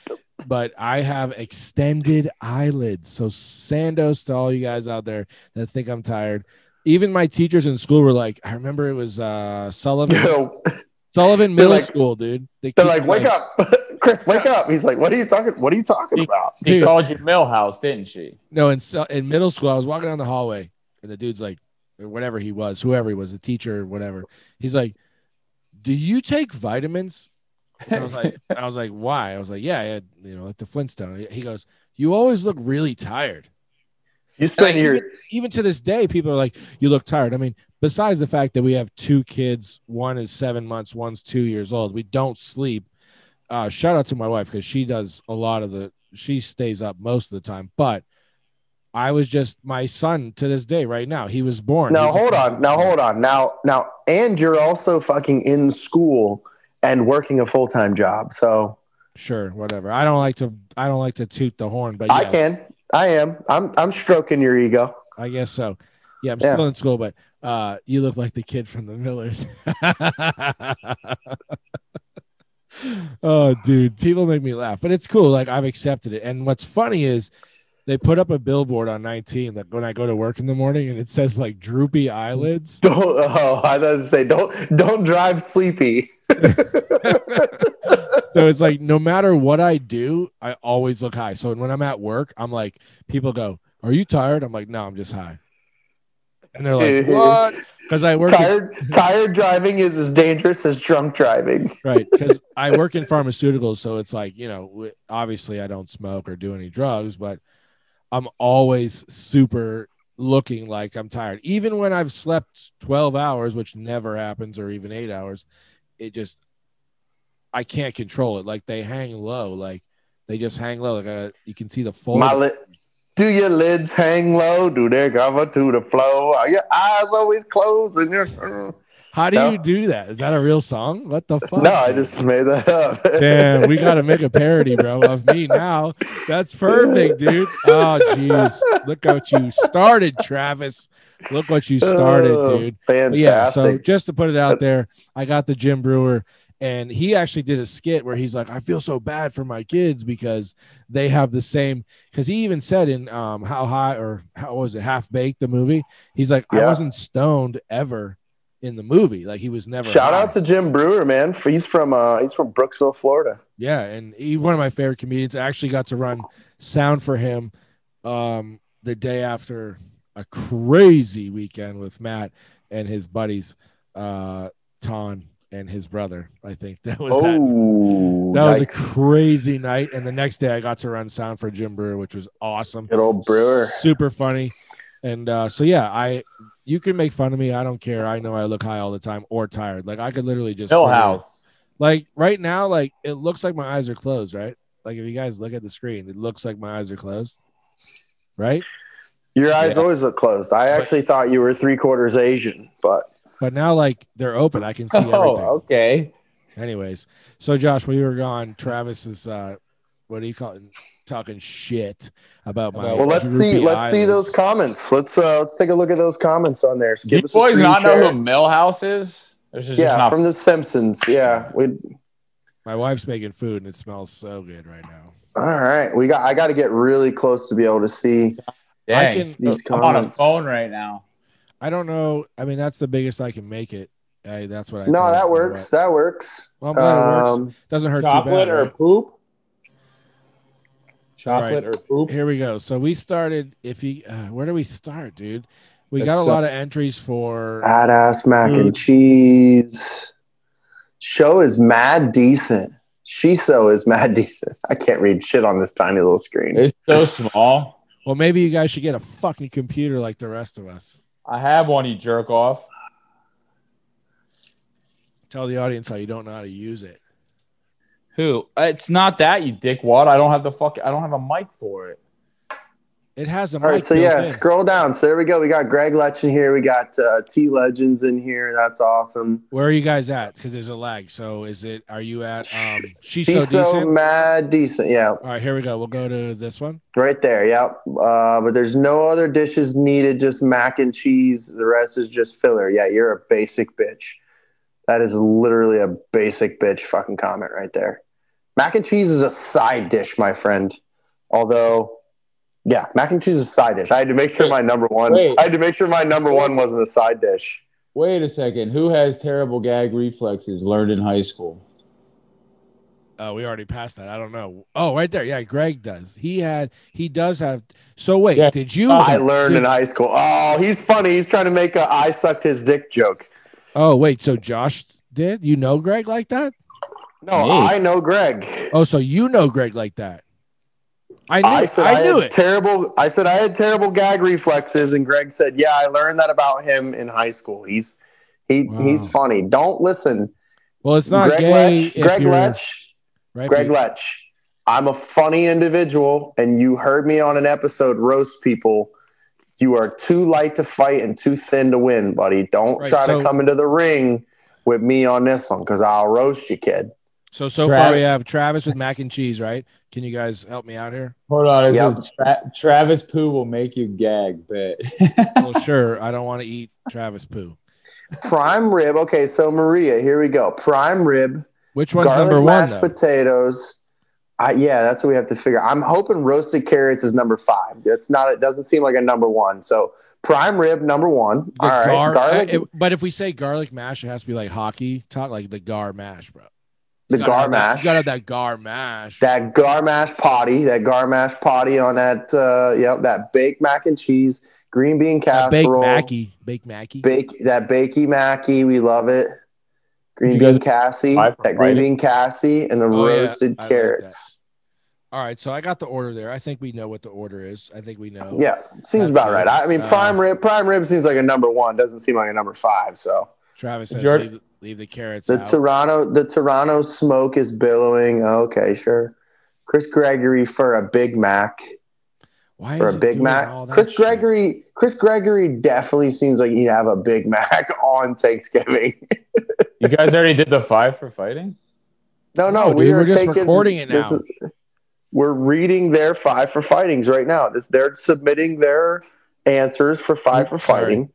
G: but I have extended eyelids. So sandos to all you guys out there that think I'm tired. Even my teachers in school were like, I remember it was uh, Sullivan
E: *laughs* They're
G: Sullivan
E: They're
G: Middle
E: like-
G: School, dude. They
E: like, "Wake up, *laughs* Chris! Wake up!" He's like, "What are you talking? What are you talking
F: He-
E: about?"
F: She
G: Dude.
F: called you Millhouse, didn't she?
G: No, in so- in middle school, I was walking down the hallway, and the dude's like, or whatever he was, whoever he was, a teacher or whatever. He's like, "Do you take vitamins?" And I was like, "I was like, why?" I was like, "Yeah, I had, you know, like the Flintstone." He- He goes, "You always look really tired."
E: You spend
G: like,
E: your
G: Even to this day, people are like, "You look tired." I mean, besides the fact that we have two kids, one is seven months, one's two years old. We don't sleep. Uh, shout out to my wife because she does a lot of the. She stays up most of the time, but I was just my son to this day. Right now, he was born.
E: Now hold on. Now hold on. Now now and you're also fucking in school and working a full time job. So
G: Sure, whatever. I don't like to. I don't like to toot the horn, but
E: I
G: yes,
E: can. I am. I'm I'm stroking your ego. *laughs*
G: I guess so. Yeah, I'm
E: Yeah.
G: still in school, but uh, you look like the kid from the Millers. *laughs* oh, dude, people make me laugh, but it's cool. Like I've accepted it, and what's funny is They put up a billboard on 19 that when I go to work in the morning and it says like droopy eyelids.
E: Don't. Oh, I was gonna say don't. Don't drive sleepy.
G: So it's like no matter what I do, I always look high. So when I'm at work, I'm like, people go, Are you tired? I'm like, No, I'm just high. And they're
E: *laughs*
G: like, What? Because I work in-
E: tired. tired driving is as dangerous as drunk driving.
G: right because i work in pharmaceuticals so it's like you know w- obviously i don't smoke or do any drugs but i'm always super looking like i'm tired even when i've slept 12 hours which never happens or even eight hours it just i can't control it like they hang low like they just hang low like uh, you can see the fold
E: My lid. Do your lids hang low? Do they cover to the flow? Are your eyes always closed? And you're mm. no.
G: how do
E: No.
G: you do that is that a real song what the fuck
E: I
G: dude?
E: just made that up. *laughs*
G: Damn, we gotta make a parody, bro, of me now. That's perfect, dude. Oh, jeez, look what you started, Travis. Look what you started,
E: Oh,
G: dude. But
E: Fantastic.
G: yeah. So just to put it out there, I got the Jim Brewer, and he actually did a skit where he's like, "I feel so bad for my kids because they have the same." Because he even said in um, how high or how was it half baked the movie, he's like, "I
E: Yeah.
G: wasn't stoned ever." In the movie, like he was never.
E: Shout
G: high.
E: out to Jim Brewer, man. He's from uh, he's from Brooksville, Florida.
G: Yeah, and he one of my favorite comedians. I actually got to run sound for him um the day after a crazy weekend with Matt and his buddies uh Ton and his brother. I think *laughs* that was that.
E: Oh,
G: That was a
E: yikes.
G: crazy night. And the next day I got to run sound for Jim Brewer, which was awesome.
E: good old Brewer.
G: Super funny. And uh so yeah, I you can make fun of me. I don't care. I know I look high all the time or tired. Like I could literally just sit
F: Hill
G: here.
F: House.
G: Like right now, like it looks like my eyes are closed, right? Like if you guys look at the screen, it looks like my eyes are closed, right?
E: Your eyes
F: Yeah.
E: always look closed. I actually thought you were three quarters Asian, but
G: But now, like they're open, I can
E: *laughs*
G: see everything.
F: Oh, okay.
G: Anyways, so Josh, we were gone. Travis is, uh, what do you call it? Talking shit about my.
E: well, let's see.
G: droopy
E: Let's see
G: eyelids.
E: those comments. Let's uh, let's take a look at those comments on there. So
F: Do
E: give
F: you
E: us a
F: boys
E: screen
F: not
E: share.
F: know who Millhouse is? This is
E: yeah,
F: just not
E: from The Simpsons. Yeah, we.
G: My wife's making food and it smells so good right now.
E: All right, we got. I got to get really close to be able to see
G: I
F: Dang,
G: can-
E: these
F: I'm on a
E: comments.
F: phone right now.
G: I don't know. I mean, that's the biggest I can make it. I, that's what I.
E: No,
G: told
E: that
G: you,
E: works. That works.
G: but- Well, I'm glad it works.
E: Um,
G: Doesn't hurt too
F: Chocolate
G: bad.
F: or
G: right?
F: poop?
G: Alright.
F: Chocolate or poop?
G: Here we go. So we started. If you, uh, where do we start, dude? We
F: That's
G: got a
F: so-
G: lot of entries for.
E: Badass mac
G: Mm.
E: and cheese. Show is mad decent. She so is mad *laughs* decent. I can't read shit on this tiny little screen.
F: It's so small.
G: Well, maybe you guys should get a fucking computer like the rest of us.
F: I have one, you jerk off.
G: Tell the audience how you don't know how to use it.
F: Who? It's not that, you dickwad. I don't have the fuck. I don't have a mic for it.
G: It has a mic.
E: All right, so
G: built
E: yeah,
G: in.
E: scroll down. So there we go. We got Greg Lechen here. We got uh, T Legends in here. That's awesome.
G: Where are you guys at? Because there's a lag. So is it? Are you at? Um, she's
E: She
G: so,
E: so,
G: decent.
E: mad decent. Yeah,
G: All right, here we go. We'll go to this one.
E: right there. Yep. Uh, but there's no other dishes needed. Just mac and cheese. The rest is just filler. Yeah, you're a basic bitch. That is literally a basic bitch fucking comment right there. Mac and cheese is a side dish, my friend. Although, yeah, mac and cheese is a side dish. I had to make sure my number one.
F: Wait.
E: I had to make sure my number one wasn't a side dish.
F: Wait a second. Who has terrible gag reflexes learned in high school?
G: Oh, we already passed that. I don't know. Oh, right there. Yeah, Greg does. He had. He does have. So wait,
F: Yeah.
G: did you?
E: Uh, I learned in
G: did-
E: high school. Oh, he's funny. He's trying to make a I sucked his dick joke.
G: Oh wait. So Josh did. You know Greg like that?
E: No,
F: Me?
E: I know Greg.
G: Oh, so you know Greg like that? I knew.
E: I
G: I,
E: said I,
G: knew
E: had
G: it.
E: terrible. I said I had terrible gag reflexes, and Greg said, "Yeah, I learned that about him in high school. He's he
G: Wow.
E: he's funny. Don't listen,
G: well, it's not
E: Greg
G: gay.
E: Lech.
G: if
E: Greg
G: you're-
E: Letch.
G: right, if
E: Greg
G: you-
E: Letch. I'm a funny individual, and you heard me on an episode roast people. You are too light to fight and too thin to win, buddy. Don't
G: Right,
E: try
G: so-
E: to come into the ring with me on this one because I'll roast you, kid.
G: So so
F: Trav-
G: far we have Travis with mac and cheese, right? Can you guys help me out here?
F: Hold on. It
E: Yeah.
F: says Tra- Travis Poo will make you gag, bet.
E: *laughs*
F: *laughs*
G: well, sure. I don't want to eat Travis poo.
E: Prime rib. Okay, so Maria, here we go. Prime rib.
G: Which one's
E: garlic
G: number one
E: mashed
G: though?
E: potatoes. I, yeah, that's what we have to figure. I'm hoping roasted carrots is number five. That's not. It doesn't seem like a number one. So prime rib number one.
G: The
E: All right,
G: gar-
E: garlic.
G: uh, it- but if we say garlic mash, it has to be like hockey talk, like the gar mash, bro.
E: the
G: You gotta
E: gar
G: have that-
E: mash.
G: You gotta have that gar mash.
E: that gar mash potty. That gar mash potty on that. Uh, yep. That baked mac and cheese, green bean
G: That baked
E: casserole,
G: Mackie. Baked Mackie.
E: bake that bakey mackey. We love it. Green
F: You
E: bean
F: guys-
E: cassie,
F: I-
E: that green bean cassie, and the
G: Oh, yeah,
E: roasted
G: I like that.
E: carrots.
G: All right, so I got the order there. I think we know what the order is. I think we know.
E: Yeah, seems
G: Oh, That's
E: about
G: good.
E: right. I, I mean,
G: Uh,
E: prime rib, prime rib seems like a number one. Doesn't seem like a number five. So
G: Travis says
F: Jordan-
G: leave, leave the carrots
E: the
G: out.
E: Toronto, the Toronto smoke is billowing. Oh, Okay, sure. Chris Gregory for a Big Mac
G: Why
E: for
G: is
E: a
G: it
E: Big
G: doing all
E: Mac.
G: that
E: Chris
G: shit?
E: Gregory, Chris Gregory definitely seems like he'd have a Big *laughs* Mac on Thanksgiving.
F: You guys already did the five for fighting?
E: No, no,
G: No,
E: we
G: dude,
E: are
G: we're just
E: taking-
G: recording it
E: this
G: now.
E: is- we're reading their five for fightings right now. This, they're submitting their answers for five for
G: Oops, sorry.
E: fighting.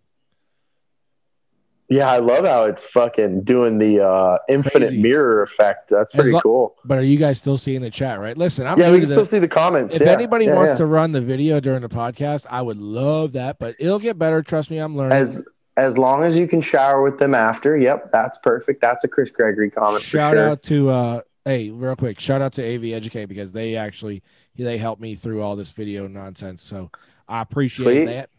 E: Yeah, I love how it's fucking doing the uh, infinite
G: Crazy.
E: mirror effect. That's
G: As
E: pretty
G: lo-
E: cool.
G: But are you guys still seeing the chat? Right. Listen, I'm
E: yeah,
G: new
E: we
G: to
E: can
G: the-
E: still see the comments.
G: If
E: yeah.
G: anybody
E: Yeah,
G: wants
E: yeah.
G: to run the video during the podcast, I would love that. But it'll get better. Trust me, I'm learning.
E: as as long as you can shower with them after. Yep, that's perfect. That's a Chris Gregory comment.
G: shout
E: for sure.
G: out to uh hey real quick shout out to av educate because they actually they helped me through all this video nonsense so i appreciate
E: Sweet.
G: that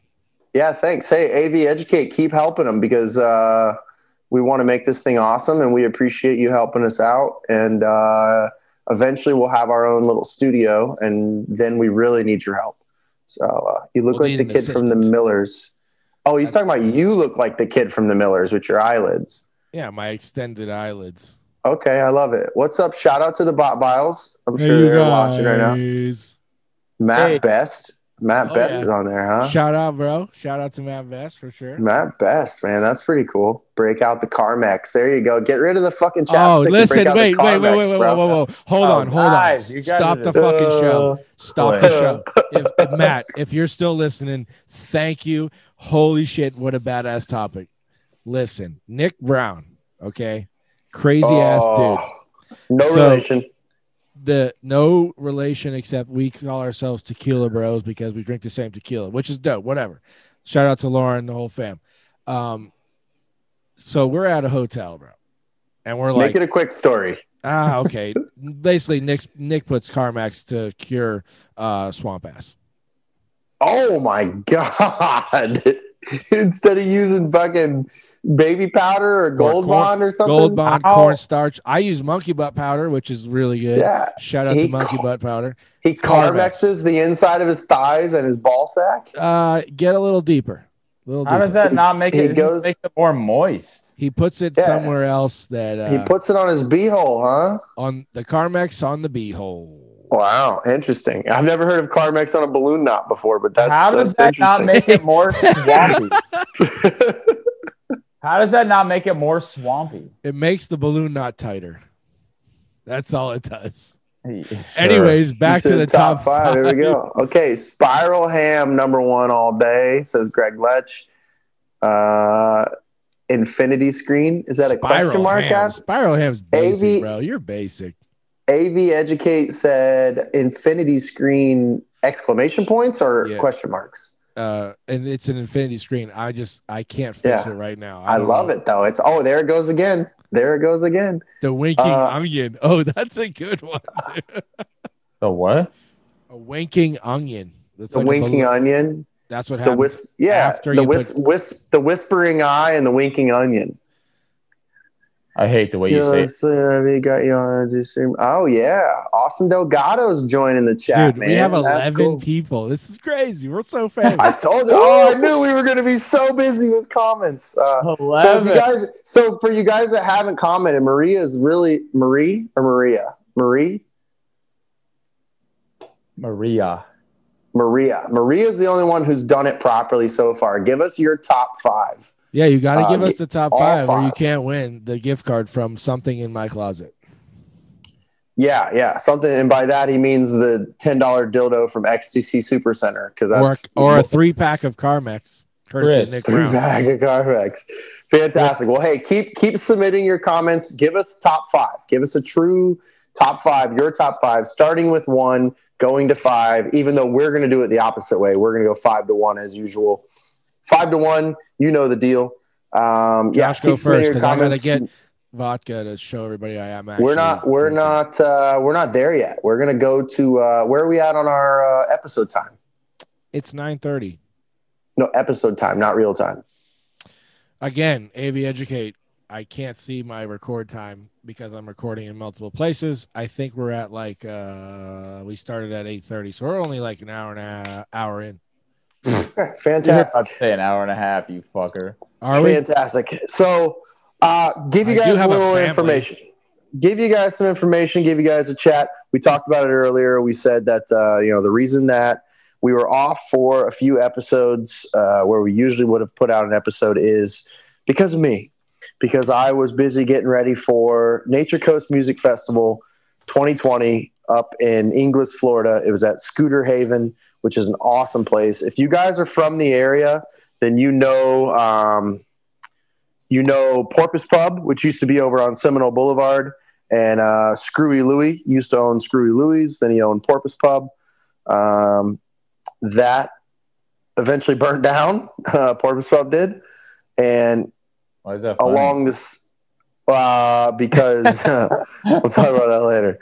E: Yeah, thanks. Hey, AV Educate, keep helping them because uh, we want to make this thing awesome, and we appreciate you helping us out. And uh, eventually, we'll have our own little studio, and then we really need your help. So uh, you look
G: We'll
E: like
G: need
E: the
G: an
E: kid from the
G: assistant.
E: Millers. Oh, he's talking about you look like the kid from the Millers with your eyelids.
G: yeah my extended eyelids
E: Okay, I love it. What's up? Shout out to the Bot Biles. I'm
G: Hey,
E: sure
G: you
E: they're watching right now.
G: guys.
E: Matt
F: Hey.
E: Best. Matt
G: Oh,
E: Best
G: yeah.
E: is on there, huh?
G: shout out bro shout out to matt vest for sure
E: Matt Best, man, that's pretty cool. Break out the Carmex. There you go. Get rid of the fucking
G: oh
E: chapstick. and
G: listen
E: break out the
G: wait wait wait wait
E: Carmex,
G: wait wait
E: bro. Uh,
G: whoa whoa hold
F: Oh,
G: on hold on
F: guys, you guys
G: stop
F: are
G: the
F: just-
G: fucking show stop
E: boy.
G: the show if, if- matt if you're still listening thank you holy shit what a badass topic listen nick brown okay crazy ass dude
E: oh. No
G: So-
E: relation.
G: the no relation except we call ourselves tequila bros because we drink the same tequila, which is dope. Whatever. Shout out to Lauren, the whole fam. Um, so we're at a hotel, bro, and we're like,
E: Make it a quick story.
G: ah, okay. Basically, Nick Nick puts Carmax to cure uh, swamp ass.
E: Oh my god! *laughs* Instead of using fucking baby powder or gold
G: corn-
E: bond or something.
G: Gold bond,
F: Ow.
G: cornstarch. I use monkey butt powder, which is really good.
E: Yeah,
G: Shout out
E: He
G: to monkey
E: ca-
G: butt powder.
E: he
G: Carmex.
E: Carmexes the inside of his thighs and his ball sack.
G: Uh, get a little deeper. Little
F: How
G: deeper.
F: does that not make
E: He
F: it, it
E: goes-
F: goes, makes it more moist?
G: he puts it
E: Yeah.
G: somewhere else that uh,
E: he puts it on his beehole, huh?
G: on the Carmex on the beehole.
E: Wow, interesting. I've never heard of Carmex on a balloon knot before, but that's
F: How does
E: that's
F: that not
E: interesting.
F: make it more swampy?
E: *laughs*
F: How does that not make it more swampy?
G: It makes the balloon not tighter. That's all it does.
F: Sure.
G: Anyways, back to the top, five.
E: Here we go. Okay, Spiral Ham number one all day says Greg Letch. Uh, infinity Screen is that a question mark?
G: Ham.
E: Ask
G: Spiral Ham's basic,
E: AV
G: bro. You're basic.
E: AV Educate said Infinity Screen exclamation points or
G: Yeah.
E: question marks.
G: Uh, and it's an infinity screen. I just I can't fix
E: Yeah.
G: it right now.
E: I,
G: don't
E: love
G: know.
E: it though. It's oh there it goes again. There it goes again.
G: The winking
E: Uh,
G: onion. Oh, *laughs* that's a good one. dude.
F: The what?
G: a winking onion. That's
E: The
G: like a
E: winking
G: balloon-
E: onion.
G: That's what
E: The
G: happens.
E: wisp. Yeah.
G: after
E: the
G: you
E: wisp. wisp. The whispering eye and the winking onion.
F: I hate the way you say it.
E: Yes, sir, we got you on the stream. Oh yeah, Austin Delgado's joining the chat,
G: Dude,
E: man.
G: we have
E: That's
G: 11
E: cool.
G: people. This is crazy. We're so famous.
E: I told you. Oh, I knew we were going to be so busy with comments. Uh, so if you guys, so for you guys that haven't commented, Maria is really Marie or Maria, Marie,
F: Maria.
E: Maria. Maria is the only one who's done it properly so far. Give us your top five.
G: Yeah, you got to
E: Uh,
G: give us the top
E: all
G: five, or you
E: five.
G: can't win the gift card from something in my closet.
E: Yeah, yeah, something. And by that he means the ten dollar dildo from XTC Supercenter because
G: Or,
E: that's
G: or a *laughs* three pack of Carmex, courtesy
F: Chris,
G: of Nick
E: Three
G: Brown.
E: bag of Carmex. Fantastic. Well, hey, keep keep submitting your comments. Give us top five. Give us a true top five, your top five, starting with one, going to five, even though we're going to do it the opposite way. We're going to go five to one as usual. Five to one, you know the deal. Um, yeah,
G: Josh, go
E: keep submitting
G: first
E: your
G: because I gotta
E: comments.
G: get vodka to show everybody I am. Actually
E: We're not. We're
G: drinking.
E: not. Uh, we're not there yet. We're gonna go to uh, where are we at on our uh, episode time?
G: It's nine thirty.
E: No, episode time, not real time.
G: Again, AV Educate. I can't see my record time because I'm recording in multiple places. I think we're at like uh we started at eight thirty, so we're only like an hour and a hour in.
E: Fantastic.
F: I'd say an hour and a half, you fucker.
G: Are we?
E: Fantastic. So, uh, give you
G: I do
E: guys a
G: have a
E: little
G: family.
E: information. Give you guys some information. Give you guys a chat. We talked about it earlier. We said that uh, you know the reason that we were off for a few episodes uh, where we usually would have put out an episode is because of me, because I was busy getting ready for Nature Coast Music Festival 2020 up in Inglis, Florida. It was at Scooter Haven, which is an awesome place. If you guys are from the area, then you know um, you know Porpoise Pub, which used to be over on Seminole Boulevard, and uh, Screwy Louie used to own Screwy Louie's. Then he owned Porpoise Pub. Um, that eventually burnt down. *laughs* Uh, Porpoise Pub did, and
F: Why is that funny?
E: along this uh, because *laughs* we'll talk about that later.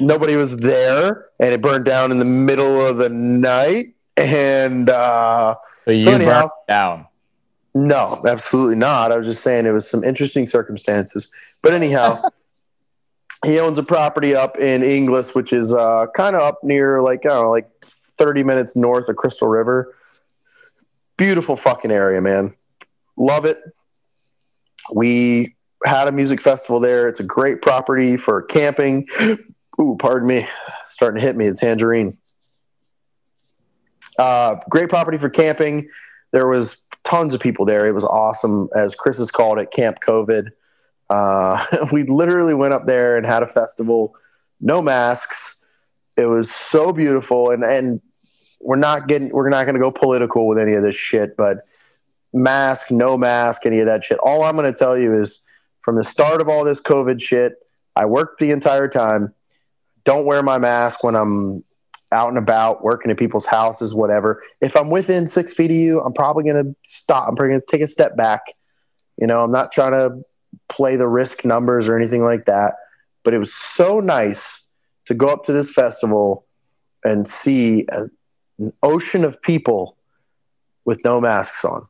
E: Nobody was there, and it burned down in the middle of the night. And uh,
F: so you
E: so anyhow-
F: burned it down.
E: no, absolutely not. I was just saying it was some interesting circumstances. But anyhow, he owns a property up in Inglis, which is uh, kind of up near like I don't know, like thirty minutes north of Crystal River. Beautiful fucking area, man. Love it. We had a music festival there. It's a great property for camping. *gasps* Ooh, pardon me, starting to hit me. The tangerine. Uh, great property for camping. There was tons of people there. It was awesome, as Chris has called it, Camp COVID. Uh, *laughs* we literally went up there and had a festival, no masks. It was so beautiful, and and we're not getting we're not going to go political with any of this shit, but mask, no mask, any of that shit. All I'm going to tell you is from the start of all this COVID shit, I worked the entire time. Don't wear my mask when I'm out and about, working at people's houses, whatever. If I'm within six feet of you, I'm probably going to stop. I'm probably going to take a step back. You know, I'm not trying to play the risk numbers or anything like that. But it was so nice to go up to this festival and see a, an ocean of people with no masks on.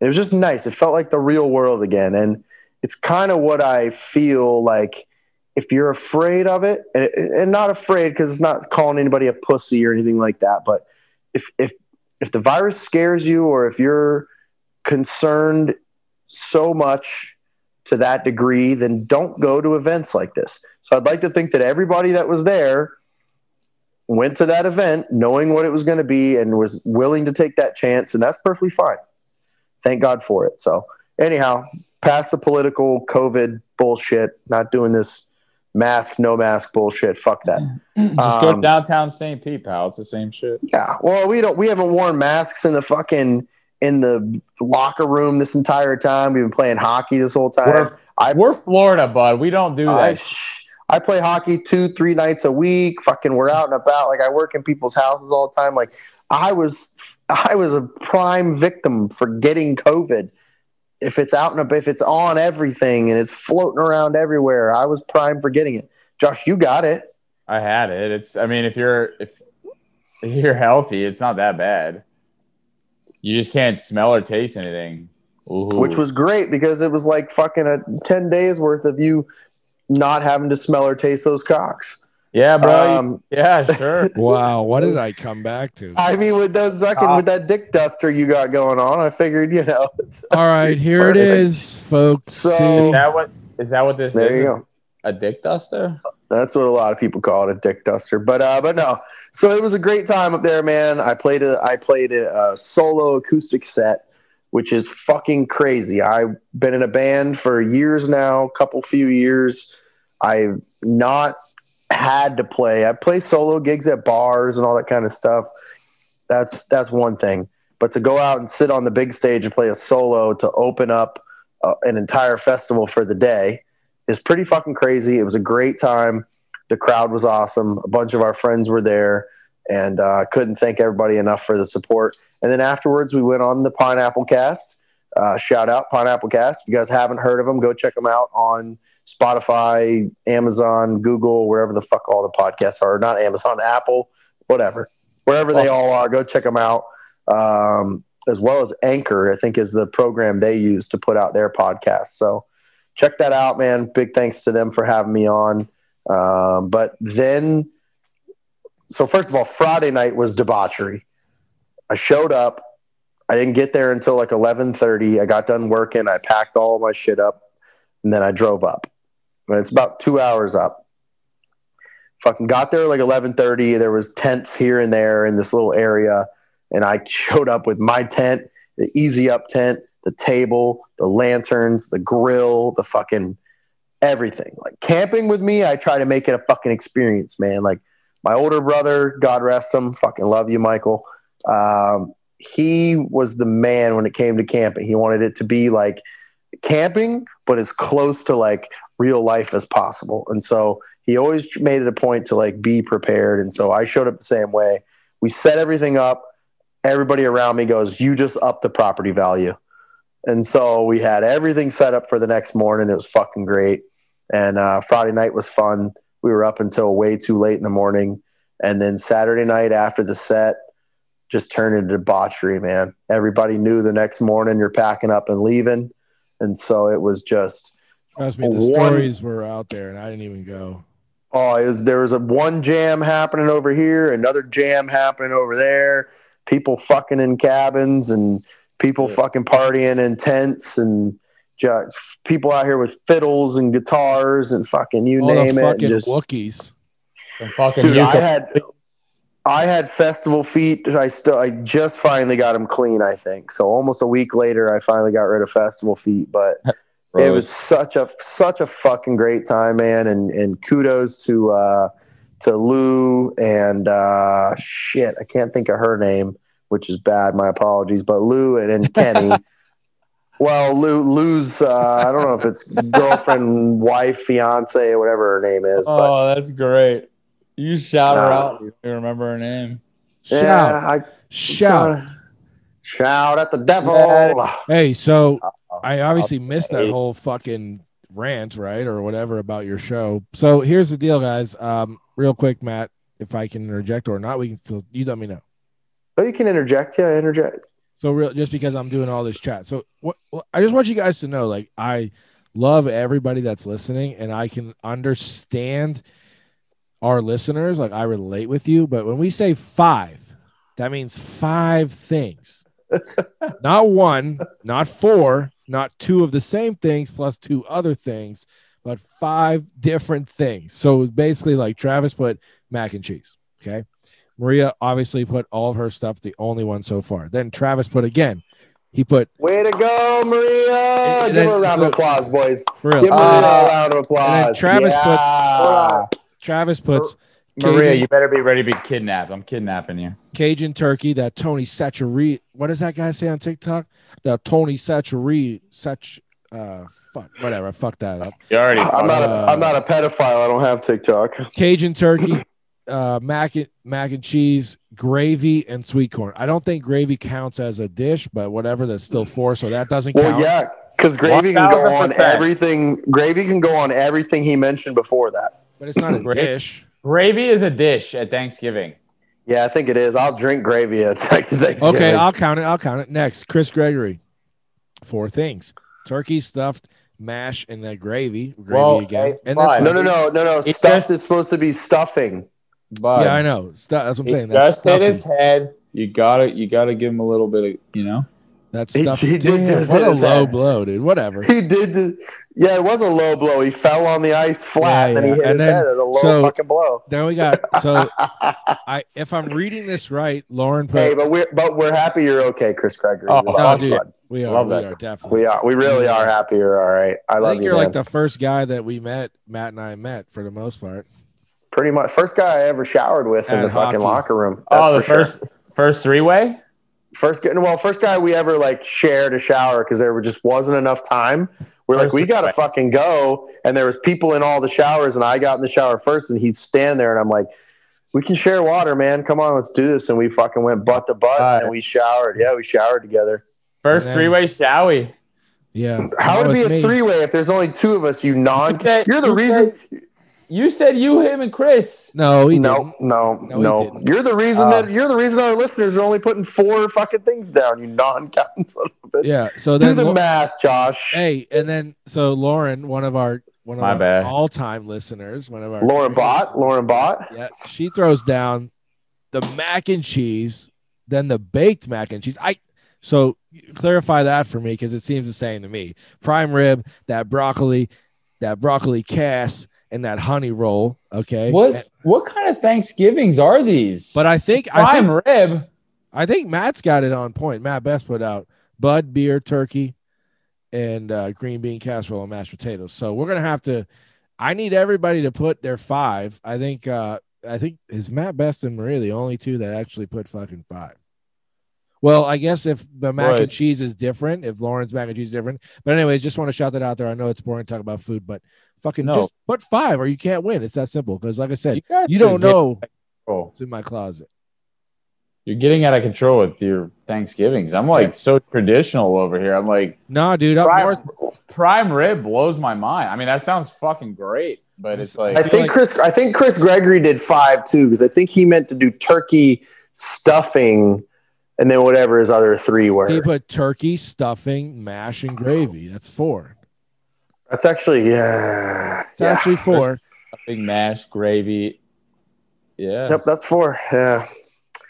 E: It was just nice. It felt like the real world again. And it's kind of what I feel like if you're afraid of it and, and not afraid because it's not calling anybody a pussy or anything like that but if if if the virus scares you or if you're concerned so much to that degree then don't go to events like this so i'd like to think that everybody that was there went to that event knowing what it was going to be and was willing to take that chance and that's perfectly fine thank god for it so anyhow past the political covid bullshit not doing this mask no mask bullshit fuck that
F: *clears throat* Just go
E: Um,
F: downtown St. Pete, pal. It's the same shit.
E: yeah. Well, we don't. We haven't worn masks in the fucking in the locker room this entire time. We've been playing hockey this whole time.
F: We're,
E: I-
F: we're Florida, bud. We don't do
E: I,
F: that.
E: I play hockey two, three nights a week. Fucking, we're out and about. Like I work in people's houses all the time. Like I was, I was a prime victim for getting COVID. If it's out and ab- if it's on everything and it's floating around everywhere, I was prime for getting it. Josh, you got it.
F: I had it. It's. I mean, if you're if you're healthy, it's not that bad. You just can't smell or taste anything. Ooh.
E: which was great because it was like fucking a 10 days worth of you not having to smell or taste those cocks.
F: yeah, bro.
E: Um,
F: yeah,
E: *laughs*
F: sure.
G: Wow, what did I come back to?
E: I mean, with those fucking with that dick duster you got going on, I figured, you know. *laughs* it's-
G: All right, here it is, folks.
E: So-
F: is
G: See?
F: that what is that what this is?
E: There you go.
F: A dick duster?
E: That's what a lot of people call it, a dick duster. But uh, but no. So it was a great time up there, man. I played a I played a, a solo acoustic set, which is fucking crazy. I've been in a band for years now, couple few years. I've not had to play. I play solo gigs at bars and all that kind of stuff. That's that's one thing. But to go out and sit on the big stage and play a solo to open up uh, an entire festival for the day is pretty fucking crazy. It was a great time. The crowd was awesome. A bunch of our friends were there, and uh, couldn't thank everybody enough for the support. And then afterwards, we went on the Pineapple Cast. Uh, shout out Pineapple Cast. If you guys haven't heard of them, go check them out on Spotify, Amazon, Google, wherever the fuck all the podcasts are. Not Amazon, Apple, whatever. Wherever they all are, go check them out. Um, as well as Anchor, I think is the program they use to put out their podcast. So check that out, man. Big thanks to them for having me on. Um, but then, so first of all, Friday night was debauchery. I showed up. I didn't get there until like 11:30. I got done working. I packed all my shit up, and then I drove up. And it's about two hours up. Fucking got there like 11:30. There was tents here and there in this little area, and I *laughs* showed up with my tent, the easy up tent, the table, the lanterns, the grill, the fucking everything. Like camping with me, I try to make it a fucking experience, man. Like my older brother, God rest him, fucking love you, Michael. Um, he was the man when it came to camping. He wanted it to be like camping, but as close to like real life as possible. And so he always made it a point to like be prepared. And so I showed up the same way. We set everything up. Everybody around me goes, You just up the property value. And so we had everything set up for the next morning. It was fucking great. And uh, Friday night was fun. We were up until way too late in the morning. And then Saturday night after the set just turned into debauchery, man. Everybody knew the next morning you're packing up and leaving. And so it was just,
G: Trust me, the
E: One-
G: stories were out there, and I didn't even go.
E: oh, it was, there was a one jam happening over here, another jam happening over there. People fucking in cabins and people
B: Yeah.
E: fucking partying in tents and just people out here with fiddles and guitars and fucking you
G: All
E: name
G: the
E: it. and
G: fucking
E: just-
G: Wookiees.
F: Some fucking
E: Dude, I
F: Utah-
E: had I had festival feet. I still I just finally got them clean. I think so. Almost a week later, I finally got rid of festival feet, but it was such a such a fucking great time, man. And and kudos to uh, to Lou and uh, shit. I can't think of her name, which is bad. My apologies, but Lou and, and
G: *laughs*
E: Kenny. well, Lou Lou's uh, I don't know if it's girlfriend, *laughs* wife, fiance, whatever her name is. but
F: Oh, that's great. You shout her
E: Nah.
F: out. You remember her name.
E: yeah,
G: Shout,
E: I
G: shout.
E: Uh, Shout at the devil.
G: Hey, so
F: Oh,
G: I obviously missed that
F: eight.
G: whole fucking rant, right, or whatever about your show. So here's the deal, guys. Um, real quick, Matt, if I can interject or not, we can still. You let me know.
E: Oh, you can interject. Yeah, interject.
G: So real, just because I'm doing all this chat. So what? what- I just want you guys to know, like, I love everybody that's listening, and I can understand our listeners. Like, I relate with you. But when we say five, that means five things, not one, not four, not two of the same things plus two other things, but five different things. So it was basically like Travis put mac and cheese. Okay. Maria obviously put all of her stuff, the only one so far. Then Travis put again. He put
E: Way to go, Maria.
G: And
E: Give
G: then-
E: her a round
G: so-
E: of applause, boys.
G: for
E: Give Maria
G: real.
E: Uh, a round of applause.
G: and then Travis puts-
E: yeah.
G: Travis puts
F: Maria,
G: Cajun-
F: you better be ready to be kidnapped. I'm kidnapping you.
G: Cajun turkey, that Tony Satchery. What does that guy say on TikTok? The Tony Satchery, such uh, fuck, whatever. I fucked that up.
F: You already.
E: I'm not. A,
G: Uh,
E: I'm not a pedophile. I don't have TikTok.
G: Cajun turkey, uh, mac and mac and cheese, gravy, and sweet corn. I don't think gravy counts as a dish, but whatever. That's still four, so that doesn't
E: Well,
G: count.
E: yeah, because gravy can go on
F: 1000%.
E: everything. Gravy can go on everything he mentioned before that.
G: But it's not a
F: Gra-
G: dish.
F: Gravy is a dish at Thanksgiving.
E: Yeah, I think it is. I'll drink gravy at *laughs* Thanksgiving.
G: Okay, I'll count it. I'll count it. Next, Chris Gregory. Four things: turkey stuffed, mash, and that gravy. Gravy
F: Well,
G: again.
F: hey,
G: and that's
F: fine.
E: no, no, no, no, no.
F: It's
E: Stuff
F: just-
E: is supposed to be stuffing.
F: But
G: yeah, I know. Stu- that's what I'm
F: he
G: saying. That's
F: just hit
G: stuffing.
F: his head. You gotta, you gotta give him a little bit of, you know.
G: That's
E: He-
G: stuffing.
E: he did
G: Damn,
E: just
G: what
E: hit
G: a
E: his
G: low
E: head.
G: blow, dude. Whatever.
E: He did. the- Yeah, it was a low blow. He fell on the ice flat,
G: Yeah,
E: and
G: yeah.
E: he hit
G: And
E: his
G: then-
E: head at a low
G: so-
E: fucking blow.
G: Then we got so I if I'm reading this right, Lauren put
E: hey, but we're but we're happy you're okay, Chris Gregory.
F: Oh,
E: We
F: no,
E: love you,
G: dude.
E: bud.
G: we are
F: love
G: we
F: that.
G: are definitely.
E: we are. We really are happy you're all right. I
G: I
E: love
G: think
E: you,
G: you're
E: man.
G: like the first guy that we met, Matt and I met for the most part.
E: Pretty much first guy I ever showered with in
G: At
E: the
G: hockey.
E: fucking locker room.
F: oh, the
E: That's for sure.
F: first, first three way.
E: first guy. Well, first guy we ever like shared a shower because there were- just wasn't enough time. We're like,
F: Where's
E: we
F: the
E: gotta
F: sweat?
E: fucking go. And there was people in all the showers, and I got in the shower first, and he'd stand there, and I'm like, we can share water, man. Come on, let's do this. And we fucking went butt to butt,
F: Alright.
E: and we showered. Yeah, we showered together.
F: First
G: Man.
F: three way showy.
G: Yeah.
E: How
G: Not
E: would it
G: with
E: be a
G: me.
E: three way if there's only two of us? You non.
F: Okay,
E: You're the
F: you
E: reason.
F: You said you, him, and Chris.
G: No, he
E: No, no,
G: Oh, No,
E: no.
G: he didn't.
E: You're the reason
F: Oh.
E: that you're the reason our listeners are only putting four fucking things down. You non-counting son of a bitch.
G: didn't. Yeah. So
E: Do
G: then,
E: the
G: Lo-
E: math, Josh.
G: hey, and then so Lauren, one of our one of
F: My
G: our
F: bad.
G: all-time listeners, one of our
E: Lauren Bot. Lauren Bot.
G: Yeah, she throws down the mac and cheese, then the baked mac and cheese. I so clarify that for me because it seems the same to me. Prime rib, that broccoli, that broccoli cast, and that honey roll. Okay,
F: What what kind of Thanksgivings are these?
G: But I think I think,
F: prime rib.
G: I think Matt's got it on point. Matt Best put out bud, beer, turkey, and uh, green bean casserole and mashed potatoes. So we're gonna have to. I need everybody to put their five. I think. Uh, I think is Matt Best and Maria the only two that actually put fucking five. Well, I guess if the mac
F: Right.
G: and cheese is different, if Lauren's mac and cheese is different. But anyways, just want to shout that out there. I know it's boring to talk about food, but fucking
F: No.
G: just put five or you can't win. It's that simple. Because like I said, you,
F: got
G: don't
F: to get-
G: know
F: Oh.
G: it's in my closet.
F: You're getting out of control with your Thanksgivings. I'm like so traditional over here. I'm like
G: Nah, dude, up
F: Right.
G: north.
F: prime rib blows my mind. I mean, that sounds fucking great, but it's like
E: I think
G: like-
E: Chris. I think Chris Gregory did five too because I think he meant to do turkey stuffing, and then whatever his other three
G: He
E: were.
G: put turkey, stuffing, mash, and gravy. That's four.
E: That's actually yeah.
G: It's
E: yeah.
G: actually four.
F: big mash gravy. Yeah.
E: Yep, that's four. Yeah.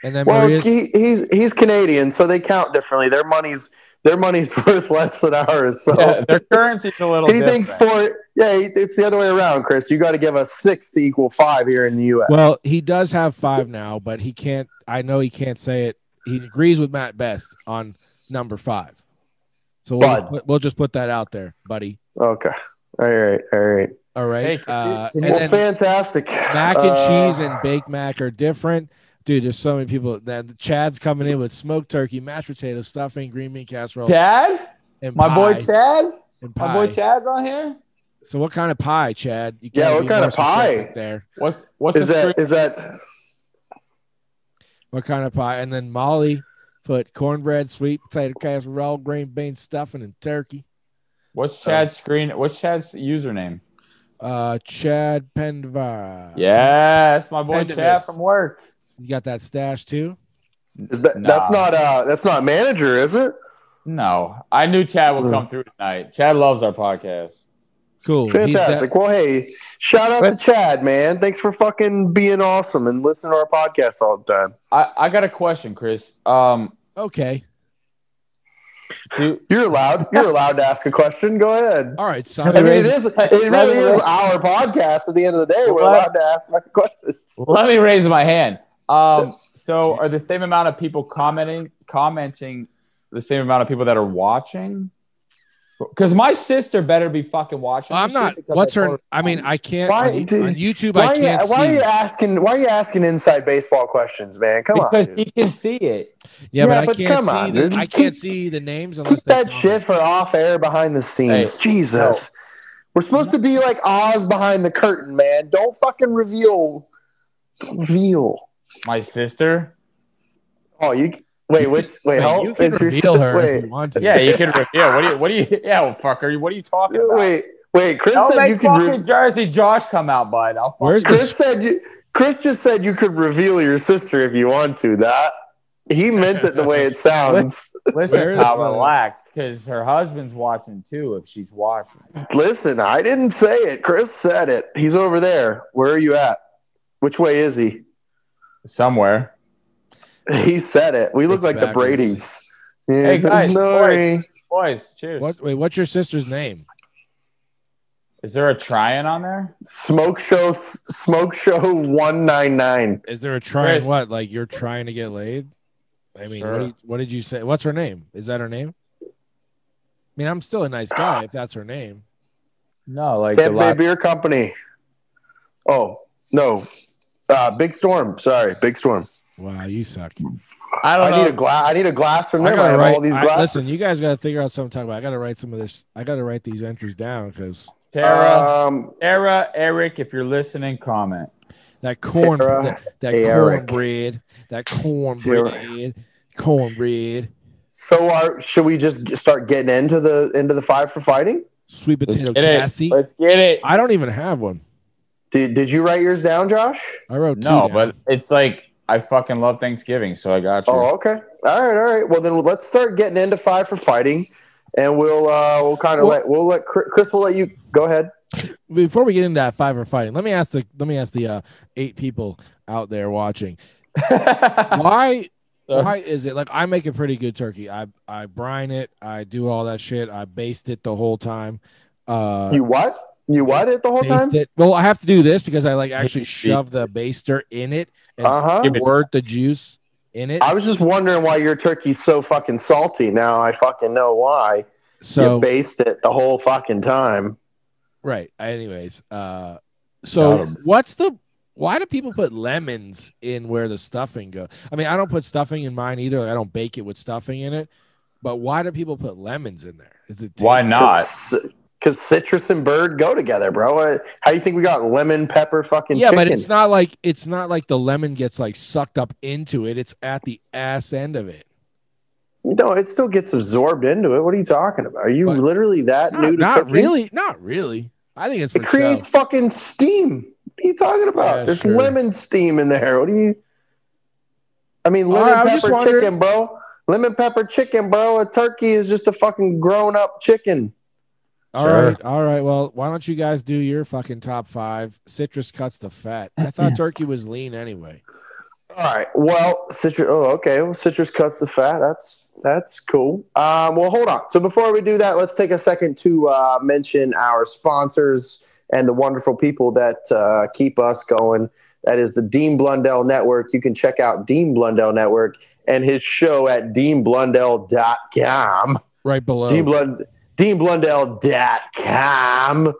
G: And then
E: Well,
G: Maria's,
E: he, he's he's Canadian, so they count differently. Their money's their money's *laughs* worth less than ours. So
F: *laughs* Yeah, their currency's a little
E: he
F: different.
E: thinks four. Yeah, he- it's the other way around, Chris. You got to give us six to equal five here in the U.S.
G: well, he does have five now, but he can't. I know he can't say it. He agrees with Matt Best on number five. So we'll,
E: Bud.
G: put- we'll just put that out there, buddy.
E: okay. All right, all right.
G: All right.
F: Hey, can you-
G: Uh,
F: can
G: and
F: you-
E: well,
G: then
E: fantastic.
G: mac and
E: Uh,
G: cheese and baked mac are different. Dude, there's so many people. Then Chad's coming in with smoked turkey, mashed potato, stuffing, green bean casserole,
F: Chad?
G: and
F: My boy
G: pie,
F: Chad?
G: and
F: My boy
G: pie.
F: Chad's on here?
G: So what kind of pie, Chad? You
E: Yeah,
G: gotta
E: what
G: be
E: kind
G: more
E: of pie?
G: specific There.
F: What's what's
E: is
F: the
E: that
F: screen?
E: is that
G: What kind of pie? And then Molly put cornbread, sweet potato casserole, green bean stuffing, and turkey.
F: What's Chad's screen? What's Chad's username?
G: Uh, Chad Pendvara.
F: Yes, my boy
G: Pendavis.
F: Chad from work.
G: you got that stash too.
E: is that
F: Nah.
E: that's not uh that's not manager, is it?
F: No, I knew Chad would
E: Mm.
F: come through tonight. Chad loves our podcast.
G: Cool. He's
E: Fantastic.
G: that-
E: well, hey, shout out to Chad, man. Thanks for fucking being awesome and listening to our podcast all the time.
F: I, I got a question, Chris. Um,
G: okay.
F: do,
E: You're allowed. You're allowed to ask a question. Go ahead.
G: All right,
E: I mean,
G: Simon.
E: it
F: *laughs*
E: is. It really is our podcast. At the end of the day, we're allowed to ask fucking questions.
F: let me raise my hand. Um, so are the same amount of people commenting commenting the same amount of people that are watching? Because my sister better be fucking watching.
G: I'm
F: this shit
G: not.
F: because
G: What's
F: I
G: her?
F: told
G: I mean, I can't
E: Why,
G: on,
E: dude,
G: on YouTube.
E: Why,
G: I
E: are
G: can't
E: you, why are
G: see.
E: you asking? Why are you asking inside baseball questions, man? Come
F: because
E: on, dude.
F: he can see it.
E: yeah,
G: yeah, but,
E: but
G: I can't
E: come
G: see.
E: on,
G: the,
E: dude.
G: I can't see the names unless
E: keep
G: they
E: that
G: comment.
E: shit for off air behind the scenes. Jesus, we're supposed to be like Oz behind the curtain, man. Don't fucking reveal. Don't reveal.
F: My sister.
E: Oh, you wait. Which wait?
G: Wait,
E: how,
G: you can
E: is your
G: reveal
E: sis-
G: her if
E: Wait,
G: you want to.
F: Yeah, you can. Yeah, what do you? What do you? Yeah, well, fuck. Are you? What are you talking about?
E: wait, wait. Chris
F: Don't
E: said you
F: make
E: could.
F: fucking
E: Re-
F: Jersey Josh come out, bud. I'll fucking
G: Where's
E: Chris said you. Chris just said you could reveal your sister if you want to. That he meant it the
G: *laughs*
E: way it sounds.
G: Where
F: Listen,
G: is
F: pal,
G: the-
F: relax, because her husband's watching too. If she's watching,
E: Listen, I didn't say it. Chris said it. He's over there. Where are you at? Which way is he? *laughs*
F: somewhere.
E: He said it. We look
G: It's
E: like the
G: backwards.
E: Brady's.
F: Hey, guys,
E: sorry.
F: Boys, cheers.
G: What? Wait, what's your sister's name?
F: Is there a trying on there?
E: Smoke show. Smoke show. One nine nine.
G: Is there a trying
F: Chris.
G: what? Like you're trying to get laid? I mean, what,
F: Sure.
G: did, what did you say? What's her name? Is that her name? I mean, I'm still a nice guy if that's her name.
F: No, like the
E: Tampa Bay
F: last,
E: Beer Company. Oh no, uh, Big Storm. Sorry, Big Storm.
G: Wow, you suck.
F: I
E: I
F: don't
E: need a
F: know.
E: glass. I need a glass from
G: Uh, I
E: them. I,
G: gotta
E: have
G: write.
E: all these
G: I-
E: glasses.
G: listen, you guys gotta figure out something to talk about. I gotta write some of this. I gotta write these entries down because
F: Tara,
E: um,
F: Tara, Eric, if you're listening, comment.
G: that corn,
E: Tara,
G: that, that
E: Eric.
G: cornbread, that cornbread,
E: Tara.
G: cornbread,
E: so are should we just g- start getting into the into the five for fighting?
G: sweet
F: Let's
G: potato
F: get it.
G: Cassie.
F: Let's get it.
G: I don't even have one.
E: Did Did you write yours down, Josh?
G: I wrote two.
F: No,
G: down.
F: but it's like I fucking love Thanksgiving, so I got you.
E: Oh, okay. All right, all right. Well, then let's start getting into five for fighting, and we'll uh, we'll kind of
G: Well-
E: let we'll let Chris, Chris will let you go ahead.
G: before we get into that five or fighting, let me ask the let me ask the uh, eight people out
E: *laughs*
G: there watching
E: Oh.
G: why
E: Uh-huh.
G: why is it like I make a pretty good turkey. I I brine it. I do all that shit. I baste it the whole time. Uh,
E: You what? You what it the whole
G: baste
E: time?
G: it. Well, I have to do this because I
E: *laughs*
G: like actually shove the baster in it and
E: Uh huh.
G: squirt the juice in it.
E: I was just wondering why your turkey's so fucking salty. Now I fucking know why.
G: So
E: you based it the whole fucking time.
G: right. Anyways, uh, so
E: Got
G: what's the why do people put lemons in where the stuffing goes? I mean, I don't put stuffing in mine either. Like, I don't bake it with stuffing in it. But why do people put lemons in there? Is it
F: *laughs* Why not?
E: Because citrus and bird go together, bro. Uh, How do you think we got lemon pepper fucking
G: yeah,
E: chicken?
G: but it's not like it's not like the lemon gets like sucked up into it. It's at the ass end of it.
E: no, it still gets absorbed into it. What are you talking about? Are you
G: But-
E: literally that
G: Not,
E: new? to
G: not
E: cooking?
G: really. Not really. I think it's for
E: It creates
G: show.
E: fucking steam. What are you talking about?
G: Yeah,
E: There's
G: sure.
E: lemon steam in there. What do you? I mean,
G: All
E: lemon
G: right, I was just
E: pepper
G: wondering-
E: chicken, bro. Lemon pepper chicken, bro. A turkey is just a fucking grown up chicken.
G: All
F: Sure.
G: right, all right. Well, why don't you guys do your fucking top five? Citrus cuts the fat.
E: *laughs*
G: I thought turkey was lean anyway.
E: All right. Well, citrus. Oh, okay. Well, citrus cuts the fat. That's that's cool. Um, well, hold on. So before we do that, let's take a second to uh, mention our sponsors and the wonderful people that uh, keep us going. That is the Dean Blundell Network. You can check out Dean Blundell Network and his show at deanblundell.com.
G: Right below.
E: Dean Blund- DeanBlundell.com.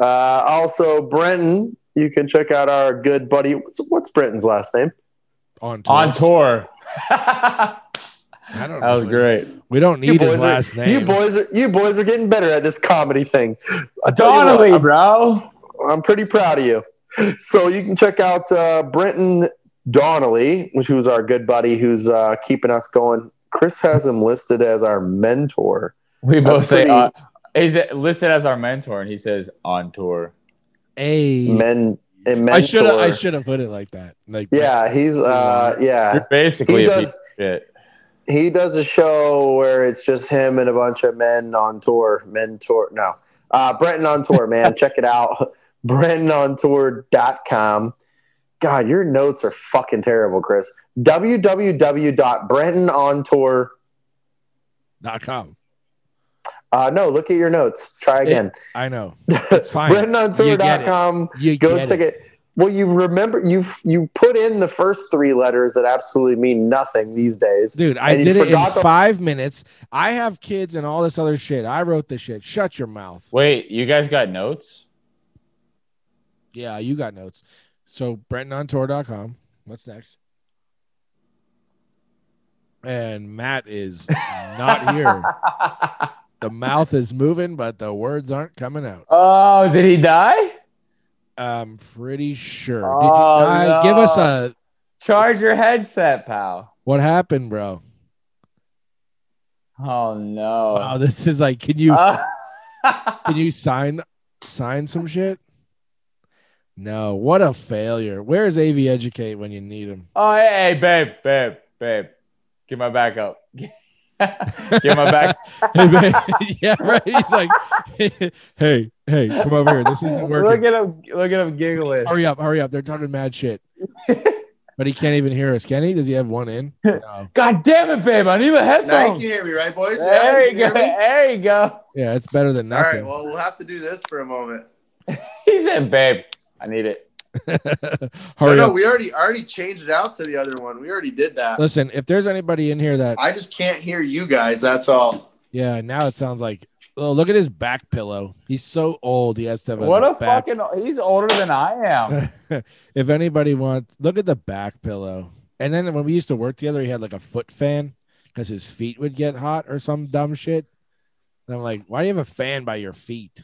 E: Uh, also, Brenton. You can check out our good buddy. What's, what's Brenton's last name?
G: on tour.
F: On tour. *laughs*
G: I don't know.
F: That was great.
G: We don't
E: You
G: need his
E: boys are-
G: last name.
E: You boys are you boys are getting better at this comedy thing. I tell you what,
F: Donnelly, bro.
E: I'm, I'm pretty proud of you. So you can check out uh, Brenton Donnelly, which who's our good buddy, who's uh, keeping us going. Chris has him listed as our mentor.
F: We
E: That's
F: both say
E: pretty-
F: uh, he's listed as our mentor, and he says on tour.
G: Hey.
E: Men, a mentor.
G: I should have I should have put it like that. Like
E: Yeah, he's uh, yeah.
F: You're
E: *laughs*
F: basically
E: He
F: a
E: does-
F: piece of shit.
E: he does a show where it's just him and a bunch of men on tour. Men tour. No. Uh, Brenton on tour,
G: *laughs*
E: man. Check it out. *laughs* BrentonOnTour.com. God, your notes are fucking terrible, Chris. www.brentonontour.
G: dot com.
E: Uh, no, look at your notes. Try again. *laughs*
G: I know. It's fine. You get it.
E: BrentonOnTour.com.
G: You
E: Go
G: get
E: check
G: it.
E: it. Well, you remember you you put in the first three letters that absolutely mean nothing these days.
G: Dude, I
E: And you
G: did it in
E: forgot the-
G: five minutes. I have kids and all this other shit. I wrote this shit. Shut your mouth.
F: Wait, you guys got notes?
G: Yeah, you got notes. So BrentonOnTour.com. What's next? And Matt is not here.
E: *laughs*
G: the mouth is moving, but the words aren't coming out.
F: oh, did he die?
G: I'm pretty sure.
F: Oh,
G: Did you die? Give us
F: no.
G: a
F: Charge your headset, pal.
G: what happened, bro?
F: Oh no. *laughs*
G: Wow, this is like, can you
F: Uh,
G: can you sign sign some shit? No, what a failure. Where is AV Educate when you
A: *laughs*
G: need him? *laughs*
F: oh, hey, hey, babe, babe, babe. Get my back up. *laughs* Get my back.
G: yeah, right. He's like, *laughs* hey, hey, come over here. This isn't
F: Look
G: working.
F: at him. Look at him giggling.
G: Hurry up, hurry up. They're talking
A: *laughs*
G: mad shit. but he can't even hear us, can he? Does he have
A: *laughs*
G: one in? No.
F: God damn it, babe. I need a
A: Now you
F: headphone.
A: can hear me, right, boys? Yeah,
F: There you
A: can
F: go.
A: hear me?
F: There you go.
G: Yeah, it's better than
A: All right,
G: nothing.
A: well, we'll have to do this for a moment.
F: He said, babe, I need it.
A: No,
G: *laughs* hurry
A: no,
G: up.
A: we already already changed it out to the other one. We already did that.
G: Listen, if there's anybody in here that
A: I just can't hear you guys. That's all.
G: yeah, now it sounds like oh, look at his back pillow. He's so old. He has to have
F: What a
G: back *laughs*
F: fucking. He's older than I am.
G: if anybody wants, look at the back pillow. And then when we used to work together, he had like a foot fan because his feet would get hot or some dumb shit. And I'm like, why do you have a fan by your feet?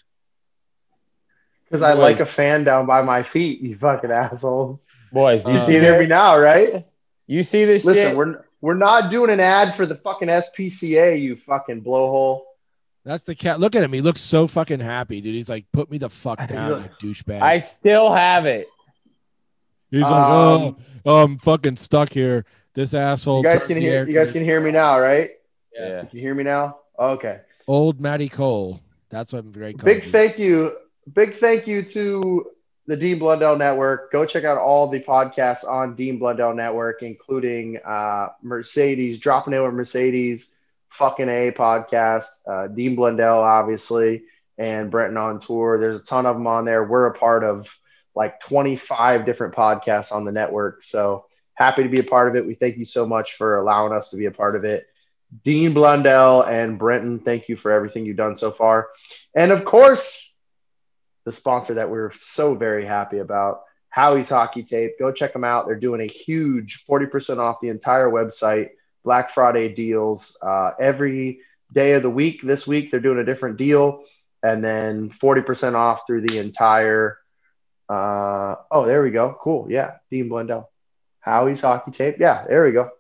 E: Because I like a fan down by my feet, you fucking assholes.
F: Boys, you
G: Uh,
E: You
F: see
E: hear me
F: this?
E: now, right?
F: You see this
E: Listen,
F: shit?
E: we're we're not doing an ad for the fucking SPCA, you fucking blowhole.
G: That's the cat. Look at him. He looks so fucking happy, dude. He's like, put me the fuck down, you douchebag.
F: I still have it.
G: He's like,
E: Um,
G: oh, oh, I'm fucking stuck here. This asshole.
E: You guys
G: turns
E: can
G: the
E: hear
G: air
E: you guys
G: conditioner-
E: can hear me now, right?
F: Yeah.
E: You can hear me now? Okay.
G: Old Matty Cole. That's what I'm great.
E: Big
G: Cole.
E: thank you. Big thank you to the Dean Blundell Network. Go check out all the podcasts on Dean Blundell Network, including uh, Mercedes, Dropping It with Mercedes, Fucking A podcast, uh, Dean Blundell, obviously, and Brenton on Tour. There's a ton of them on there. We're a part of like 25 different podcasts on the network. So happy to be a part of it. We thank you so much for allowing us to be a part of it. Dean Blundell and Brenton, thank you for everything you've done so far. And of course, the sponsor that we're so very happy about, Howie's Hockey Tape. Go check them out. They're doing a huge 40% off the entire website, Black Friday deals. Uh, every day of the week, this week, they're doing a different deal. And then 40% off through the entire. Uh, oh, there we go. Cool. Yeah. Dean Blundell. Howie's Hockey Tape. Yeah. There we go.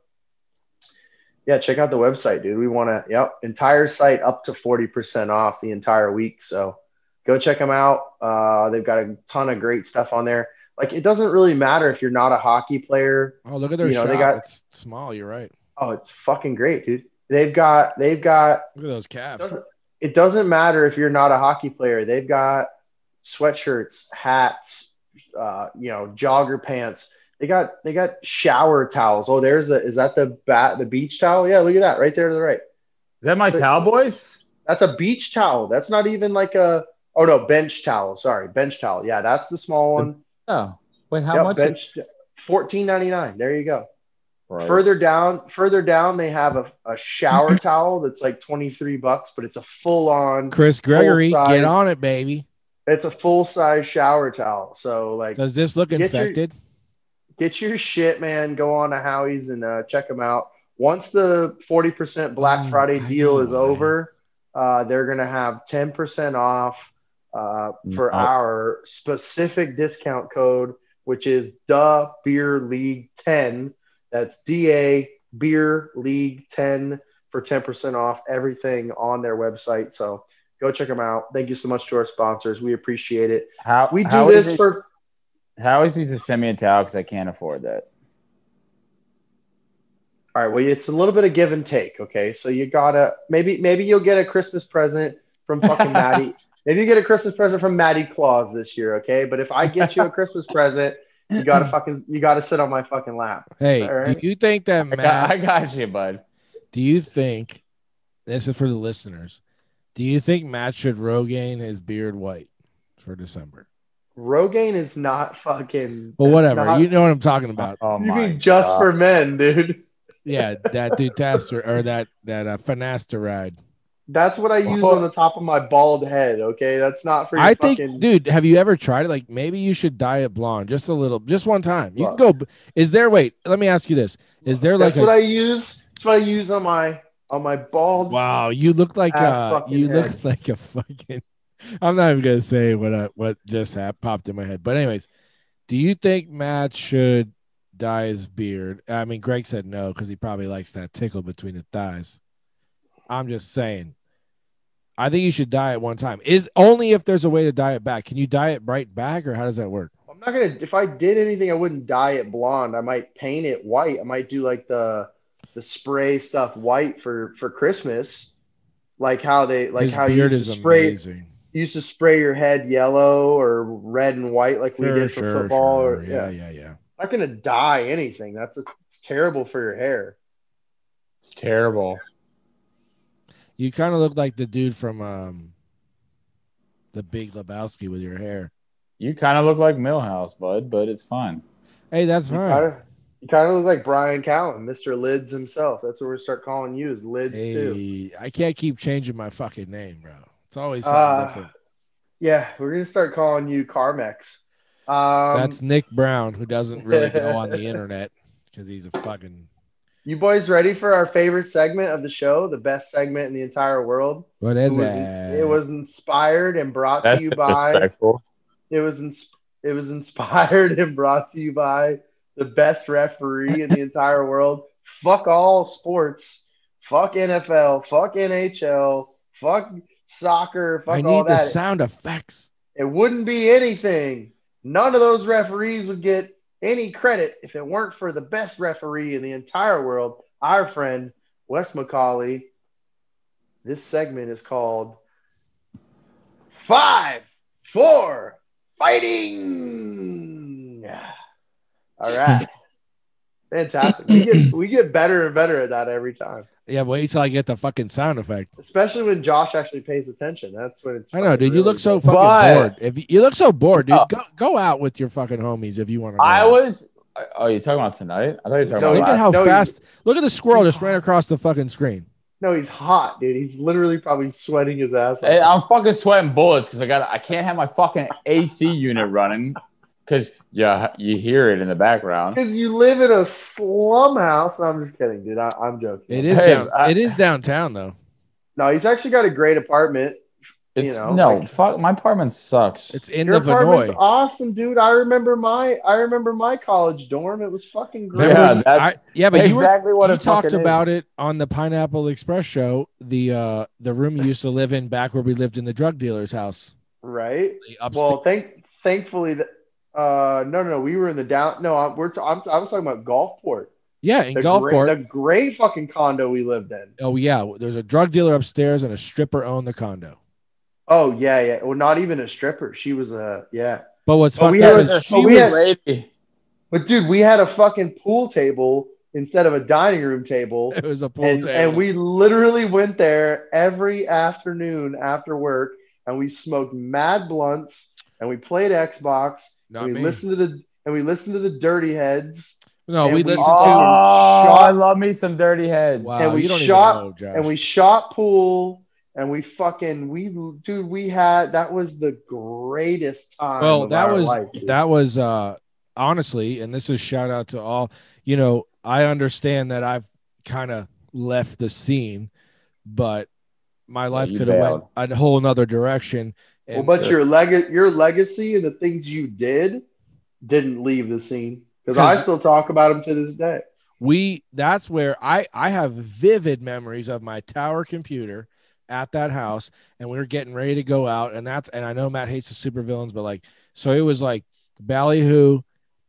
E: Yeah, check out the website, dude. We want to, yep, entire site up to 40% off the entire week. So go check them out. Uh, they've got a ton of great stuff on there. Like, it doesn't really matter if you're not a hockey player
G: Oh, look at their
E: you know,
G: shop.
E: they got-
G: it's small. You're right.
E: Oh, it's fucking great, dude. They've got they've got
G: Look at those calves.
E: Doesn't- it doesn't matter if you're not a hockey player. They've got sweatshirts, hats, uh, you know, jogger pants. They got they got shower towels. Oh, there's the is that the bat the beach towel? Yeah, look at that right there to the right.
F: Is that my towel, boys?
E: That's a beach towel. That's not even like a oh no, bench towel. Sorry, bench towel. Yeah, that's the small one.
F: Oh. Wait, how
E: Yep,
F: much? is-
E: bench fourteen ninety nine. There you go.
F: Gross.
E: Further down, further down, they have a, a
F: *clears throat*
E: shower towel that's like 23 bucks, but it's a full on,
G: Chris Gregory,
E: size.
G: get on it, baby.
E: it's a full size shower towel. So like,
G: Does this look
E: Get your-
G: infected?
E: get your shit, man. Go on to Howie's and uh, check them out. Once the 40% Black
G: Oh,
E: Friday
G: I
E: deal
G: know
E: is
G: why.
E: over, uh, they're going to have 10% off uh, for
F: No.
E: our specific discount code, which is the Beer League 10. That's DA Beer League 10 for 10% off everything on their website. So go check them out. Thank you so much to our sponsors. We appreciate it.
F: How
E: We do
F: how is
E: this
F: it-
E: for
F: How is he to send me a towel because I can't afford that?
E: All right. Well, it's a little bit of give and take. Okay. So you gotta maybe maybe you'll get a Christmas present from
G: *laughs*
E: fucking Maddie. maybe you get a Christmas present from Maddie Claus this year. Okay. But if I get you a Christmas present, you
G: *laughs*
E: gotta fucking you gotta sit on my fucking lap.
G: Hey,
E: all right.
G: do you think that
F: *laughs* I
G: Matt?
F: got, I got you, bud.
G: do you think this is for the listeners? Do you think Matt should Rogaine his beard white for December?
E: Rogaine is not fucking.
G: Well,
E: that's
G: whatever.
E: not-
G: you know what I'm talking about.
E: *laughs*
F: Oh
E: you
F: my!
E: mean just
F: God.
E: for men, dude?
G: Yeah, that Dutaster or that that uh, finasteride.
E: That's what I use
F: Well-
E: on the top of my bald head. Okay. That's not for. Your
G: I
E: fucking,
G: think, dude, have you ever tried it? Like, maybe you should dye it blonde, just a little, just one time. You can go. Is there? Wait, let me ask you this: Is there like
E: That's
G: a
E: what I use. That's what I use on my on my bald.
G: Wow, you look like
E: Ass
G: uh,
E: fucking
G: you
E: head.
G: look *laughs* like a fucking. I'm not even gonna say what I, what just hap- popped in my head, but anyways, do you think Matt should dye his beard? I mean, Greg said no because he probably likes that tickle between the thighs. I'm just saying, I think you should dye it one time. Is only if there's a way to dye it back. Can you dye it right back, or how does that work?
E: I'm not gonna. If I did anything, I wouldn't dye it blonde. I might paint it white. I might do like the the spray stuff white for for Christmas, like how they like
G: his
E: how you
G: beard
E: used to
G: is
E: spray
G: amazing.
E: you used to spray your head yellow or red and white like we did for football. Or, yeah.
G: yeah, yeah, yeah.
E: I'm not gonna dye anything. That's a, it's terrible for your hair.
F: It's terrible.
G: You kind of look like the dude from um, the Big Lebowski with your hair.
F: You kind of look like Millhouse, bud, but it's fine.
G: Hey, that's
E: You
G: fine.
E: kinda- You kind of look like Brian Callen, Mr. Lids himself. That's what we're gonna start calling you is Lids too.
G: Hey, I can't keep changing my fucking name, bro. It's always something
E: Ah,
G: different.
E: Yeah, we're gonna start calling you Carmex. Um, *laughs*
G: That's Nick Brown, who doesn't really go on the internet. because he's a fucking.
E: You boys ready for our favorite segment of the show, the best segment in the entire world?
G: What is
E: it, was,
G: that?
E: it was inspired and brought
F: That's
E: to you by
F: disrespectful.
E: it was ins- it was inspired and brought to you by the best referee in the entire world. Fuck all sports. Fuck NFL. Fuck NHL. Fuck soccer. Fuck
G: I
E: all
G: need the
E: that.
G: sound effects.
E: it wouldn't be anything. None of those referees would get any credit if it weren't for the best referee in the entire world, our friend Wes McCauley. This segment is called Five, Four, Fighting. All
G: *laughs*
E: right. Fantastic. We get, we get better and better at that every time,
G: Yeah, wait till I get the fucking sound effect.
E: especially when Josh actually pays attention. That's when it's.
G: I know,
E: fucking
G: dude. You
E: really
G: look so
E: good.
G: fucking
F: But-
G: bored. If you, you look so bored, dude,
F: Oh.
G: go, go out with your fucking homies if you want to.
F: I was. Oh, you're talking about tonight? I thought you were talking
E: No,
F: about
G: Look
E: last-
G: at how
E: no, you-
G: fast. Look at the squirrel just ran across the fucking screen.
E: No, he's hot, dude. He's literally probably sweating his ass off.
F: Hey, I'm fucking sweating bullets because I got I can't have my fucking AC unit running because yeah you hear it in the background.
E: Because you live in a slum house. No, I'm just kidding, dude. I, I'm joking.
G: It is
F: Hey,
G: down,
F: I-
G: it is downtown though.
E: No, he's actually got a great apartment.
F: It's
E: You know,
F: no
E: like-
F: fuck. My apartment sucks.
G: It's in
E: Your
G: the Vinoy.
E: apartment's awesome, dude. I remember my I remember my college dorm. It was fucking great.
G: Remember
F: yeah,
G: when you-
F: that's
G: I- yeah, but you, were,
F: exactly what
G: you
F: it fucking
G: talked
F: is.
G: about it on the Pineapple Express show. The uh the room you used to live in back where we lived in the drug dealer's house.
E: Right?
G: The upsta-
E: Well, thank thankfully that uh no no no we were in the down no I'm, we're t- I'm, I was talking about Gulfport
G: yeah, in
E: the great, the
G: Gulfport.
E: great fucking condo we lived in
G: Oh yeah, there's a drug dealer upstairs and a stripper owned the condo.
E: oh yeah yeah well not even a stripper she was a yeah
G: But what's
E: Oh,
G: fucked
E: we
G: up
E: were
G: is
E: there-
G: she
E: oh, we
G: was
E: had-
F: lady.
E: but dude we had a fucking pool table instead of a dining room table
G: it was *laughs* a pool
E: and,
G: table.
E: and we literally went there every afternoon after work and we smoked mad blunts and we played Xbox
G: Not
E: and we
G: me.
E: listened to the and we listened to the Dirty Heads
G: no,
E: and
G: we
E: we-
G: listened
F: Oh,
G: to
F: I love me some dirty heads.
G: wow,
E: and we
G: you don't
E: shot-
G: even know, Josh.
E: and we shot pool and we fucking we dude we had that was the greatest time
G: Well,
E: of
G: that
E: our
G: was-
E: life, dude.
G: that was uh honestly and this is shout out to all you know i understand that i've kind of left the scene but my life
F: you
G: could have went
F: bailed.
G: a whole another direction
E: well,
G: and
E: but your leg your legacy and the things you did didn't leave the scene because I
G: 'Cause-
E: still talk about them to this day
G: we that's where i i have vivid memories of my tower computer at that house and we were getting ready to go out and that's and i know matt hates the supervillains but like so it was like ballyhoo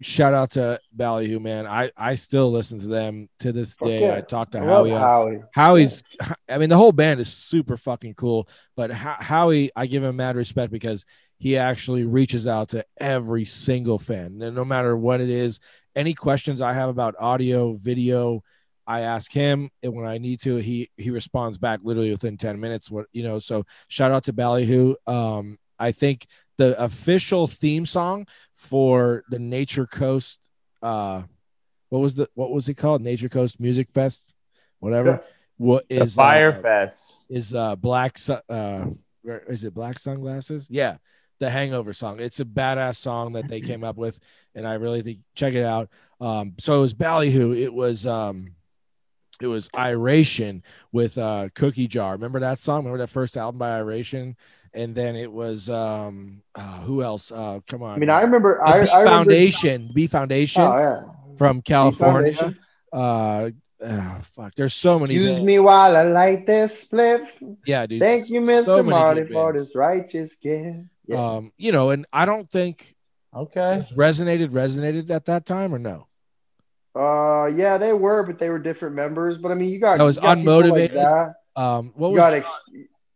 G: shout out to ballyhoo man i i still listen to them to this
E: Fuck
G: day
E: yeah.
G: i talk to
E: I love
G: howie on-
E: Howie.
G: Howie's, I mean, the whole band is super fucking cool, but Ho- Howie, I give him mad respect because he actually reaches out to every single fan, and no matter what it is, any questions I have about audio, video, I ask him, and when I need to, he he responds back literally within ten minutes. What you know, so shout out to Ballyhoo. Um, I think the official theme song for the Nature Coast, uh, what was the what was it called? Nature Coast Music Fest, whatever.
E: Yeah.
G: What
F: the
G: is
F: fire
G: uh,
F: fest.
G: is uh black Su- uh where- is it black sunglasses yeah the hangover song it's a badass song that they came up with and i really think check it out um so it was ballyhoo it was um it was iration with uh cookie jar remember that song remember that first album by iration and then it was um uh, who else uh come on
E: I mean, I remember.
G: The
E: I,
G: B
E: I remember.
G: foundation b foundation
E: Oh, yeah.
G: from california
E: Foundation.
G: uh ah, fuck there's so many
E: Excuse
G: bands.
E: me while I light this spliff.
G: yeah dude
E: Thank you, Mr.
G: so many
E: Marty,
G: good
E: for
G: bands.
E: this righteous gift. Yeah.
G: um you know and i don't think
F: Okay.
G: resonated resonated at that time or no
E: uh, yeah, they were, but they were different members. But I mean, you got.
G: That was
E: you got people Like
G: unmotivated.
E: that.
G: um what
E: You
G: was
E: got ex-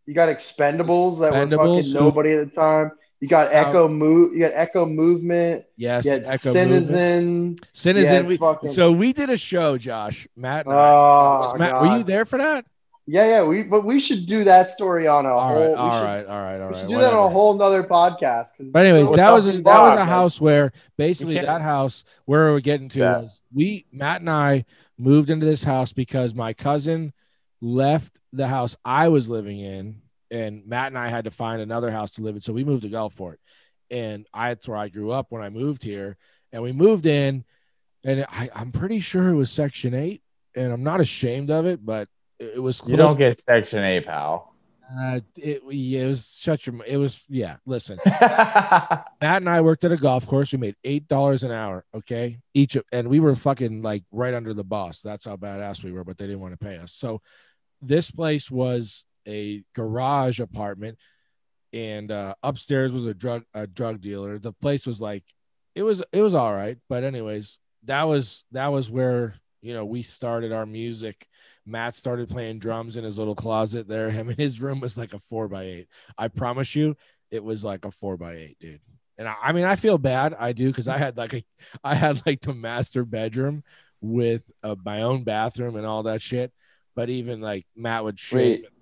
E: you got expendables that were
G: Expendables,
E: fucking
G: who-
E: nobody at the time. You got echo move. You got echo movement.
G: yes
E: You had
G: echo movement.
E: citizen. You
G: citizen
E: had
G: we-
E: fucking-
G: so we did a show josh matt,
E: oh,
G: and I. Was matt were you
E: God.
G: there for that
E: Yeah, yeah. We but we should do that story on a
G: all
E: whole.
G: right
E: Oh, we
G: all
E: should
G: right all right all
E: We
G: right
E: should do that on a
G: whatever.
E: whole nother podcast. 'cause
G: But anyways,
E: it's so
G: that was a,
E: fucking
G: that was
E: wild,
G: a
E: man.
G: house where basically
F: You can't-
G: that house where we're getting to
F: Yeah.
G: was we Matt and I moved into this house because my cousin left the house I was living in, and Matt and I had to find another house to live in, so we moved to Gulfport, and I, that's where I grew up when I moved here, and we moved in. and I, I'm pretty sure it was Section Eight, and I'm not ashamed of it, but it, it was.
F: You don't get Section A,
G: *laughs*
F: pal.
G: Uh, it, yeah, it was such a. It was yeah. Listen,
F: That's
G: Matt and I worked at a golf course. We made eight dollars an hour, okay, each, of, and we were fucking like right under the boss. That's how badass we were, but they didn't want to pay us. So, this place was a garage apartment, and uh, upstairs was a drug a drug dealer. The place was like, it was it was all right, but anyways, that was that was where you know we started our music. Matt started playing drums in his little closet there. *laughs* Him and his room was like a four by eight. I promise you, it was like a four by eight, dude and I, I mean I feel bad I do because I had like a I had like the master bedroom with uh, my own bathroom and all that shit. But even like Matt would shave,
F: Wait.
G: and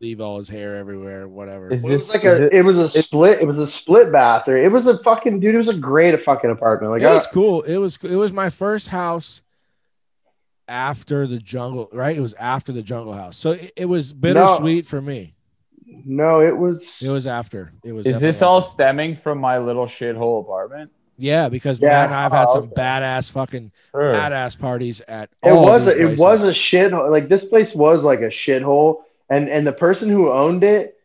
G: leave all his hair everywhere, whatever.
F: Is
E: Well, it was
F: this
E: like a.
F: is
E: It, was a split. It was a split bath, or it was a fucking dude. It was a great fucking apartment. Like
G: it was
E: I-
G: cool. It was it was my first house after the jungle. Right, it was after the jungle house, so it, it was bittersweet for me.
E: no, it was.
G: It was after. It was.
F: is this
G: definitely
F: all
G: after.
F: stemming from my little shithole apartment?
G: Yeah, because
E: Yeah.
G: Matt and I've had
F: Oh,
G: some
F: okay.
G: badass fucking
F: Sure.
G: badass parties at.
E: It
G: all
E: was.
G: these
E: A, it
G: places.
E: was a shithole. Like this place was like a shithole, and and the person who owned it,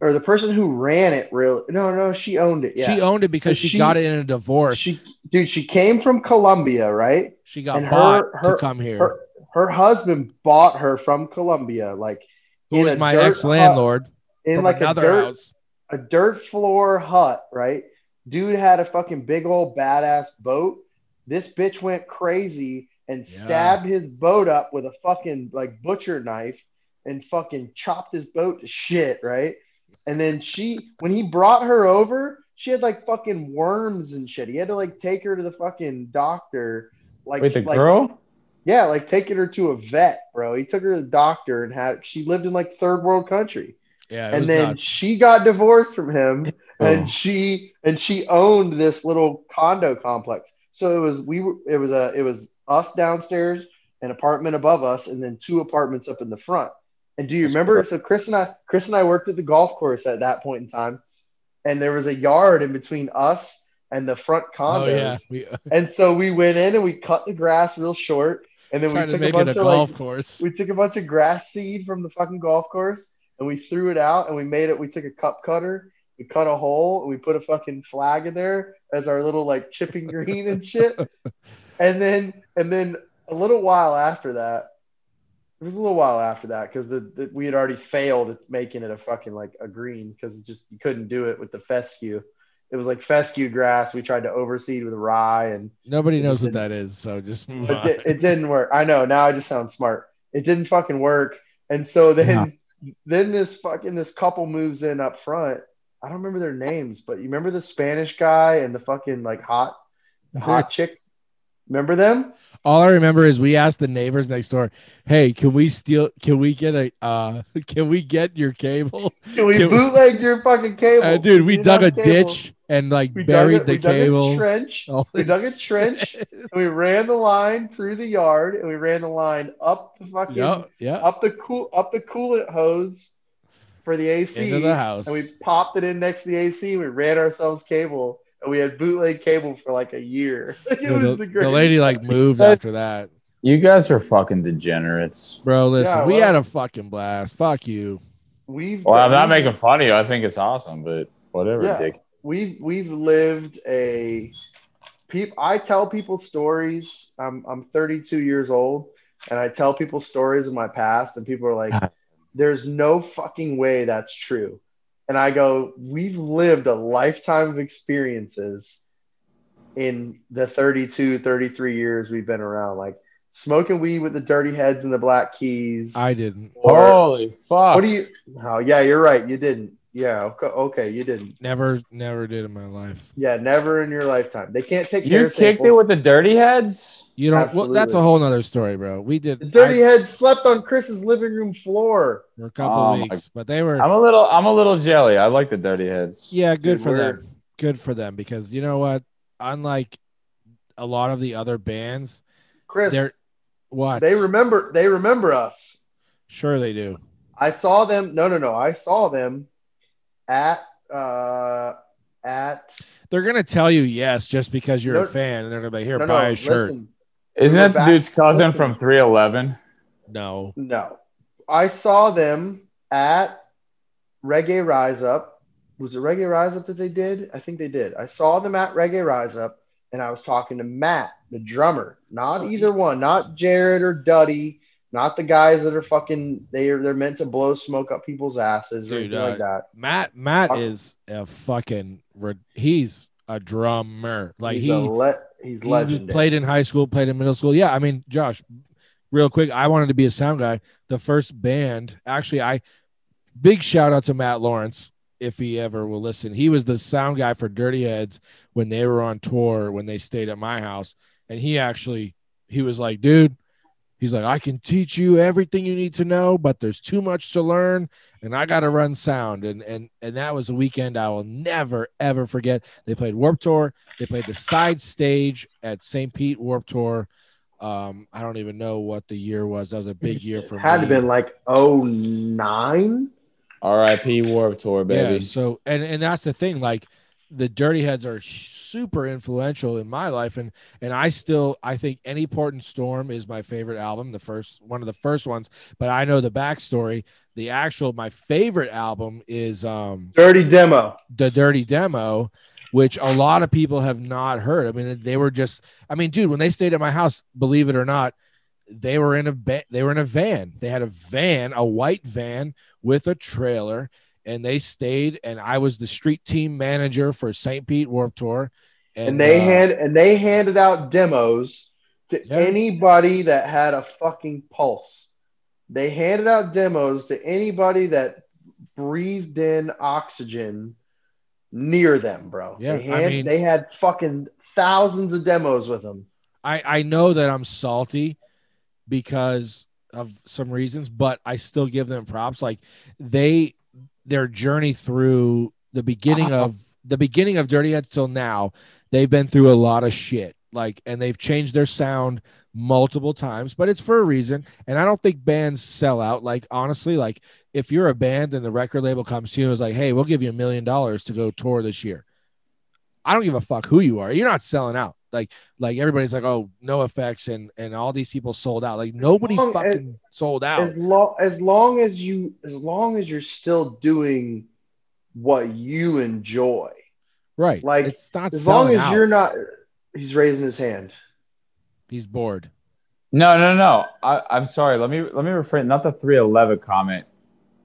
E: or the person who ran it, really. No, no, she owned it. Yeah.
G: She owned it because she,
E: She-
G: got it in a divorce.
E: She, dude, she came from Colombia, right?
G: She got
E: And her-
G: bought to
E: her-
G: come here.
E: her- Her husband bought her from Colombia, like
G: who
E: in
G: was
E: a
G: my
E: dirt hut-
G: ex landlord
E: in
G: from
E: like a
G: another
E: dirt,
G: house.
E: a dirt floor hut, right? Dude had a fucking big old badass boat. This bitch went crazy and stabbed his boat up with a fucking like butcher knife and fucking chopped his boat to shit, right? And then she, when he brought her over, she had like fucking worms and shit. He had to like take her to the fucking doctor. Like,
F: Wait, the
E: like,
F: girl?
E: yeah, like taking her to a vet, bro. He took her to the doctor and had she lived in like third world country
G: Yeah, it
E: and
G: was
E: then
G: nuts.
E: she got divorced from
G: *laughs*
E: him
F: Oh.
E: and she and she owned this little condo complex so it was we were it was a it was us downstairs an apartment above us and then two apartments up in the front and do you remember so chris and i chris and i worked at the golf course at that point in time and there was a yard in between us and the front condos
G: oh yeah, we
E: and so we went in and we cut the grass real short and then we
G: tried to
E: took a
G: make it
E: bunch
G: a
E: of
G: golf
E: like
G: course.
E: we took a bunch of grass seed from the fucking golf course and we threw it out and we made it. We took a cup cutter, we cut a hole, and we put a fucking flag in there as our little like chipping green and
G: *laughs*
E: shit. And then and then a little while after that, it was a little while after that because the, the we had already failed at making it a fucking like a green because it just you couldn't do it with the fescue. It was like fescue grass. We tried to overseed with rye and
G: Nobody
E: it
G: knows
E: just Mm.
G: what that is, so just move
E: it,
G: on.
E: di- it didn't work. I know. Now I just sound smart. It didn't fucking work. And so then, then this fucking this couple moves in up front. I don't remember their names, but you remember the Spanish guy and the fucking like hot, hot chick. Remember them?
G: All I remember is we asked the neighbors next door, "Hey, can we steal? Can we get a? uh *laughs* Can we get your cable?"
E: Can we
G: Can we-
E: bootleg your fucking *laughs* cable?
G: And Uh, dude, we
E: You're
G: dug
E: not
G: a
E: cable.
G: ditch and like
E: We dug
G: buried
E: a-
G: the
E: we dug a
G: *laughs* cable. Oh,
E: trench.
G: All
E: We
G: this
E: dug a trench
G: shit.
E: and we ran the line through the yard and we ran the line up the fucking
G: Yep, yep.
E: up the cool up the coolant hose for the AC
G: Into the house.
E: uh, and we popped it in next to the AC. and We ran ourselves cable, and we had bootleg cable for like a year. *laughs* it
G: Dude,
E: was
G: the-
E: the,
G: the
E: greatest.
G: lady
E: *laughs*
G: like moved
F: That-
G: after that.
F: You guys are fucking degenerates.
G: Bro, listen,
E: Yeah,
G: we
E: well-
G: had a fucking blast. Fuck you.
E: We've
F: Well, I'm not making fun of you. I think it's awesome, but whatever,
E: Yeah.
F: Dick.
E: We've we've lived a. Peop, I tell people stories. I'm I'm 32 years old, and I tell people stories of my past, and people are like, "There's no fucking way that's true." And I go, "We've lived a lifetime of experiences." in the 32, 33 years we've been around, like smoking weed with the dirty heads and the black keys.
G: I didn't.
E: or-
F: Holy fuck.
E: what do you, oh, yeah, you're right. You didn't. Yeah. Okay. okay you didn't.
G: Never, never did in my life.
E: Yeah. Never in your lifetime. They can't take
F: You
E: hair
F: kicked
E: samples.
F: it with the dirty heads?
G: You don't. Well, that's a
E: Absolutely.
G: whole nother story, bro. We did
E: the dirty
G: I-
E: heads slept on Chris's living room floor.
G: for a couple
F: Oh, my-
G: weeks, but they were.
F: I'm a little I'm a little jelly. I like the dirty heads.
G: yeah, good
E: Dude,
G: for
E: we're-
G: them. Good for them because you know what? Unlike a lot of the other bands,
E: Chris,
G: They're- what
E: they remember, they remember us.
G: Sure, they do.
E: I saw them. No, no, no. I saw them at, uh, at
G: They're gonna tell you yes just because you're
E: No-
G: a fan, and they're gonna be like, here
E: no,
G: buy
E: no,
G: a shirt.
E: Listen, We
F: Isn't
E: were
F: that the
E: back-
F: dude's cousin
E: listen.
F: from 311?
G: No.
E: No. I saw them at Reggae Rise Up. Was it Reggae Rise Up that they did? I think they did. I saw them at Reggae Rise Up and I was talking to Matt, the drummer.
G: Oh,
E: Not either one, not Jared or Duddy, not the guys that are fucking they are they're meant to blow smoke up people's asses or
G: Dude, uh,
E: anything like that.
G: Matt Matt
E: Uh,
G: is a fucking re- he's a drummer. Like
E: he's
G: he
E: a le- he's
G: he was
E: legendary.
G: played in high school, played in middle school. Yeah, I mean, Josh, real quick, I wanted to be a sound guy. The first band, actually, I big shout out to Matt Lawrence if he ever will listen. He was the sound guy for Dirty Heads when they were on tour when they stayed at my house, and he actually he was like, dude. He's like, I can teach you everything you need to know, but there's too much to learn, and I gotta run sound. And and and that was a weekend I will never ever forget. They played Warp Tour, they played the side stage at St. Pete Warp Tour. Um, I don't even know what the year was. That was a big year for
E: Had to
G: me.
E: been like oh nine.
F: RIP Warp Tour,
G: yeah.
F: baby.
G: So and and that's the thing. Like the Dirty Heads are super influential in my life, and and I still I think Any Port and Storm is my favorite album. The first one of the first ones, but I know the backstory. The actual my favorite album is um
E: Dirty demo.
G: the dirty demo which a lot of people have not heard i mean they were just i mean dude when they stayed at my house believe it or not they were in a ba- they were in a van they had a van a white van with a trailer and they stayed and i was the street team manager for st pete warp tour and,
E: and, they
G: uh,
E: hand and they handed out demos to
G: Yeah.
E: anybody that had a fucking pulse. They handed out demos to anybody that breathed in oxygen near them, bro.
G: Yeah,
E: they,
G: I
E: hand,
G: mean-
E: they had fucking thousands of demos with them.
G: I, I know that I'm salty because of some reasons, but I still give them props. Like they their journey through the beginning of the beginning of Dirty Heads till now, they've been through a lot of shit. Like and they've changed their sound multiple times, but it's for a reason. And I don't think bands sell out. Like honestly, like if you're a band and the record label comes to you and is like, hey, we'll give you a million dollars to go tour this year. I don't give a fuck who you are. You're not selling out. Like like everybody's like, oh, no effects and and all these people sold out. Like nobody
E: long as-
G: fucking sold out.
E: As long as long as you as long as you're still doing what you enjoy.
G: right.
E: like,
G: it's not
E: As long
G: selling
E: as
G: out.
E: you're not he's raising his hand.
G: he's bored.
F: No, no, no. I, I'm sorry. Let me let me refrain. Not the 311 comment.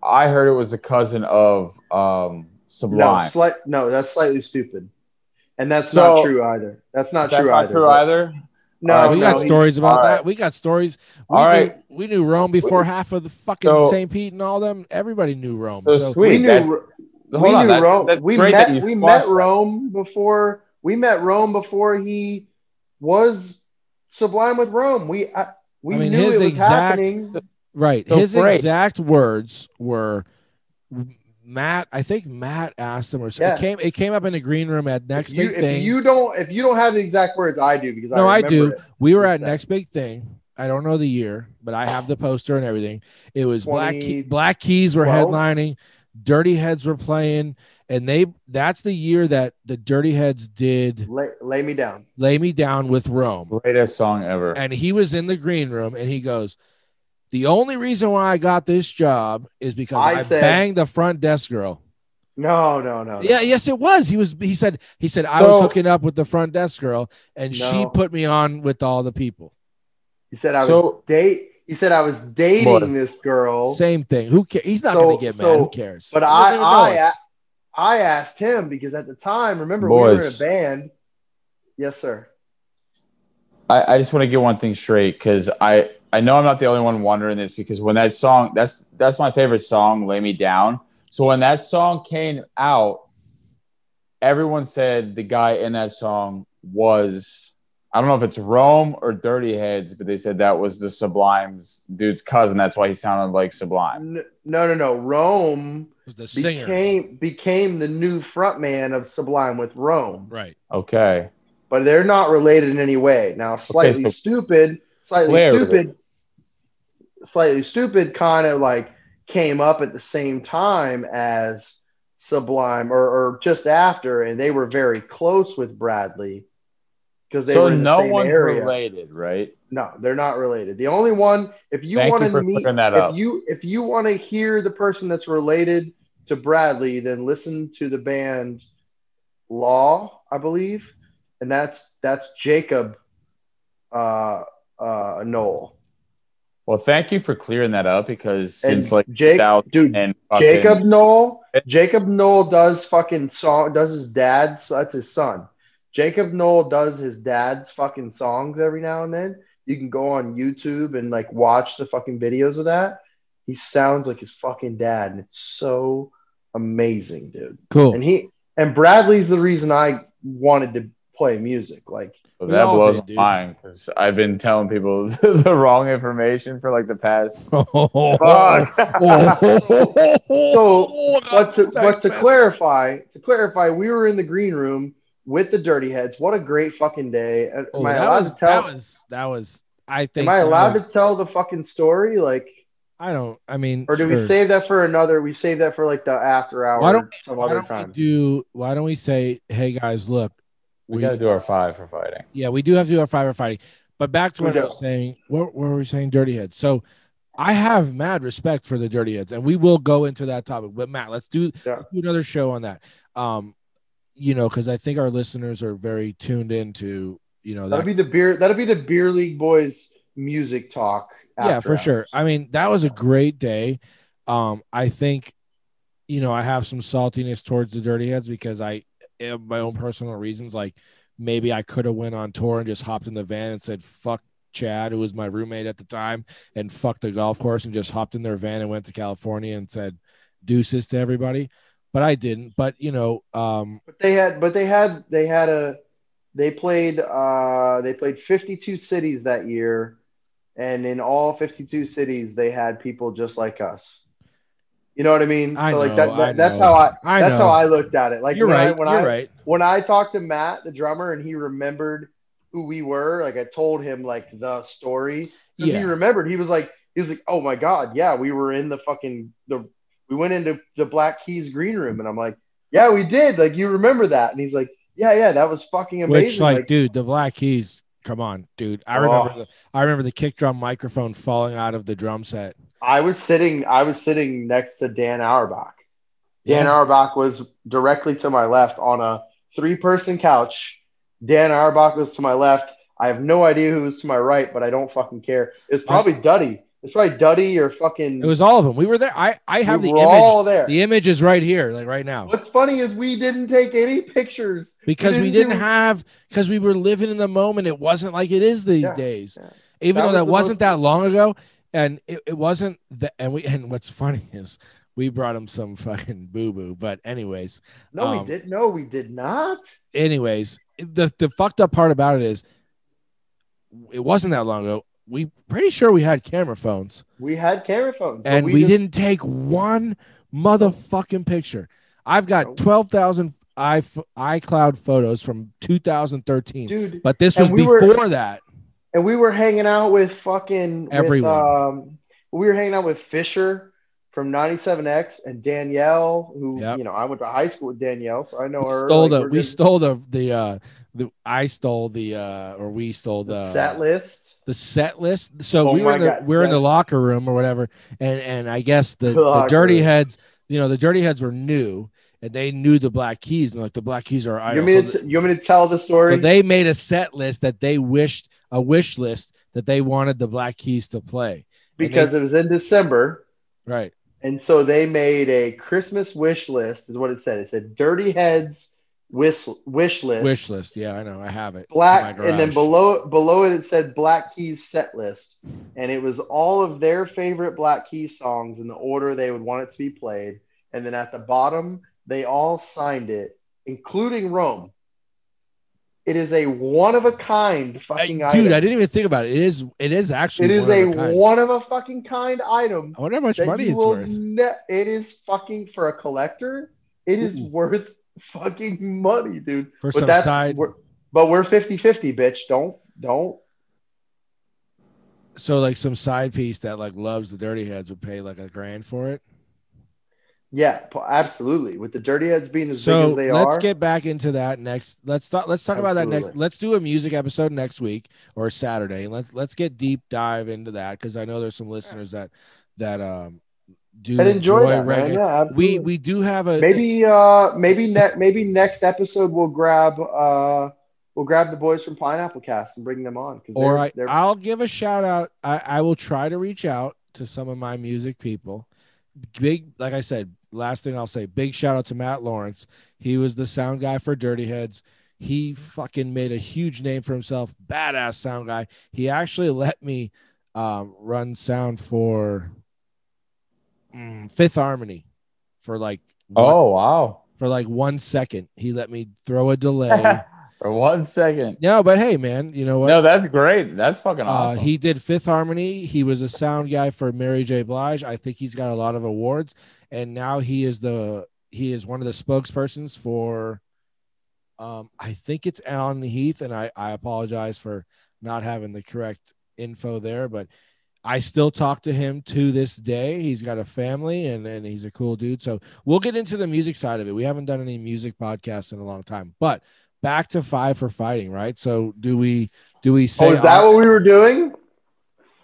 F: I heard it was the cousin of um,
E: No,
F: Sublime.
E: slight, no, that's slightly stupid. And that's
F: So-
E: not true either. That's not
F: That's
E: true
F: not
E: either.
F: true either.
E: No,
F: Uh,
G: we
E: no,
G: got
E: he-
G: stories about
F: all right.
G: that. We got stories. We
F: All
G: knew,
F: right.
G: We knew Rome before half of the fucking
F: So-
G: St. Pete and all them. Everybody knew Rome.
F: So,
G: So,
F: sweet.
E: we knew
F: that's,
E: Ro-
F: hold
E: we
F: on.
E: knew
F: That's,
E: Rome.
F: that's
E: we
F: great that
E: met
F: you
E: we met
F: paused that.
E: Rome before we met Rome before he was sublime with Rome. We I, we
G: I mean,
E: knew
G: his
E: it was
G: exact-
E: happening.
G: right.
F: so
G: His
F: great.
G: exact words were Matt, I think Matt asked him or something.
E: Yeah.
G: It came it came up in the green room at next
E: If you,
G: big
E: if
G: thing.
E: you don't if you don't have the exact words, I do because
G: No,
E: I
G: I
E: remember
G: do.
E: it.
G: We were at
E: Exactly.
G: next big thing. I don't know the year, but I have the poster and everything. It was Black Key,
E: 20
G: Black Keys were
E: 12?
G: headlining, Dirty Heads were playing, and they that's the year that the Dirty Heads did
E: Lay, lay me down.
G: Lay Me Down with Rome.
F: Greatest song ever.
G: And he was in the green room and he goes, "The only reason why I got this job is because I,
E: I said-
G: banged the front desk girl."
E: No, no, no. no.
G: Yeah, yes, it was. He was. He said. He said I was
F: So-
G: hooking up with the front desk girl, and she
E: No.
G: put me on with all the people.
E: He said I was
F: So-
E: date he said I was dating
F: Morris.
E: this girl.
G: Same thing. Who cares? He's not
E: So-
G: going to get mad.
E: so-
G: Who cares?
E: But
G: He
E: I,
G: doesn't even know
E: I, uh,
G: us.
E: I asked him because at the time, remember we were in a
F: Boys.
E: band. Yes, sir.
F: I, I just want to get one thing straight because I I know I'm not the only one wondering this because when that song that's that's my favorite song, "Lay Me Down." So when that song came out, everyone said the guy in that song was I don't know if it's Rome or Dirty Heads, but they said that was the Sublime's dude's cousin. That's why he sounded like Sublime.
E: N- No, no, no. Rome
G: It was the singer.
E: became became the new frontman of Sublime with Rome,
G: right.
F: Okay,
E: but they're not related in any way. Now, slightly
F: so-
E: stupid, slightly
F: Where-
E: stupid, slightly stupid. Kind of like came up at the same time as Sublime, or or just after, and they were very close with Bradley. because they
F: So
E: were in the
F: no
E: same
F: one's
E: area.
F: related, right?
E: No, they're not related. The only one, if you
F: Thank
E: want
F: you
E: to
F: for
E: meet,
F: clearing that
E: if
F: up.
E: you if you want to hear the person that's related to Bradley, then listen to the band Law, I believe, and that's that's Jacob uh, uh, Noel
F: Well, thank you for clearing that up because
E: and
F: since like
E: Jake,
F: 2000
E: dude,
F: and fucking-
E: Jacob Noel. Jacob Noel does fucking song. Does his dad's? That's his son. Jacob Noel does his dad's fucking songs every now and then. You can go on YouTube and like watch the fucking videos of that. He sounds like his fucking dad, and it's so amazing, dude.
G: Cool. *laughs*
E: And he and Bradley's the reason I wanted to play music. Like,
F: Well,
G: We
F: that
G: all
F: blows
G: did,
F: my
G: dude.
F: mind because I've been telling people *laughs* the wrong information for like
G: *laughs*
F: the past.
G: Oh, Fuck.
F: Fuck.
G: oh, *laughs* so
E: but to, but to clarify, to clarify, we were in the green room with the Dirty Heads. What a great fucking day! Uh, Am
G: Oh,
E: I
G: that
E: allowed
G: was,
E: to tell?
G: That was that was. I think.
E: Am I
G: that
E: allowed
G: was-
E: to tell the fucking story? Like,
G: I don't. I mean,
E: or do we
G: sure.
E: save that for another? We save that for like the after hour,
G: Why don't-
E: some
G: Why
E: other
G: don't
E: time.
G: we do? Why don't we say, "Hey guys, look,
F: We, got to do our five for fighting.
G: Yeah, we do have to do our firefighting, But back to
E: We
G: what I
E: do.
G: was saying, what, what were we saying? Dirty heads. So I have mad respect for the dirty heads, and we will go into that topic. But Matt, let's do,
E: Yeah.
G: let's do another show on that. Um, you know, because I think our listeners are very tuned into, you know,
E: that'll
G: that.
E: be the beer. That'll be the beer league boys music talk.
G: yeah,
E: after
G: for sure.
E: hours.
G: I mean, that was a great day. Um, I think, you know, I have some saltiness towards the dirty heads because I, eh, my own personal reasons, like maybe I could have went on tour and just hopped in the van and said, fuck Chad, who was my roommate at the time, and fuck the golf course and just hopped in their van and went to California and said deuces to everybody. But I didn't. But you know, um,
E: But they had, but they had, they had a, they played, uh, they played 52 cities that year, and in all 52 cities, they had people just like us. You know what I mean?
G: I
E: so like
G: know,
E: that, that
G: I
E: that's
G: know,
E: how I,
G: I
E: that's
G: know.
E: how I looked at it. Like
G: you're
E: when I-
G: right.
E: when
G: you're
E: I,
G: right.
E: when I talked to Matt, the drummer, and he remembered who we were, like I told him like the story. Because he
G: Yeah.
E: remembered. He was like, he was like, Oh my god, yeah, we were in the fucking the we went into the Black Keys green room. And I'm like, Yeah, we did. Like you remember that. And he's like, Yeah, yeah, that was fucking amazing.
G: Which, like, dude, the Black Keys. Come on, dude. I remember
E: Oh.
G: the I remember the kick drum microphone falling out of the drum set.
E: I was sitting, I was sitting next to Dan Auerbach. Dan
G: Yeah.
E: Auerbach was directly to my left on a three-person couch. Dan Auerbach was to my left. I have no idea who was to my right, but I don't fucking care. It's probably Duddy. It's probably Duddy or fucking.
G: It was all of them. We were there. I I have
E: Mm. we
G: the
E: were
G: image.
E: all there.
G: The image is right here, like right now,
E: What's funny is we didn't take any pictures.
G: because we
E: didn't
G: didn't
E: do-
G: have because we were living in the moment. It wasn't like it is these
E: Yeah,
G: days,
E: yeah. That
G: even though
E: was
G: that
E: the
G: wasn't
E: most-
G: that long ago, and it, it wasn't that. And we and what's funny is we brought him some *laughs* fucking boo boo. But anyways,
E: No,
G: Um,
E: we did. No, we did not.
G: anyways, the the fucked up part about it is, it wasn't that long ago. We pretty sure we had camera phones,
E: We had camera phones, but
G: and we,
E: just-
G: didn't take one motherfucking picture. I've
E: No.
G: got twelve thousand i iCloud photos from 2013,
E: dude.
G: but this
E: and
G: was
E: we were-
G: before that.
E: and we were hanging out with fucking with,
G: Everyone.
E: um, we were hanging out with Fisher from 97X and Danielle, who
G: Yep.
E: you know I went to high school with Danielle, so I know
G: We
E: her.
G: stole
E: Like,
G: the
E: we're
G: we
E: good-
G: stole the the uh the I stole the uh or we stole the,
E: set list.
G: the set list. So
E: Oh
G: we were
E: my
G: in the,
E: God,
G: we were in the
E: yes.
G: locker room or whatever, and and I guess the,
E: The
G: the
E: locker
G: dirty
E: room.
G: heads, you know, the dirty heads were new and they knew the black keys and like the black keys are our
E: You
G: idol.
E: want, me
G: So
E: to
G: th-
E: t- you want me to tell the
G: so
E: story?
G: they made a set list that they wished a wish list that they wanted the black keys to play.
E: because it was in December,
G: Right.
E: and so they made a Christmas wish list, is what it said. It said Dirty Heads wish wish list,
G: Wish list. Yeah, I know. I have it. It's in my
E: black and then
G: garage.
E: below below it it said black keys set list and it was all of their favorite black keys songs in the order they would want it to be played and then at the bottom they all signed it including rome it is a one of a kind
G: Hey,
E: fucking
G: dude,
E: item
G: I didn't even think about it. It is it is actually
E: it is
G: one
E: a
G: of kind.
E: one of a fucking kind item
G: I wonder how much
E: that
G: money
E: you
G: it's
E: will
G: worth.
E: ne- it is fucking for a collector it is worth fucking money dude
G: For
E: but
G: some
E: that's
G: side
E: we're, but we're 50-50 bitch don't don't
G: so like some side piece that like loves the dirty heads would pay like a grand for it.
E: Yeah, po- absolutely. With the Dirty Heads being as big
G: so
E: as they
G: let's
E: are,
G: get back into that next. Let's talk. Let's talk about that next.
E: Absolutely.
G: Let's do a music episode next week or Saturday. Let's let's get deep dive into that because I know there's some listeners that that um do
E: and enjoy, that,
G: reggae.
E: man. Yeah,
G: we
E: absolutely.
G: we do have a
E: maybe uh maybe ne- maybe next episode we'll grab uh we'll grab the boys from Pineapple Cast and bring them on because
G: or I,
E: they're, Oh, they're
G: I'll give a shout out. I, I will try to reach out to some of my music people. Big, like I said, last thing I'll say, big shout out to Matt Lawrence. He was the sound guy for Dirty Heads. He fucking made a huge name for himself. Badass sound guy. He actually let me um, run sound for mm, Fifth Harmony for like one-
F: Oh wow!
G: for like one second. He let me throw a
F: *laughs*
G: delay.
F: For one second.
G: no, but hey, man, you know what?
F: No, that's great. That's fucking
G: Uh,
F: awesome.
G: he did Fifth Harmony. He was a sound guy for Mary J. Blige. I think he's got a lot of awards, and now he is the he is one of the spokespersons for. Um, I think it's Alan Heath, and I I apologize for not having the correct info there, but I still talk to him to this day. He's got a family, and and he's a cool dude. So we'll get into the music side of it. We haven't done any music podcasts in a long time, but back to five for fighting, right? So do we? Do we say
E: oh is that what we were doing?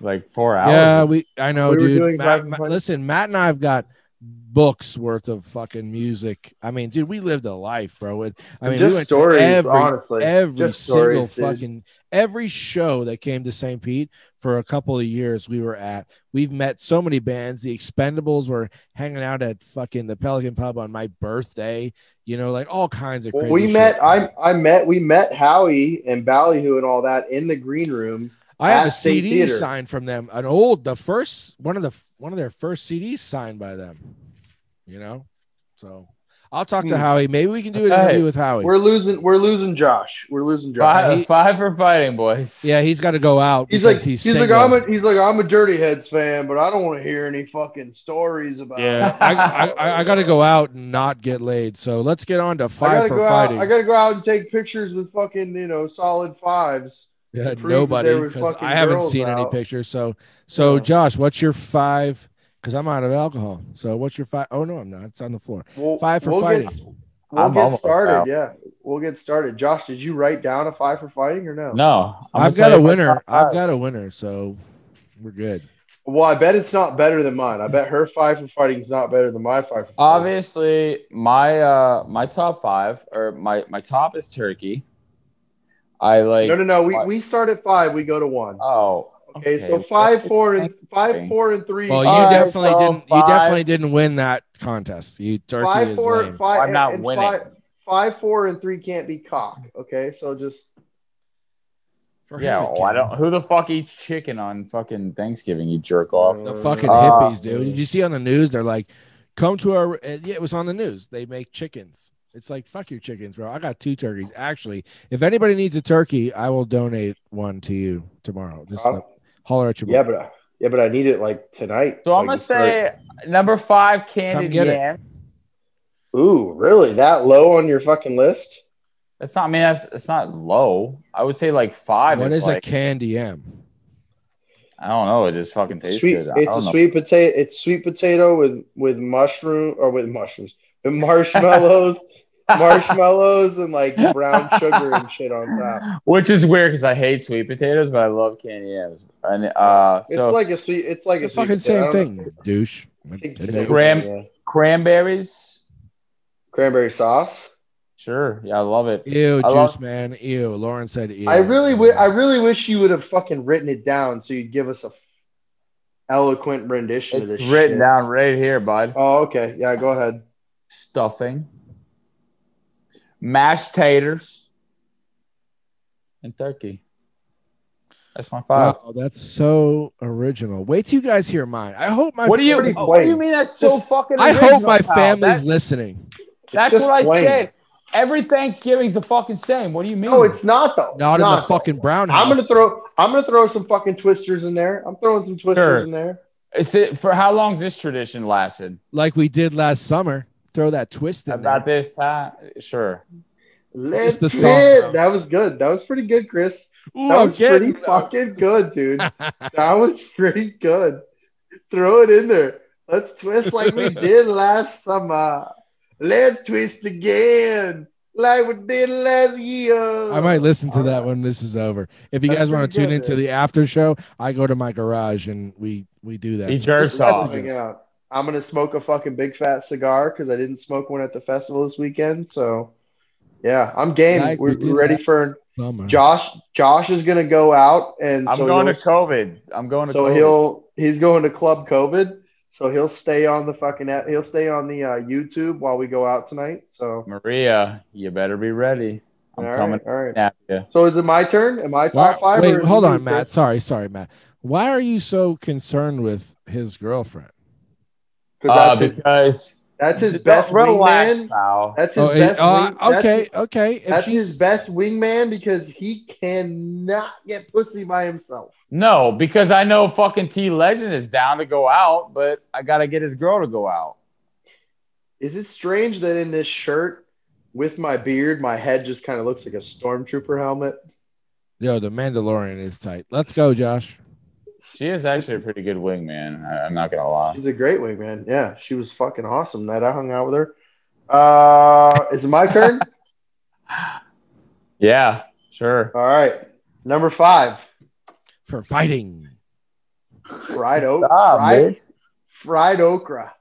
F: like four hours.
G: yeah, we. I know,
E: We were
G: dude.
E: doing
G: Matt,
E: Drive and
G: Matt-
E: Punch.
G: listen, Matt and I have got books worth of fucking music. I mean, dude, we lived a life, bro. It, I mean, we
E: just
G: went to
E: stories,
G: every,
E: honestly.
G: every
E: just
G: single
E: stories, dude.
G: fucking every show that came to St. Pete for a couple of years. We were at. We've met so many bands. The Expendables were hanging out at fucking the Pelican Pub on my birthday. You know, like all kinds of
E: Well,
G: crazy.
E: we
G: shit.
E: met I I met we met Howie and Ballyhoo and all that in the green room.
G: I have
E: at
G: a
E: State
G: CD
E: Theater.
G: signed from them. An old, the first one of the one of their first CDs signed by them. You know, so I'll talk to
E: Hmm.
G: Howie. Maybe we can do an
F: Hey,
G: interview with Howie.
E: We're losing we're losing Josh. We're losing Josh.
F: five, five for fighting boys.
G: Yeah, he's got to go out.
E: He's like
G: because
E: he's,
G: he's,
E: like
G: single.
E: I'm a he's like I'm a Dirty Heads fan, but I don't want to hear any fucking stories about.
G: yeah, *laughs* I, I, I, I got to go out and not get laid. So let's get on
E: *laughs*
G: to
E: I
G: five
E: gotta
G: for
E: go
G: fighting.
E: out. I gotta go out and take pictures with fucking you know solid fives.
G: yeah,
E: prove that
G: nobody
E: there were
G: because
E: fucking
G: I haven't
E: girls
G: seen any
E: out.
G: pictures. So so
E: Yeah.
G: Josh, what's your five? Because I'm out of alcohol. So what's your five? Oh no, I'm not. It's on the floor.
E: We'll,
G: Five for
E: we'll
G: fighting.
E: Get, we'll
F: I'm
E: get
F: almost
E: started.
F: out.
E: Yeah, we'll get started. Josh, did you write down a five for fighting or no?
F: No, I'm
G: I've got
F: gonna
G: a
F: tell you my
G: winner.
F: top
G: I've
F: five.
G: got a winner. So we're good.
E: Well, I bet it's not better than mine. I bet her five for fighting is not better than my five for fighting.
F: Obviously, my uh my top five or my my top is turkey. I like.
E: No, no, no. We,
F: Five.
E: we start at five. We go to one.
F: Oh,
E: Okay, so five, four, and five, four, and three.
G: Well, you
F: All right,
G: definitely
F: so
G: didn't. You
F: five-
G: definitely didn't win that contest. You turkey
E: five,
G: is
E: four,
G: lame.
E: five.
F: I'm not
E: and
F: winning.
E: Five, five, four, and three can't be cock. Okay, so just
G: For
F: Yeah,
G: him, it
F: well, I
G: counts.
F: don't. Who the fuck eats chicken on fucking Thanksgiving? You jerk off.
G: The fucking
F: Uh,
G: hippies, dude. Did you see on the news? They're like, "Come to our." uh, Yeah, it was on the news. They make chickens. It's like fuck your chickens, bro. I got two turkeys. Actually, if anybody needs a turkey, I will donate one to you tomorrow. Just
E: Uh,
G: like, holler at your
E: yeah, but I, yeah, but I need it like tonight.
F: So
E: I
F: I'm gonna
E: can start-
F: say number five, candied
G: get it.
F: yam.
E: ooh, really? That low on your fucking list?
F: That's not. I mean, that's it's not low. I would say like five.
G: What
F: is,
G: is
F: like,
G: a candy M?
F: I don't know. It just fucking tastes
E: Sweet.
F: good. I
E: It's
F: don't
E: a
F: know.
E: sweet potato. It's sweet potato with with mushroom or with mushrooms, with
F: *laughs*
E: marshmallows, marshmallows, and like brown sugar and shit on top.
F: Which is weird because I hate sweet potatoes, but I love candy yams. And uh,
E: It's
F: so
E: like a sweet. It's like
G: It's
E: a
G: the fucking
E: sweet potato.
G: same
E: I don't
G: thing, douche.
E: know. It's the
G: It
E: same
G: is.
F: Graham-
E: thing, yeah.
F: cranberries,
E: Cranberry sauce.
F: sure, yeah, I love it.
G: Ew,
F: I
G: juice
F: lost-
G: man. Ew. Lauren said ew.
E: I really, w- I really wish you would have fucking written it down so you'd give us a f- eloquent rendition
F: It's
E: of this.
F: written
E: shit.
F: down right here, bud.
E: Oh, okay. Yeah, go ahead.
F: Stuffing, mashed taters, and turkey. That's my five.
G: Wow, that's so original. Wait till you guys hear mine. I hope my
F: what do you?
E: pretty
F: oh, What do you
E: plain.
F: mean? That's so
E: Just-
F: fucking.
G: I
F: original,
G: hope my
F: pal.
G: family's
F: That-
G: listening.
E: It's
F: that's
E: just
F: what I
E: plain.
F: said. Every Thanksgiving's the fucking same. What do you mean?
E: No, it's not though.
G: Not
E: It's
G: in the
E: though.
G: fucking brown house.
E: I'm gonna throw. I'm gonna throw some fucking twisters in there. I'm throwing some twisters
F: Sure.
E: in there.
F: Is it for how long's this tradition lasted?
G: like we did last summer. Throw that twist in
F: About
G: there.
F: this time, sure.
E: Let's
G: the
E: the
G: song, bro.
E: That was good. That was pretty good, Chris.
G: Ooh,
E: That
G: I'm
E: was pretty
G: getting- *laughs*
E: fucking good, dude. that was pretty good. Throw it in there. Let's twist like
G: *laughs*
E: we did last summer. Let's twist again like we did last year.
G: I might listen to that when this is over. If you
E: That's
G: guys want
E: pretty
G: to tune
E: good,
G: into
E: dude.
G: the after show, I go to my garage and we we do that.
F: He jerks off.
E: Hang out. I'm gonna smoke a fucking big fat cigar because I didn't smoke one at the festival this weekend. So, yeah, I'm game.
G: Like we
E: we're
G: did
E: we're ready
G: last
E: for
G: Bummer.
E: Josh. Josh is gonna go out and
F: I'm
E: so
F: going to
E: he'll-
F: COVID. I'm going to
E: so
F: COVID.
E: he'll he's going to club COVID. So he'll stay on the fucking he'll stay on the uh, YouTube while we go out tonight. So
F: Maria, you better be ready.
E: all
F: I'm
E: right,
F: coming
E: all right.
F: at you.
E: So is it my turn? Am I
G: Why-
E: top five? or
G: wait,
E: is
G: hold
E: it
G: on,
E: you,
G: Matt.
E: Chris?
G: Sorry, sorry, Matt. Why are you so concerned with his girlfriend?
E: 'Cause
F: Uh,
E: that's his
F: because
E: that's his best
F: relax,
E: wingman.
F: pal.
E: That's his
G: Oh, it-
E: best.
G: oh,
E: wing- that's
G: okay,
E: his-
G: okay. If
E: That's
G: she's
E: his best wingman because he cannot get pussy by himself.
F: No, because I know fucking T Legend is down to go out, but I gotta get his girl to go out.
E: Is it strange that in this shirt with my beard, my head just kind of looks like a stormtrooper helmet?
G: yo, the Mandalorian is tight. Let's go, Josh.
F: She is actually a pretty good wingman. I, I'm not gonna lie.
E: She's a great wingman. Yeah, she was fucking awesome that I hung out with her. Uh, is it my turn?
F: Yeah, sure.
E: All right, number five,
G: For fighting.
E: fried okra.
F: Stop,
E: fried,
F: bitch.
E: fried okra.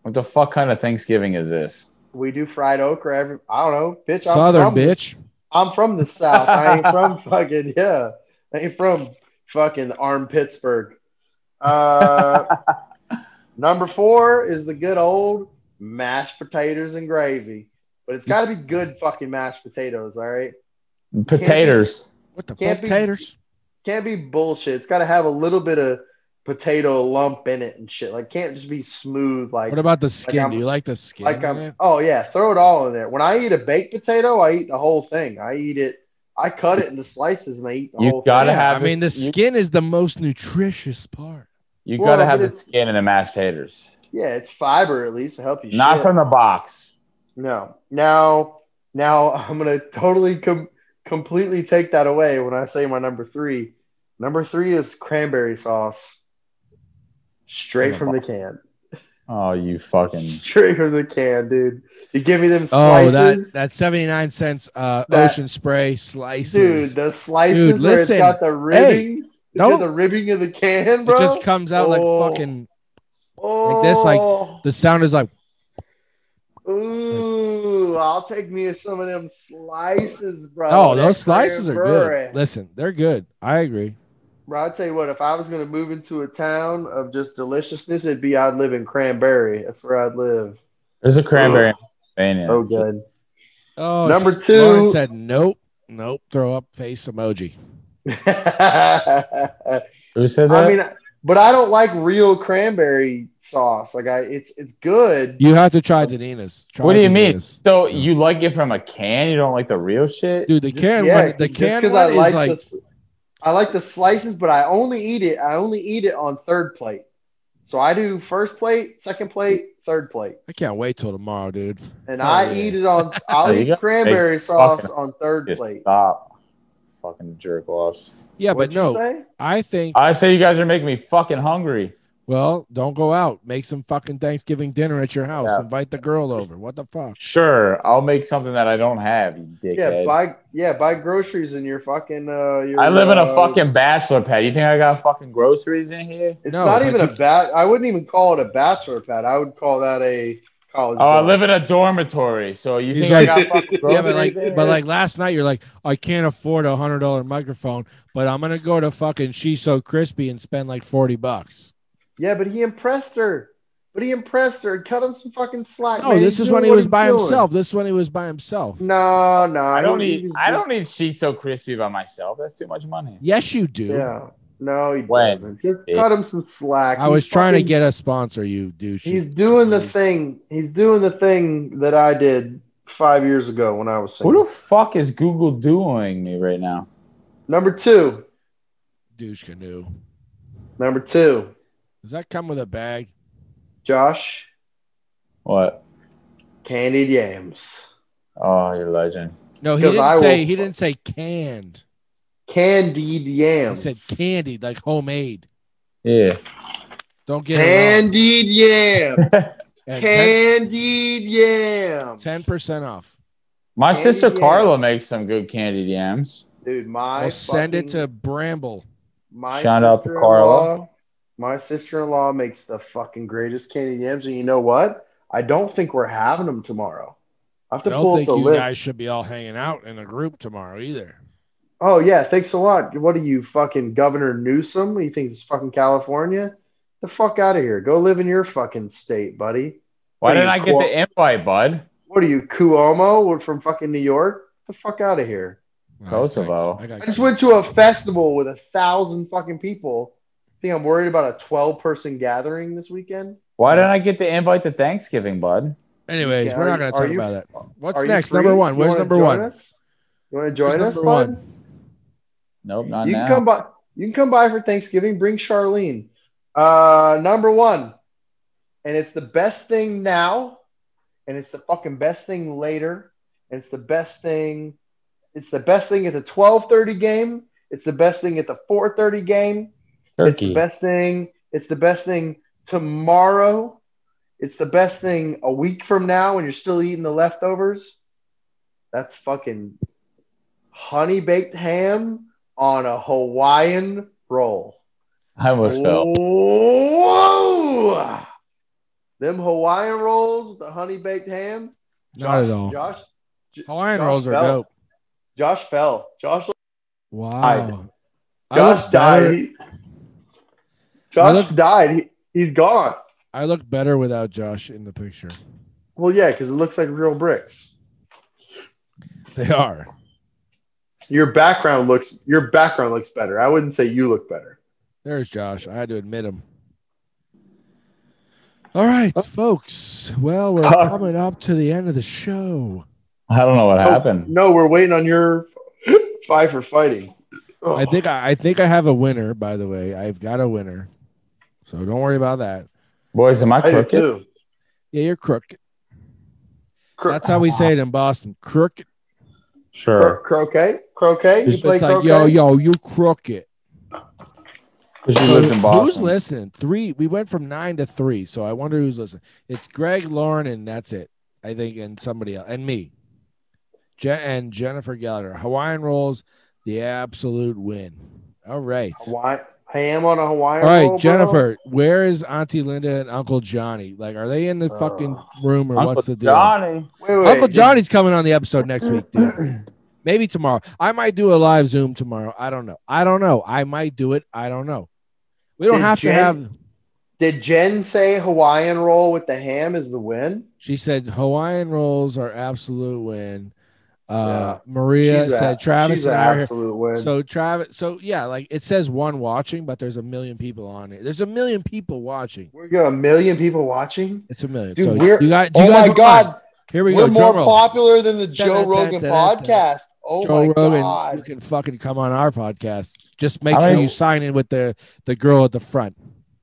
F: What the fuck kind of Thanksgiving is this?
E: We do fried okra every. I don't know, bitch. I'm
G: Southern
E: from-
G: bitch.
E: I'm from the south. I ain't from *laughs* fucking yeah. I ain't from fucking arm Pittsburgh. Uh, *laughs* number four is the good old mashed potatoes and gravy, but it's got to be good fucking mashed potatoes. All right,
F: Potatoes.
G: What the fuck,
E: Can't be-
G: taters?
E: can't be bullshit. It's got to have a little bit of potato lump in it and shit. Like can't just be smooth. Like
G: What about the skin?
E: I'm-
G: Do you like the skin?
E: like
G: in
E: I'm,
G: it?
E: oh yeah, throw it all in there. When I eat a baked potato, I eat the whole thing. I eat it. I cut it into slices and I eat the
F: You
E: whole
F: gotta
E: thing.
G: Yeah,
F: have
G: I mean, the
F: this- you-
G: skin is the most nutritious part.
F: You
E: Well,
F: gotta
E: but
F: have the
E: it's-
F: skin and the mashed taters.
E: Yeah, it's fiber at least to help you.
F: Not
E: shit.
F: from the box.
E: no. Now, now I'm gonna totally com- completely take that away when I say my number three. Number three is cranberry sauce, straight
F: From
E: from
F: the
E: the can.
F: Oh,
E: *laughs*
F: you fucking
E: Straight from the can, dude. You give me them
G: Oh,
E: slices,
G: that that seventy nine cents uh,
E: That-
G: ocean spray slices.
E: dude. The slices
G: Dude,
E: where it's
G: listen.
E: got the ribbing. it's
G: don't-
E: got the ribbing of the can, bro.
G: it just comes out
E: Oh.
G: like fucking.
E: oh,
G: this, like- The sound is like
E: Ooh, I'll take me some of them slices, bro.
G: oh,
E: That
G: those slices are
E: cranberry.
G: good. Listen, they're good. I agree.
E: Bro, I'll tell you what, if I was going to move into a town of just deliciousness, it'd be I'd live in Cranberry. That's where I'd live.
F: there's a cranberry in Pennsylvania.
E: So good.
G: Oh,
E: Number
G: she's- Lauren
E: two-
G: said nope, nope. Throw up face emoji.
E: *laughs* I
F: Who said that?
E: mean, but I don't like real cranberry sauce. Like I it's it's good.
G: You have to try Danina's. Try
F: what do you mean?
G: Danina's.
F: So you like it from a can? You don't like the real shit?
G: dude? The
E: Just-
G: can
E: yeah,
G: one, the
E: just
G: can
E: 'cause
G: one
E: I
G: is
E: like
G: like
E: the s- I like the slices, but I only eat it. I only eat it on third plate. So I do first plate, second plate, third plate.
G: I can't wait till tomorrow, dude.
E: and
G: Oh,
E: I
G: yeah.
E: eat
G: *laughs*
E: it on. I'll
F: You
E: eat
F: got
E: cranberry sauce on third
F: Just
E: plate.
F: stop. Fucking jerk offs.
G: Yeah, but
E: What'd you
G: no,
E: say?
G: I think.
F: I say you guys are making me fucking hungry.
G: Well, don't go out. Make some fucking Thanksgiving dinner at your house.
F: Yeah.
G: Invite the girl over. What the fuck?
F: Sure, I'll make something that I don't have, you
E: Yeah,
F: dickhead.
E: buy yeah, buy groceries in your fucking. Uh, your,
F: I live in a
E: uh,
F: fucking bachelor pad. You think I got fucking groceries in here?
E: It's
G: No,
E: not
G: but
E: even a
G: you-
E: bat. I wouldn't even call it a bachelor pad. I would call that a college.
F: Oh, I
E: dorm.
F: live in a dormitory. So you
G: He's
F: think I
E: like-
F: got fucking
G: *laughs* Yeah,
F: groceries?
G: but like,
F: in
G: but
F: here?
G: like last night, you're like, I can't afford a hundred dollar microphone, but I'm gonna go to fucking She's So Crispy and spend like forty bucks.
E: Yeah, but he impressed her. But he impressed her. Cut him some fucking slack.
G: No,
E: man.
G: Oh, this
E: He's
G: is when
E: doing
G: he
E: what
G: was
E: he's
G: by
E: doing.
G: himself. This is when he was by himself.
E: No, no,
F: I don't
E: he- he
F: need.
E: was
F: I
E: doing-
F: don't need. She's so crispy by myself. That's too much money.
G: Yes, you do.
E: Yeah, no, he
F: When?
E: doesn't. Just
F: It-
E: cut him some slack.
G: I
E: He's
G: was trying to
E: fucking-
G: get a sponsor, you douche.
E: He's doing the thing. He's doing the thing that I did five years ago when I was
F: Who
E: single.
F: the fuck is Google doing me right now?
E: Number two.
G: douche canoe.
E: Number two.
G: Does that come with a bag?
E: Josh,
F: What?
E: candied yams.
F: Oh, you're a legend.
G: No, he
E: 'Cause
G: didn't
E: I
G: say.
E: will-
G: He didn't say canned.
E: Candied
G: He
E: yams.
G: said candied, like homemade.
F: Yeah. *laughs*
G: Don't get it
A: Candied
G: *laughs*
A: yams.
G: wrong. And
A: Candied yams.
G: 10 percent off.
F: My
A: Candy
F: sister
A: yams.
F: Carla makes some good candied yams.
E: Dude, my
G: I'll send it
E: fucking-
G: to Bramble.
E: my
F: Shout out to
E: sister-in-law-
F: Carla.
E: My sister-in-law makes the fucking greatest candy yams, and you know what? I don't think we're having them tomorrow. I have
G: I
E: to
G: don't
E: pull up
G: think
E: the
G: you
E: list.
G: guys should be all hanging out in a group tomorrow either.
E: Oh yeah, thanks a lot. What are you fucking Governor Newsom? He thinks it's fucking California. The fuck out of here. Go live in your fucking state, buddy.
F: Why
E: What are
F: didn't
E: you,
F: I get
E: Cor-
F: the invite, bud?
E: What are you, Cuomo? We're from fucking New York. The fuck out of here.
F: Kosovo.
G: got-
E: I just went to a festival with a thousand fucking people. Think I'm worried about a 12 person gathering this weekend?
F: Why didn't I get the invite to Thanksgiving, bud?
G: Anyways,
E: Yeah, are
G: we're not
E: you-
G: going to
E: are
G: talk
E: you-
G: about that. What's
E: Are you
G: next?
E: free?
G: Number one.
E: You
G: Where's
E: wanna
G: number
E: join
G: one?
E: us? You want to join us,
G: Where's number
E: bud?
F: Nope, not
E: you
F: now.
E: can come by. You can come by for Thanksgiving. Bring Charlene. Uh, number one, and it's the best thing now, and it's the fucking best thing later, and it's the best thing. It's the best thing at the twelve thirty game. It's the best thing at the four thirty game. It's the
F: Turkey.
E: best thing. It's the best thing tomorrow. It's the best thing a week from now when you're still eating the leftovers. That's fucking honey baked ham on a Hawaiian roll.
F: I almost
E: Oh.
F: fell.
E: Whoa! Them Hawaiian rolls with the honey baked ham.
G: Not
E: Josh-
G: at all.
E: Josh. J-
G: Hawaiian
E: Josh
G: rolls are
E: fell.
G: dope.
E: Josh fell. Josh.
G: Wow. I
E: Josh
G: look
E: died.
G: better-
E: He- Josh
G: look-
E: died. He, he's gone.
G: I look better without Josh in the picture.
E: Well, yeah, because it looks like real bricks.
G: They are.
E: Your background looks your background looks better. I wouldn't say you look better.
G: There's Josh. I had to admit him. All right, folks. Well, we're
F: Fuck.
G: coming up to the end of the show.
F: I don't know what
E: Oh,
F: happened.
E: No, we're waiting on your *laughs* five for fighting. Oh.
G: I think I, I think I have a winner. By the way, I've got a winner, so don't worry about that.
F: Boys, am I
E: I do
F: crooked?
E: too.
G: Yeah, you're crooked.
E: Cro-
G: That's how we say it in Boston. Crooked.
E: cro-
F: Sure.
E: croquet, croquet. You
G: It's
E: play
G: like
E: croquet.
G: yo, yo, you crooked.
F: 'Cause you lived in
G: Who's
F: Boston.
G: listening? Three. We went from nine to three, so I wonder who's listening. It's Greg, Lauren, and that's it. I think, and somebody else, and me, Je- and Jennifer Gallagher. Hawaiian rolls, the absolute win. All right,
E: Hawaii, ham on a Hawaiian.
G: all right,
E: roll, bro?
G: Jennifer. Where is Auntie Linda and Uncle Johnny? Like, are they in the
E: Uh,
G: fucking room or
F: Uncle
G: what's the deal?
F: Johnny.
E: Wait, wait,
G: Uncle
E: did-
G: Johnny's coming on the episode next week, dude.
E: *clears throat*
G: Maybe tomorrow. I might do a live Zoom tomorrow. I don't know. I don't know. I might do it. I don't know. We don't
E: Did
G: have
E: Jen-
G: to have.
E: Did Jen say Hawaiian roll with the ham is the win?
G: She said Hawaiian rolls are absolute win. Uh, Maria
E: She's a-
G: said Travis
E: She's an
G: and I are here.
E: absolute win.
G: So Travis, so yeah, like it says one watching, but there's a million people on it. There's a million people watching.
E: we got a million people watching.
G: It's a million.
E: Dude,
G: so
E: we're-
G: you got, do you
E: Oh
G: guys
E: my
G: want-
E: god,
G: Here we
E: we
G: go.
E: are more
G: Drum roll.
E: popular than the Joe
G: Dun, dun,
E: Rogan
G: dun, dun, dun.
E: podcast. Oh
G: Joe
E: my
G: Rogan,
E: god.
G: you can fucking come on our podcast. Just make
F: How
G: sure
F: many-
G: you sign in with the the girl at the front.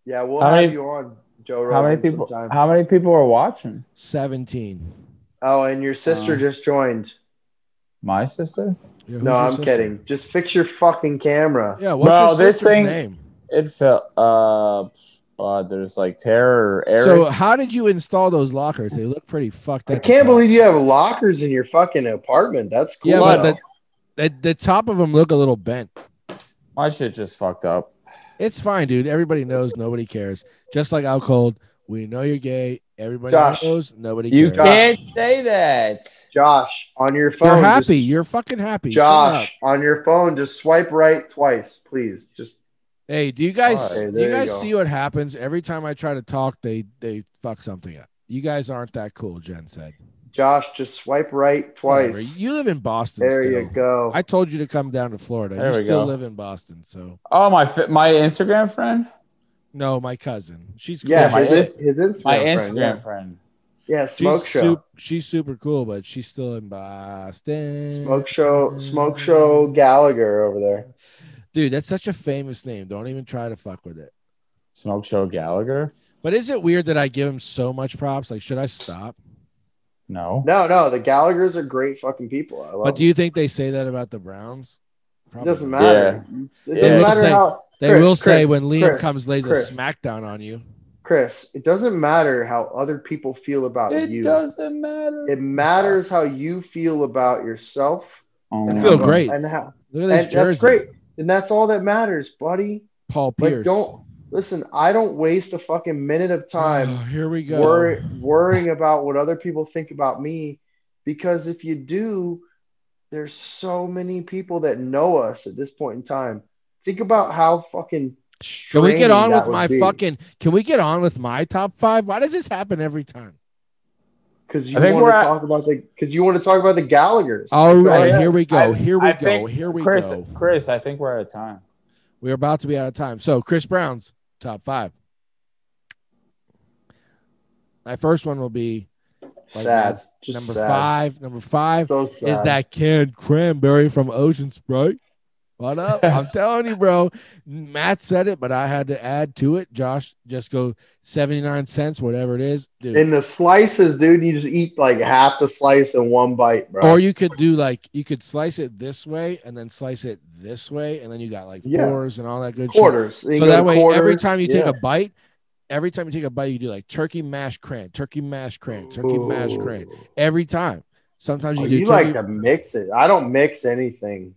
E: Yeah, we'll
F: How
E: have
F: many-
E: you on Joe Rogan.
F: How many people?
E: sometime.
F: How many people are watching?
G: Seventeen.
E: Oh, and your sister
F: Uh,
E: just joined.
F: My sister.
G: Yeah, who's
E: No,
G: your
E: I'm
G: sister?
E: kidding. Just fix your fucking camera.
G: Yeah, what's
F: Bro,
G: your
F: this
G: sister's
F: thing-
G: name?
F: It felt. Uh, uh, there's like terror. Eric.
G: So uh, how did you install those lockers? They look pretty fucked up.
E: I can't
G: the top.
E: believe you have lockers in your fucking apartment. That's cool.
G: Yeah, but
E: though.
G: the, the the top of them look a little bent.
F: my shit just fucked up.
G: It's fine, dude. Everybody knows. Nobody cares. Just like out cold, we know you're gay. Everybody
E: Josh.
G: knows. Nobody
F: You
G: cares.
F: can't say that.
E: Josh, on your phone.
G: You're happy.
E: just-
G: you're fucking happy. Shut up.
E: Josh, on your phone, just swipe right twice, please. Just
G: Hey, do you guys
E: Alright,
G: do you
E: there you
G: guys
E: go.
G: see what happens every time I try to talk? They they fuck something up. You guys aren't that cool, Jen said.
E: Josh, just swipe right
G: Whatever.
E: twice.
G: You live in Boston.
E: there
G: still.
E: you go.
G: I told you to come down to Florida.
F: There
G: you
F: we
G: still
F: go.
G: live in Boston, so
F: Oh my! fi- My Instagram friend.
G: no, my cousin. She's cool.
E: yeah,
F: my
E: his,
F: Inst-
E: his Instagram.
F: My
E: friend,
F: Instagram
E: yeah.
F: friend.
E: Yeah, smoke
G: she's
E: show.
G: sup- she's super cool, but she's still in Boston.
E: Smoke show. Smoke show. Gallagher over there.
G: Dude, that's such a famous name. Don't even try to fuck with it.
F: Smoke Show Gallagher.
G: But is it weird that I give him so much props? Like, should I stop?
F: No.
E: No, no, the Gallagher's are great fucking people. I love.
G: But do you think they say that about the Browns?
E: It doesn't
G: Probably.
E: matter. It
F: Yeah.
E: doesn't
F: Yeah.
E: matter
G: They
E: how.
G: They
E: Chris,
G: will say
E: Chris,
G: when Liam
E: Chris,
G: comes lays
E: Chris.
G: a smackdown on you.
E: Chris, it doesn't matter how other people feel about
F: It
E: you.
F: doesn't matter.
E: It matters how you feel about yourself.
F: Oh,
G: I
E: and
F: my
G: feel
E: how-
F: God.
G: great.
E: And, how,
G: Look at
E: and
G: this jersey.
E: that's great. And that's all that matters, buddy.
G: Paul
E: Like,
G: Pierce.
E: don't listen. I don't waste a fucking minute of
G: Oh,
E: time
G: here we go.
E: worry, worrying about what other people think about me because if you do, there's so many people that know us at this point in time. Think about how fucking.
G: Can we get
E: straining
G: on
E: that
G: with
E: would
G: my
E: be.
G: fucking? Can we get on with my top five? Why does this happen every time?
E: Because you
F: I think
E: want to
F: we're at-
E: talk about the because you want to talk about the Gallagher's.
G: All right,
F: yeah.
G: here we go.
F: I-
G: here we
F: I
G: go.
F: think-
G: here we
F: Chris,
G: go.
F: Chris, I think we're out of time.
G: We're about to be out of time. So Chris Brown's top five. My first one will be like
E: sad.
G: that's
E: Just
G: number
E: sad.
G: five. Number five
E: So sad.
G: is that canned cranberry from Ocean Sprite. What
E: *laughs*
G: up? I'm telling you, bro. Matt said it, but I had to add to it. Josh, just go 79 cents, whatever it is. Dude.
E: in the slices, dude? You just eat like half the slice in one bite, bro.
G: Or you could do like you could slice it this way and then slice it this way, and then you got like
E: Yeah.
G: fours and all that good shit.
E: quarters. You
G: So
E: go
G: that way, every
E: quarters.
G: time you take
E: Yeah.
G: a bite, every time you take a bite, you do like turkey mash cran, turkey mash cran, turkey mash cran.
E: Ooh.
G: Every time. Sometimes you
E: Oh,
G: do
E: you
G: turkey.
E: like to mix it. I don't mix anything.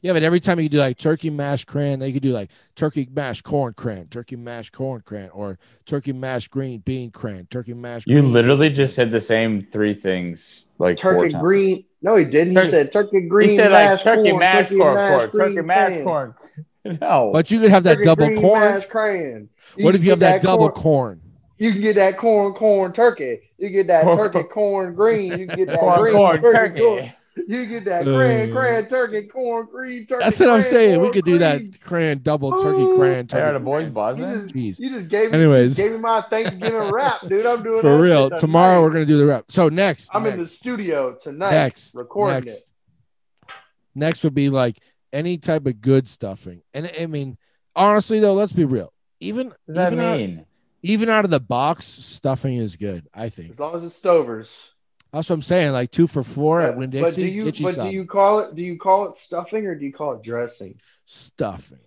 G: yeah, but every time you do like turkey mash cran, they could do like turkey mash corn cran, turkey mash corn cran, or turkey mash green bean cran, turkey mash.
F: You
G: green-
F: literally just said the same three things like four
E: Turkey
F: times.
E: green. No, he didn't. He
F: Turkey-
E: said turkey green.
F: he said like
E: mashed
F: turkey
E: corn,
F: mash
E: turkey
F: corn,
E: mashed
F: corn, turkey
E: green
F: mash
E: cran,
F: corn. *laughs* No,
G: But you could have that
E: turkey
G: double
E: green
G: corn.
E: mashed cran.
G: what if
E: can
G: you have
E: get
G: that, double
E: corn-
G: corn?
E: You can get that corn, corn turkey. You get that
F: Corn,
E: turkey,
F: *laughs*
E: corn green. You can get that
F: corn,
E: green
F: corn,
E: turkey.
F: turkey.
E: corn. You get that cran,
G: Uh.
E: cran turkey, corn green turkey.
G: That's what I'm
E: cran,
G: saying. We
E: corn
G: could do
E: green.
G: that cran double turkey
E: Ooh.
G: cran
F: I heard the
G: turkey.
F: boys buzzing.
E: You just,
G: Jeez.
E: you just gave me,
G: Anyways.
E: gave me my Thanksgiving wrap, dude. I'm doing that
G: *laughs* For
E: shit
G: real.
E: tonight.
G: Tomorrow we're gonna do the rep. So next
E: I'm
G: next.
E: in the studio tonight.
G: next
E: recording
G: next next would be like any type of good stuffing and i mean honestly though let's be real even
F: What does that
G: even, Out,
F: mean?
G: even out of the box stuffing is good i
E: it.
G: think
E: As long as it's Stovers.
G: that's what i'm saying like two for four at winn
E: but do
G: dixie
E: you
G: get you
E: but
G: some
E: do you call it do you call it stuffing or do you call it dressing?
G: stuffing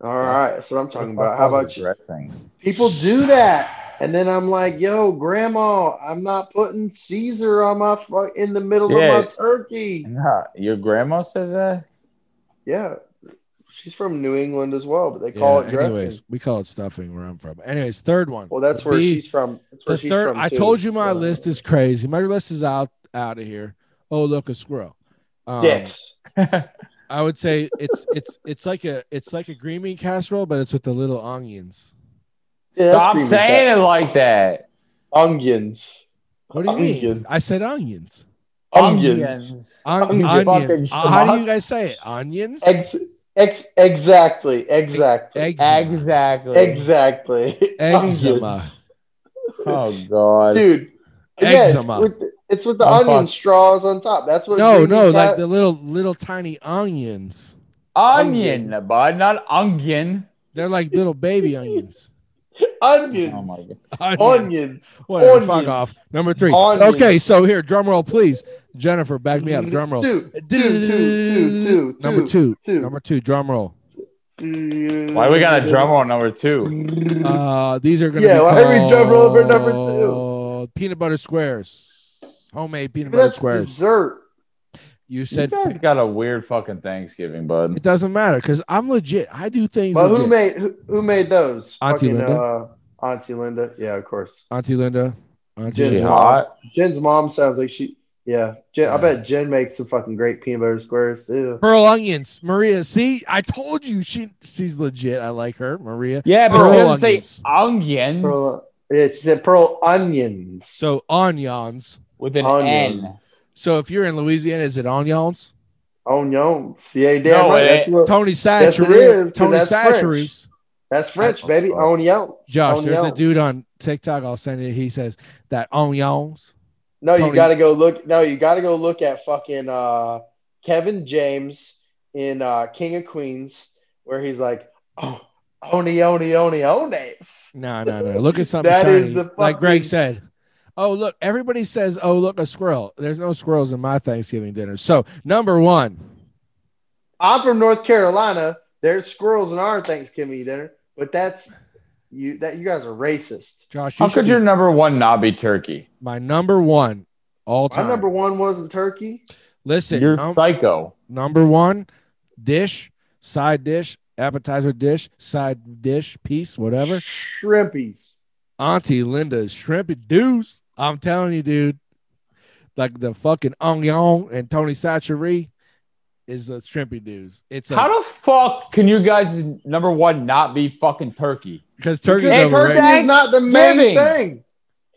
E: All right, that's what I'm talking
F: What the
E: about.
F: fuck
E: How
F: was
E: about you?
F: dressing?
E: People do that, and then I'm like, "Yo, Grandma, I'm not putting Caesar on my fu- in the middle
F: Yeah.
E: of my turkey."
F: Nah, your grandma says that.
E: *laughs* Yeah, she's from New England as well, but they
G: Yeah,
E: call it dressing.
G: anyways we call it stuffing where i'm from anyways third one
E: Well, that's
G: would
E: where
G: be-
E: she's from. That's where
G: the
E: she's
G: third
E: from.
G: i
E: too.
G: told you my
E: Uh,
G: list is crazy my list is out out of here oh look a squirrel um,
E: dicks.
G: I would say it's it's it's like a it's like a green bean casserole, but it's with the little onions.
E: Yeah, that's
F: Stop
E: creamy
F: saying it like that.
E: Onions.
G: What do you mean?
E: Onion.
G: I said onions.
E: Onions.
G: On-
E: Onion.
G: onions.
F: Fucking
G: Uh, how do
F: schmuck.
G: you guys say it? Onions.
E: Ex, ex, exactly. Exactly.
G: Eggs.
F: Exactly.
E: Exactly. *laughs*
G: Eczema.
E: Onions.
F: Oh god.
E: Dude. Yeah, it's
G: Eczema.
E: with the, it's with the
F: I'm
E: onion
F: fucked.
E: straws on top. That's what.
G: No,
E: green
G: no,
E: bean ca-
G: like the little little tiny onions.
F: onion, bud, not onion.
G: They're like little baby onions.
E: onions.
F: Oh my god.
G: Onions.
E: Onion.
G: Whatever. Fuck
E: onions.
G: off. Number three.
E: Onions.
G: Okay, so here, drum roll, please. Jennifer, back me up. Drum roll.
E: Two, two, two, two, two,
G: Number two.
E: two.
G: Number two. Drum roll.
E: two.
F: Why we got a drum roll number two?
G: Uh, these are gonna
E: Yeah,
G: be
E: why are we jumping over number two?
G: called Peanut butter squares, homemade peanut butter
E: That's
G: squares.
E: dessert.
G: You
F: You
G: said
F: guys got a weird fucking Thanksgiving, bud.
G: it doesn't matter because I'm legit. I do things.
E: Well, who
G: legit.
E: made who, who made those?
G: Auntie
E: Fucking,
G: Linda.
E: Uh, Auntie Linda. Yeah, of course.
G: Auntie Linda? Auntie
E: Jen's
F: She
G: Linda.
E: mom.
F: hot.
E: Jen's mom sounds like she. Yeah, Jen,
G: Yeah.
E: I bet Jen makes some fucking great peanut butter squares too.
G: Pearl onions, Maria. See, I told you she she's legit. I like her, Maria.
F: Yeah,
G: but she Pearl doesn't say onions.
F: onions
E: Pearl, yeah, she said pearl onions.
G: So onions.
F: with an
E: Onions.
F: N.
G: So if you're in Louisiana, is it onions?
E: onions. Yeah, damn
F: No,
E: right.
F: it
E: That's,
F: ain't.
E: what-
G: Tony
E: Yes, it
G: Satchery.
E: is, 'cause
G: Tony
E: that's French.
G: Satchery's.
E: that's French,
F: Oh,
E: baby.
F: fuck.
E: Onions.
G: Josh, there's a
E: Onions.
G: dude on TikTok. I'll send it. He says that onions.
E: No,
G: Tony.
E: you got to go look. No, you got to go look at fucking uh, Kevin James in uh, King of Queens, where he's like, oh, oni oni oni ones.
G: No, no, no. Look at something
E: That
G: shiny.
E: is the
G: Like Greg
E: fucking-
G: said. Oh, look, everybody says, oh, look, a squirrel. There's no squirrels in my Thanksgiving dinner. So, number one,
E: I'm from North Carolina. There's squirrels in our Thanksgiving dinner, but that's you that you guys are racist.
G: Josh, you
F: How could
G: should
F: your
G: be
F: number one not be turkey?
G: my number one all
E: My
G: time.
E: number one wasn't turkey.
G: Listen,
F: You're
G: num-
F: psycho.
G: number one dish, side dish, appetizer dish, side dish, piece, whatever.
E: Shrimpies.
G: Auntie Linda's shrimpy doos. I'm telling you, dude. Like the fucking onion and Tony Satchery is the shrimpy doos. It's a
F: How the fuck can you guys number one not be fucking turkey?
G: because turkey's
F: It's
G: overrated.
F: her
E: Turkey is not the main
F: Thanksgiving.
E: thing.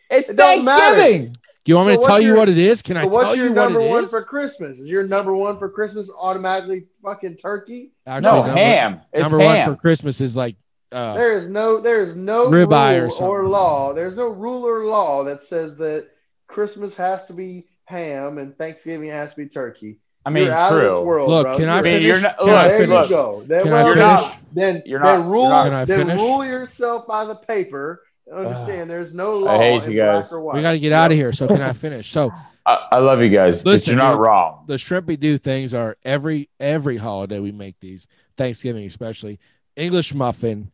F: It's
E: It don't matter.
F: Thanksgiving.
G: Do you want me
E: So
G: to
E: what's
G: tell you
E: your-
G: what it is? Can I
E: So what's
G: tell
E: your
G: you what
E: number
G: it
E: one
G: is?
E: for Christmas? Is your number one for Christmas automatically fucking turkey?
G: Actually,
F: No
G: number,
F: ham. It's
G: number
F: ham.
G: one for Christmas is like uh,
E: There is no there is no
G: Ribeye or
E: rule
G: something.
E: or, law. There's no rule or law that says that Christmas has to be ham and Thanksgiving has to be turkey.
F: I mean,
E: you're out of this
F: true.
E: world,
G: Look,
E: bro.
G: can I
E: You're-
F: mean,
G: finish?
F: you're not-
G: can
F: look,
G: I
E: there
G: finish?
E: you go. Then,
G: Can I
E: well,
F: You're
E: then-
G: finish?
F: not.
E: Then,
F: You're
E: then
F: not-
E: rule
F: you're not.
G: Can I
E: then
G: finish? Uh,
E: rule yourself by the paper. Understand, there's no law.
F: I hate
E: in
F: you guys.
E: Black or white.
G: We got to get out of here. So can I finish? So
F: I, I love you guys. but
G: Listen,
F: you're not
G: dude.
F: wrong.
G: the shrimpy do things are every every holiday we make these Thanksgiving especially English muffin,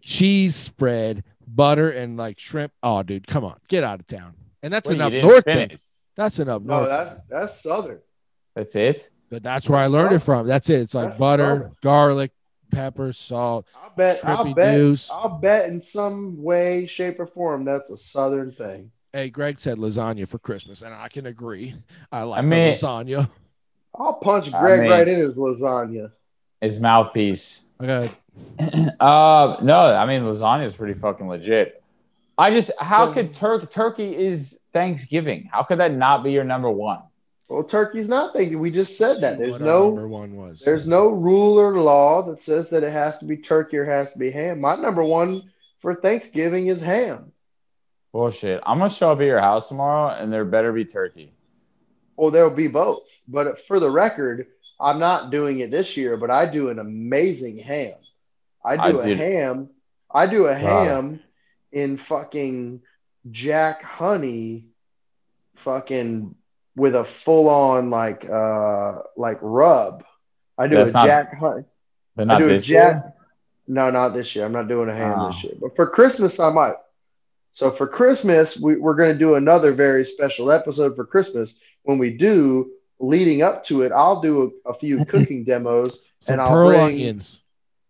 G: cheese spread, butter and like shrimp. Oh, dude, come on, get out of town. And that's
F: Wait,
G: an
F: you
G: up
F: didn't
G: north
F: finish.
G: thing. That's an up north.
E: No, that's that's southern.
F: That's it.
G: but that's where I learned it from. That's it. It's like
E: That's
G: butter,
E: southern.
G: garlic, pepper, salt,
E: I bet. I
G: shrimpy
E: bet.
G: doos.
E: I'll bet in some way, shape, or form that's a southern thing.
G: Hey, Greg said lasagna for Christmas, and I can agree. I like
F: I
G: the
F: mean-
G: lasagna.
E: I'll punch
F: I
E: Greg
F: mean-
E: right in his lasagna.
F: His mouthpiece.
G: I got
F: *clears throat* Uh, no, I mean lasagna is pretty fucking legit. I just how could Turk Turkey is Thanksgiving? How could that not be your number one?
E: Well, turkey's not thinking. We just said that. There's
G: what our number
E: no
G: one was.
E: there's no rule or law that says that it has to be turkey or has to be ham. My number one for Thanksgiving is ham.
F: Bullshit. I'm gonna show up at your house tomorrow, and there better be turkey.
E: Well, there'll be both. But for the record, I'm not doing it this year, but I do an amazing ham. I do
F: I
E: a
F: did-
E: ham. I do a
F: Wow.
E: ham in fucking Jack Honey, fucking with a full on like uh like rub. I do
F: That's
E: a
F: not-
E: Jack Honey.
F: But
E: I
F: not
E: do a
F: this
E: Jack.
F: year.
E: No, not this year. I'm not doing a ham
F: Oh.
E: this year. But for Christmas, I might. So for Christmas, we, we're going to do another very special episode for Christmas. When we do, leading up to it, I'll do a, a
F: *laughs*
E: few cooking demos,
G: Some
E: and I'll
G: pearl
E: bring-
G: onions.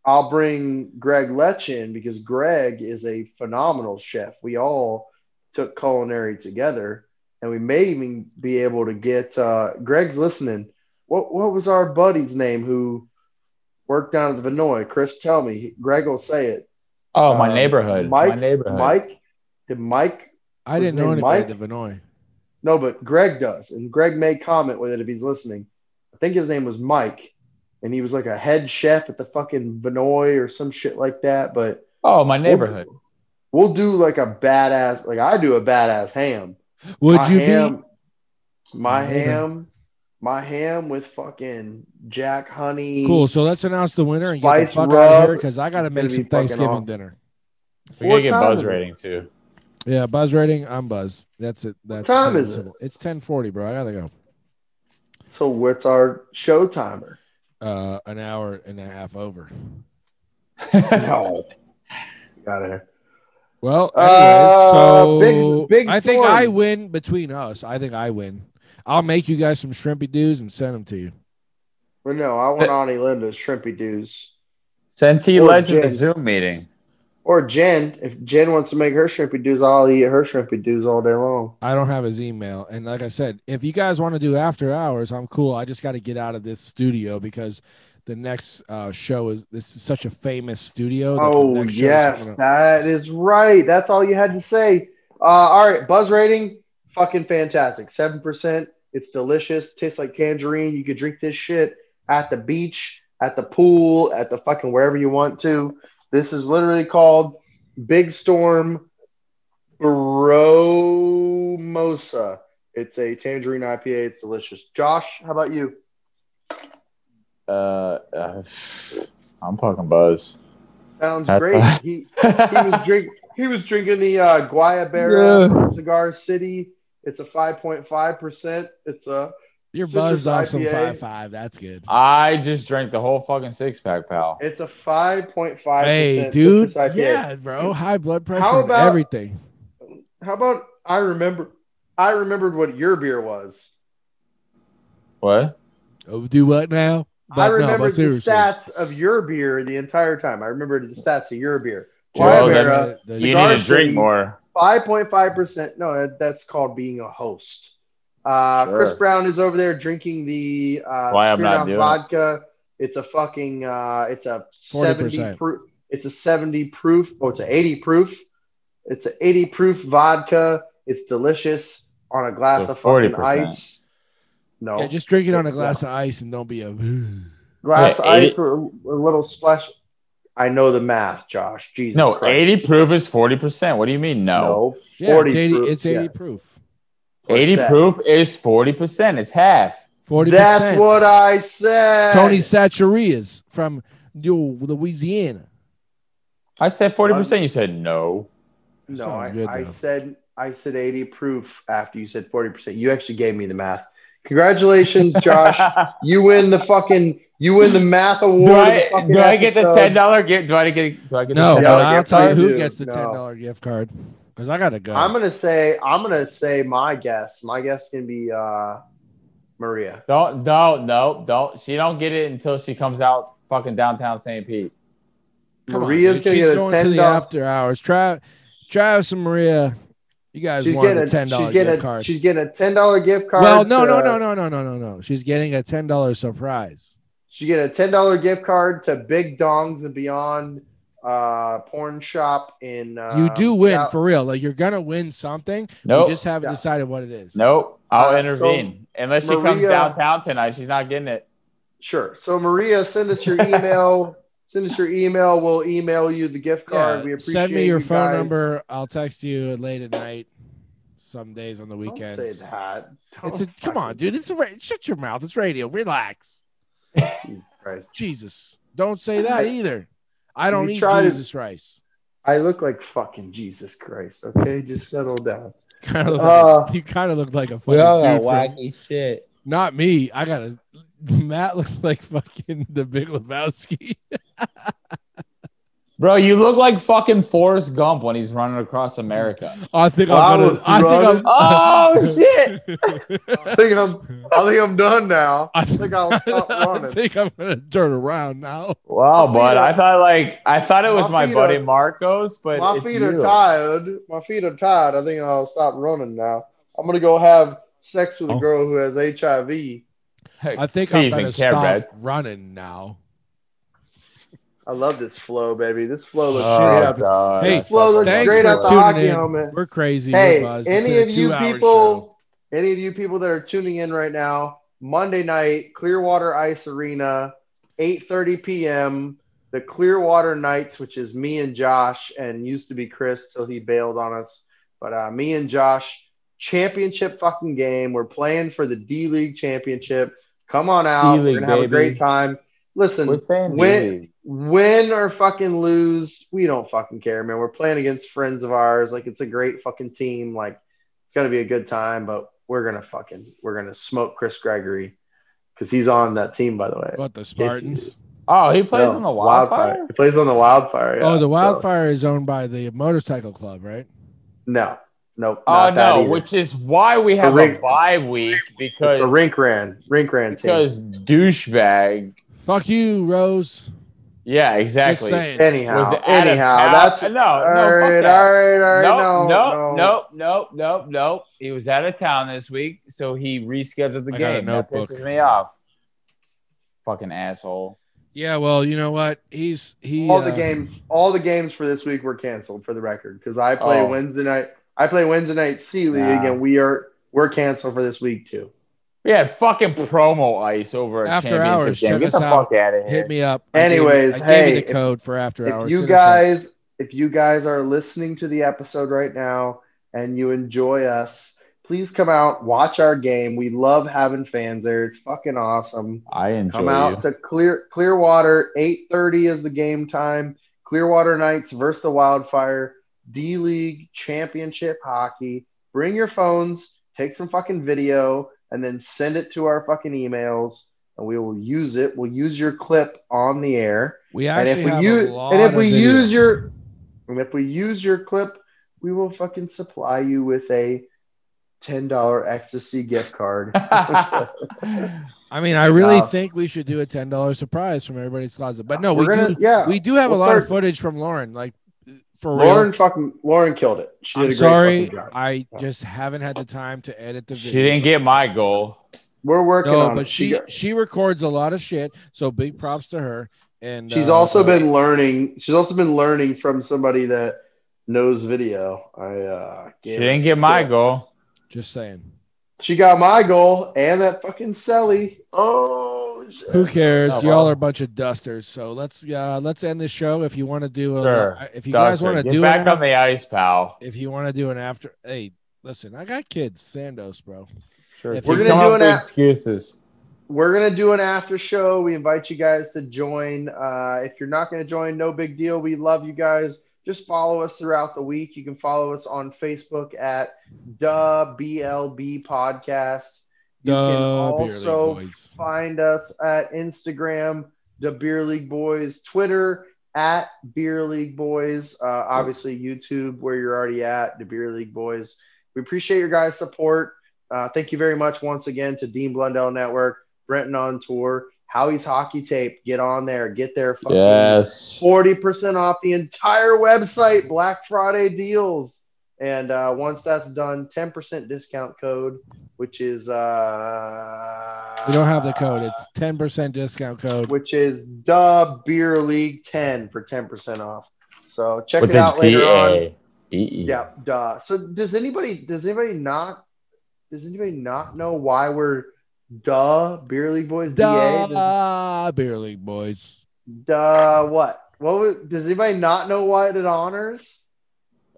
E: I'll bring Greg Lech in because Greg is a phenomenal chef. We all took culinary together, and we may even be able to get uh, Greg's listening. What what was our buddy's name who worked down at the Vinoy? Chris, tell me. Greg will say it.
F: Oh, my
E: Uh,
F: neighborhood. my
E: Mike-
F: neighborhood.
E: Mike? Did Mike?
G: I
E: was his
G: didn't know
E: name
G: anybody
E: Mike?
G: at the Vinoy.
E: No, but Greg does, and Greg may comment with it if he's listening. I think his name was Mike, and he was like a head chef at the fucking Vinoy or some shit like that. But
F: Oh, my neighborhood.
E: We'll, we'll do like a badass, like I do a badass ham.
G: Would
E: my
G: you be?
E: ham, my
G: Amazing.
E: ham, my ham with fucking Jack Honey?
G: Cool. So let's announce the winner and get the
E: Spice
G: fuck out of here
E: rub.
G: because I got to
E: It's gonna
G: make
E: be
G: some
E: fucking
G: Thanksgiving
E: awesome.
G: dinner.
F: We gotta
E: What
F: get
E: time
F: buzz
E: is it?
F: rating too.
G: Yeah, buzz rating. I'm buzz. That's it. That's
E: time is
G: noticeable. It's 10:40, bro. I gotta go.
E: So what's our show
G: *laughs*
E: timer?
G: Uh, an hour and a half over.
E: No, got it.
G: Well, anyways,
E: Uh,
G: so
E: big- big
G: I think
E: storm.
G: I win between us. I think I win. I'll make you guys some shrimpy doos and send them to you.
E: But no, I
G: Uh,
E: want Ani Linda's shrimpy dues
F: *laughs* Send T
E: Or
F: Legend to
E: Jim.
F: Zoom meeting.
E: or Jen. If Jen wants to make her shrimpy dues, I'll eat her shrimpy dues all day long.
G: I don't have his email. And like I said, if you guys want to do after hours, I'm cool. I just got to get out of this studio because the next uh, show is this is such a famous studio. that the
E: Oh
G: next show is
E: yes,
G: coming up.
E: that is right. That's all you had to say. Uh, all right, buzz rating, fucking fantastic. Seven percent. It's delicious. Tastes like tangerine. You could drink this shit at the beach, at the pool, at the fucking wherever you want to. This is literally called Big Storm Bromosa. It's a tangerine IPA. It's delicious. Josh, how about you?
F: Uh, uh, I'm fucking buzz.
E: Sounds
F: That's-
E: great. He he was drink he was drinking the uh, Guayabera from Cigar City. It's a 5.5 percent. It's a
G: You're
E: Citrus
G: buzzed off some
E: IPA.
G: five five. That's good.
F: *laughs* I just drank the whole fucking six pack, pal.
E: It's a 5.5.
G: Hey, dude. Yeah, bro. High blood pressure.
E: How
G: and
E: about-
G: everything?
E: How about I remember? I remembered what your beer was.
F: What?
G: Oh, do what now?
E: I
G: But no, but
E: remembered the
G: seriously.
E: stats of your beer the entire time. I remembered the stats of your beer.
F: Well,
E: Why,
F: Well, then-
E: Vera?
G: The-
F: You
E: Cigar
F: need to drink
E: City.
F: more.
E: 5.5%. No, that- that's called being a host. Uh,
F: Sure.
E: Chris Brown is over there drinking the uh,
F: Why I'm not
E: Smirnoff
F: doing it.
E: vodka. It's a fucking, uh, it's a 70
G: 40%.
E: proof. It's a 70 proof. Oh, it's an 80 proof. It's an 80 proof vodka. It's delicious on a glass
F: So
E: of fucking
F: 40%.
E: ice. No,
G: *laughs* yeah, just drink it on a glass of ice and don't be a. *sighs*
E: glass of
F: Yeah, 80
E: ice or a little splash. I know the math, Josh. Jesus.
F: No,
E: Christ.
F: 80 proof is 40%. What do you mean? No.
E: No,
G: Yeah,
E: 40
G: it's eighty.
E: proof,
G: It's eighty
E: yes.
G: proof.
F: 80
E: percent.
F: proof is 40%. It's half.
G: Forty.
E: That's what I said.
G: Tony Sacharias from New Louisiana.
F: I said 40%. You said no.
E: No,
G: Sounds
E: I,
G: good,
E: I
G: though.
E: said I said 80 proof after you said 40%. You actually gave me the math.
G: *laughs*
E: Congratulations,
F: *laughs*
E: Josh. you win the fucking you win the math award.
F: do
E: of the
F: I,
E: fucking
F: do I get the
E: episode.
F: $10 gift? Do I get, do I get
G: No,
F: the
G: but
E: $10
G: I'll
E: gift
G: tell you
E: card?
G: who
E: Dude,
G: gets the
E: no.
G: ten dollar gift card because I gotta go.
E: I'm gonna say I'm gonna say my guess. My guess can be uh Maria.
F: Don't, don't, no, don't. She don't get it until she comes out fucking downtown St. Pete.
G: Come on,
E: Maria's
G: dude.
E: gonna
G: she's
E: get a
G: going to the
E: $10
G: after hours. Trav, Travis, and Maria, you guys
E: She's
G: won
E: getting, a,
G: a ten
E: she's,
G: dollar
E: getting
G: gift
E: a,
G: card.
E: she's uh, getting a ten dollar gift card.
G: well, no,
E: to-
G: no, no, no, no, no, no, no. She's getting a ten dollar surprise.
E: She get a ten dollar gift card to Big Dongs and Beyond uh porn shop in uh,
G: you do win
E: South-
G: for real. Like you're gonna win something.
F: Nope.
G: You just haven't
E: Yeah.
G: decided what it is.
F: Nope. I'll
E: Uh,
F: intervene. Unless she comes
E: Maria-
F: downtown tonight, she's not getting it.
E: Sure. So Maria, send us your
G: *laughs*
E: email. send us your email. We'll email you the gift card.
G: Yeah,
E: we appreciate
G: Send me your
E: you
G: phone
E: guys.
G: number. I'll text you late at night. Some days on the
E: Don't
G: weekends.
E: say that.
G: It's
E: Don't
G: a, come on,
E: fucking-
G: dude. It's a ra- shut your mouth. It's radio. Relax.
E: Jesus Christ.
G: Jesus, don't say that either. I don't
E: You
G: eat
E: try to-
G: Jesus rice.
E: I look like fucking Jesus Christ. Okay, just settle down. *laughs*
G: Kind of,
E: Uh,
G: you kind of look like a fucking dude. From,
F: shit.
G: not me. I gotta. *laughs* Matt looks like fucking the Big Lebowski.
F: Bro, you look like fucking Forrest Gump when he's running
G: *laughs*
F: across America.
G: Oh, I think
E: Well, I
G: I'm gonna.
E: was
G: I, think I'm.
F: Oh shit!
G: *laughs*
E: I think I'm. I think I'm done now.
G: I
E: think *laughs* I'll
G: *laughs*
E: stop running.
G: I think I'm gonna turn around now.
F: Wow, Oh, bud.
E: feet are-
F: I thought like I thought it was
E: My
F: my,
E: feet
F: buddy
E: are-
F: Marcos, but
E: My
F: it's
E: feet
F: you.
E: are tired. My feet are tired. I think I'll stop running now. I'm gonna go have sex with a
G: Oh.
E: girl who has HIV.
G: I think
F: Peas
G: I'm
F: and
G: gonna stop
F: carrots.
G: running now.
E: I love this flow, baby. This flow looks
G: Oh,
E: straight
G: yeah.
E: up.
F: God.
G: Hey,
E: This flow looks
G: thanks
E: straight
G: for
E: up the
G: tuning
E: hockey
G: in.
E: helmet.
G: We're crazy.
E: Hey,
G: we're buzzed. It's
E: any
G: been a
E: of you
G: two-hour show.
E: people, any of you people that are tuning in right now, Monday night, Clearwater Ice Arena, 8:30 p.m. The Clearwater Knights, which is me and Josh, and used to be Chris till he bailed on us, but uh, me and Josh, championship fucking game. We're playing for the D League championship. Come on out,
F: D-League,
E: we're gonna have a
F: baby.
E: great time. Listen,
F: we're saying
E: when-
F: dude.
E: win or fucking lose, we don't fucking care, man. We're playing against friends of ours. Like it's a great fucking team. Like it's gonna be a good time, but we're gonna fucking we're gonna smoke Chris Gregory because he's on that team, by the way.
G: What the Spartans?
F: Oh, he plays
E: No,
F: on the wildfire?
E: He plays on the wildfire. yeah.
G: oh, the
E: So,
G: wildfire is owned by the motorcycle club, right?
E: no, no.
F: Oh
E: not that
F: no,
E: either.
F: which is why we have a
E: rink-
F: bye week because
E: it's a rink ran, rink ran team.
F: because douchebag.
G: Fuck you, Rose.
F: Yeah,
G: Just
F: exactly.
G: saying.
E: Anyhow,
F: Was out of
E: anyhow,
F: town-
E: that's
F: no,
E: all
F: no, fuck
E: right,
F: that.
E: all right, all right. no,
F: Nope, nope, nope, nope, nope, nope. He was out of town this week, so he rescheduled the
G: I got a
F: game. That
G: notebook.
F: pisses me off. Fucking asshole.
G: Yeah, well, you know what? He's he
E: all the
G: uh,
E: games all the games for this week were canceled for the record because i play
F: Oh.
E: wednesday night i play wednesday night c league
F: Nah.
E: and we are we're canceled for this week too
F: We had fucking promo ice over a
G: After
F: championship
G: hours, check
F: game. Get
G: us
F: the
G: out.
F: fuck out of here.
G: Hit me up. I gave you-
E: Anyways,
G: I gave you
E: hey,
G: the
E: if-
G: code for after
E: if
G: hours.
E: you
G: Hit us up.
E: guys if you guys are listening to the episode right now and you enjoy us please come out watch our game we love having fans there it's fucking awesome
F: I enjoy
E: come out
F: you.
E: to clear clearwater 8.30 is the game time clearwater knights versus the wildfire d league championship hockey bring your phones take some fucking video and then send it to our fucking emails, and we will use it. We'll use your clip on the air.
G: We
E: And
G: actually
E: if we
G: have
E: use
G: a lot
E: and if
G: of
E: we
G: video.
E: use your and if we use your clip, we will fucking supply you with a ten dollar ecstasy gift card.
F: *laughs*
G: I mean, I really
E: Uh,
G: think we should do a ten dollar surprise from everybody's closet. *laughs* But no,
E: We're
G: we
E: gonna
G: do.
E: yeah.
G: We do have
E: We'll
G: a lot of
E: start-
G: footage from Lauren. Like for
E: Lauren
G: real.
E: fucking Lauren killed it. She did
G: I'm
E: a great
G: sorry,
E: fucking job.
G: I
E: Yeah.
G: just haven't had the time to edit the
F: she
G: video.
F: didn't get my goal.
E: We're working
G: no,
E: on
G: but
E: it.
G: she
E: got-
G: she records a lot of shit. So big props to her. And
E: she's
G: uh,
E: also
G: uh,
E: been learning. She's also been learning from somebody that knows video. I uh,
F: She
E: gave
F: didn't
E: us
F: get my
E: tips.
F: goal.
G: just saying.
E: She got my goal and that fucking Selly. Oh, shit.
G: Who cares?
F: Oh,
G: Y'all
F: well.
G: are a bunch of dusters. So let's uh let's end the show. If you want to do a, uh,
F: Sure.
G: if you guys
F: Dustin,
G: want to
F: get
G: do
F: back
G: an
F: on the ice, pal.
G: if you want to do an after hey listen i got kids sandos bro
F: Sure.
G: If
F: keep
E: we're gonna
F: coming
E: do
F: up
E: an
F: with
E: app-
F: excuses.
E: we're gonna do an after show. We invite you guys to join. Uh, if you're not gonna join, no big deal. We love you guys. Just follow us throughout the week. You can follow us on Facebook at the BLB Podcast. You can
G: Duh, Beer League
E: also
G: boys.
E: find us at Instagram, the Beer League Boys, Twitter at Beer League Boys, uh, obviously YouTube where you're already at, the Beer League Boys. We appreciate your guys' support. Uh, thank you very much once again to Dean Blundell Network, Brenton on tour, Howie's Hockey Tape. Get on there, get their fucking
F: Yes.
E: 40% off the entire website, Black Friday deals. And uh, once that's done, 10% discount code, which is. Uh,
G: we don't have the code it's 10% discount code
E: Which is the Beer League 10 for 10% off. So check
F: With
E: it
F: the E
E: out later on.
F: DA.
E: Yeah, duh. So does anybody does anybody not does anybody not know why we're duh Beer League Boys DA? Does-
G: Duh, beer league boys
E: Duh what? What was, does anybody not know why it honors?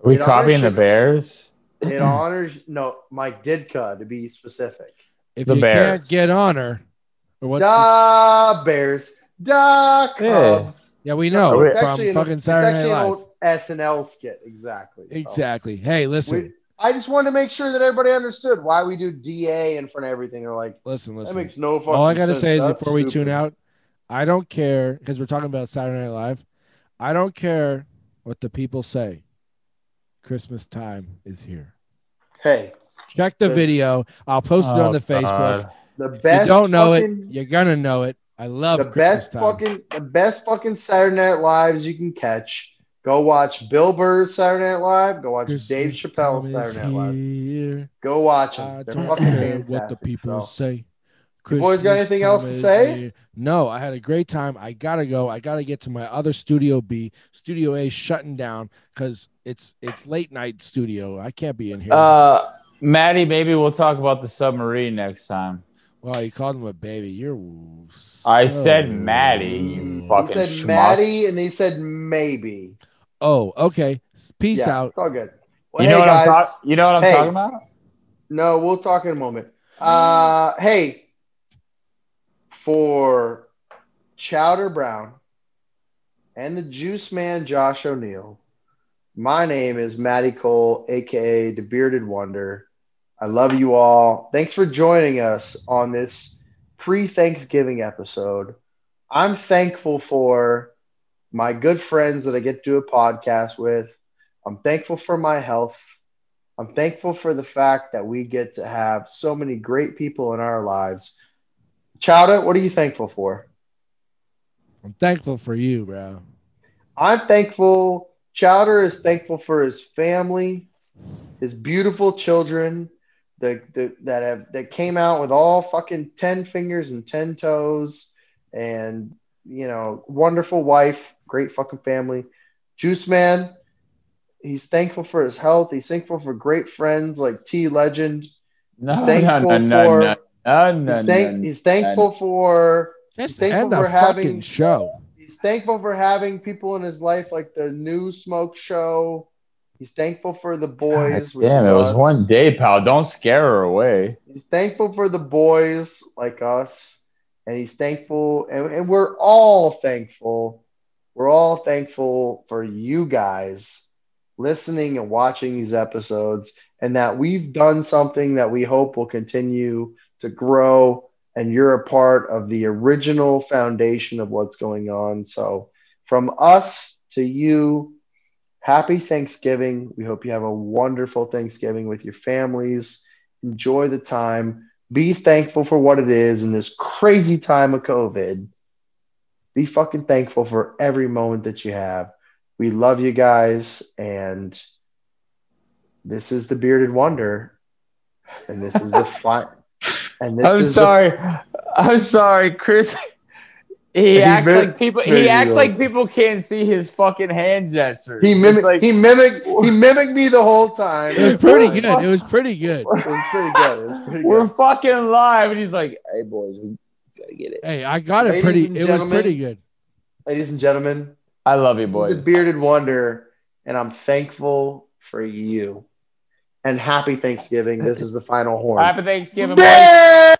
F: Are we
E: You know,
F: copying the
E: there's-
F: Bears?
G: *laughs*
E: It honors no Mike Didka to be specific.
G: if
F: The
G: you
F: Bears.
G: can't get honor or what's this?
E: da Bears, da
F: Yeah.
E: Cubs.
G: yeah we know
F: It's
G: from
E: an-
G: fucking
E: it's
G: saturday
E: actually
G: night
E: an
G: live
E: old SNL skit, exactly. So,
G: exactly hey listen
E: we- I just wanted to make sure that everybody understood why we do DA in front of everything. They're like,
G: listen
E: that
G: listen
E: makes no fucking
G: all i gotta
E: sense.
G: say is
E: That's
G: before we
E: stupid."
G: tune out i don't care because we're talking about saturday night live i don't care what the people say christmas time is here
E: Hey,
G: Check the
E: Good.
G: video. I'll post
F: Oh,
G: it on the Facebook.
E: the
G: If
E: best.
G: you don't know
E: fucking-
G: it, you're gonna know it. I love
E: the
G: Christmas
E: best
G: time.
E: fucking the best fucking Saturday Night Lives you can catch. Go watch Bill Burr's Saturday Night Live. Go watch
G: Christmas
E: Dave Chappelle's
G: time is
E: Saturday Night Live.
G: here.
E: Go watch
G: I
E: them. They're
G: don't
E: fucking
G: care
E: fantastic.
G: what the people
E: so.
G: say.
E: You boys got
G: Christmas
E: anything
G: time
E: else to
G: is
E: say?
G: here. No, I had a great time. I gotta go. I gotta get to my other Studio B. Studio A is shutting down because it's it's late night studio. I can't be in here.
F: Uh, Maddie, maybe we'll talk about the submarine next time.
G: wow, you called him a baby. You're.
F: I
G: so-
F: said Maddie, you
E: he
F: fucking
E: said
F: schmuck.
E: Maddie, and they said maybe.
G: Oh, okay. Peace
E: yeah,
G: out.
E: It's all good. Well,
F: You
E: hey,
F: know what I'm
E: guys.
F: talking? You know what I'm
E: Hey.
F: talking about?
E: No, we'll talk in a moment. Uh, hey, for Chowder Brown and the Juice Man Josh O'Neill, my name is Matty Cole, aka the Bearded Wonder. I love you all. Thanks for joining us on this pre-Thanksgiving episode. I'm thankful for my good friends that I get to do a podcast with. I'm thankful for my health. I'm thankful for the fact that we get to have so many great people in our lives. Chowda, what are you thankful for?
G: I'm thankful for you, bro.
E: I'm thankful. Chowder is thankful for his family, his beautiful children, the, the that have that came out with all fucking ten fingers and ten toes, and you know, wonderful wife, great fucking family. Juice Man, he's thankful for his health. He's thankful for great friends like T Legend. He's
F: No, no,
E: thankful
F: no, no,
E: for-
F: no, no, no,
E: He's, thank-
F: no.
E: he's thankful for
G: Just
E: Thankful
G: end the
E: for
G: fucking
E: having-
G: show.
E: he's thankful for having people in his life like the new smoke show. He's thankful for the boys.
F: God
E: which
F: damn,
E: is
F: it was
E: us.
F: one day, pal. Don't scare her away.
E: He's thankful for the boys like us, and he's thankful, and, and we're all thankful. We're all thankful for you guys listening and watching these episodes, and that we've done something that we hope will continue to grow, and you're a part of the original foundation of what's going on. So, from us to you, happy Thanksgiving. We hope you have a wonderful Thanksgiving with your families. Enjoy the time. Be thankful for what it is in this crazy time of COVID. Be fucking thankful for every moment that you have. We love you guys. And this is the Bearded Wonder. And this is
F: *laughs*
E: the fine. And this
F: I'm
E: is the-
F: sorry. I'm sorry, Chris. He,
E: He
F: acts
E: mim-
F: like people. He
E: made
F: acts
E: me
F: like
E: laugh.
F: people can't see his fucking hand gestures.
E: he
F: It's
E: mimicked.
F: like-
E: he
F: *laughs*
E: mimicked. *laughs* He mimicked me the whole time.
G: It was pretty good. It was pretty good.
E: It was pretty good. It was pretty *laughs* good.
F: We're fucking live, and he's like, "Hey boys, we gotta get it."
G: Hey, I got it
E: Ladies
G: pretty.
E: and
G: It was
E: gentlemen,
G: pretty good.
E: Ladies and gentlemen,
F: I love you,
E: this is
F: boys.
E: the Bearded Wonder, and I'm thankful for you. And happy Thanksgiving. This is the final horn.
F: Happy Thanksgiving, boys.
E: Bear!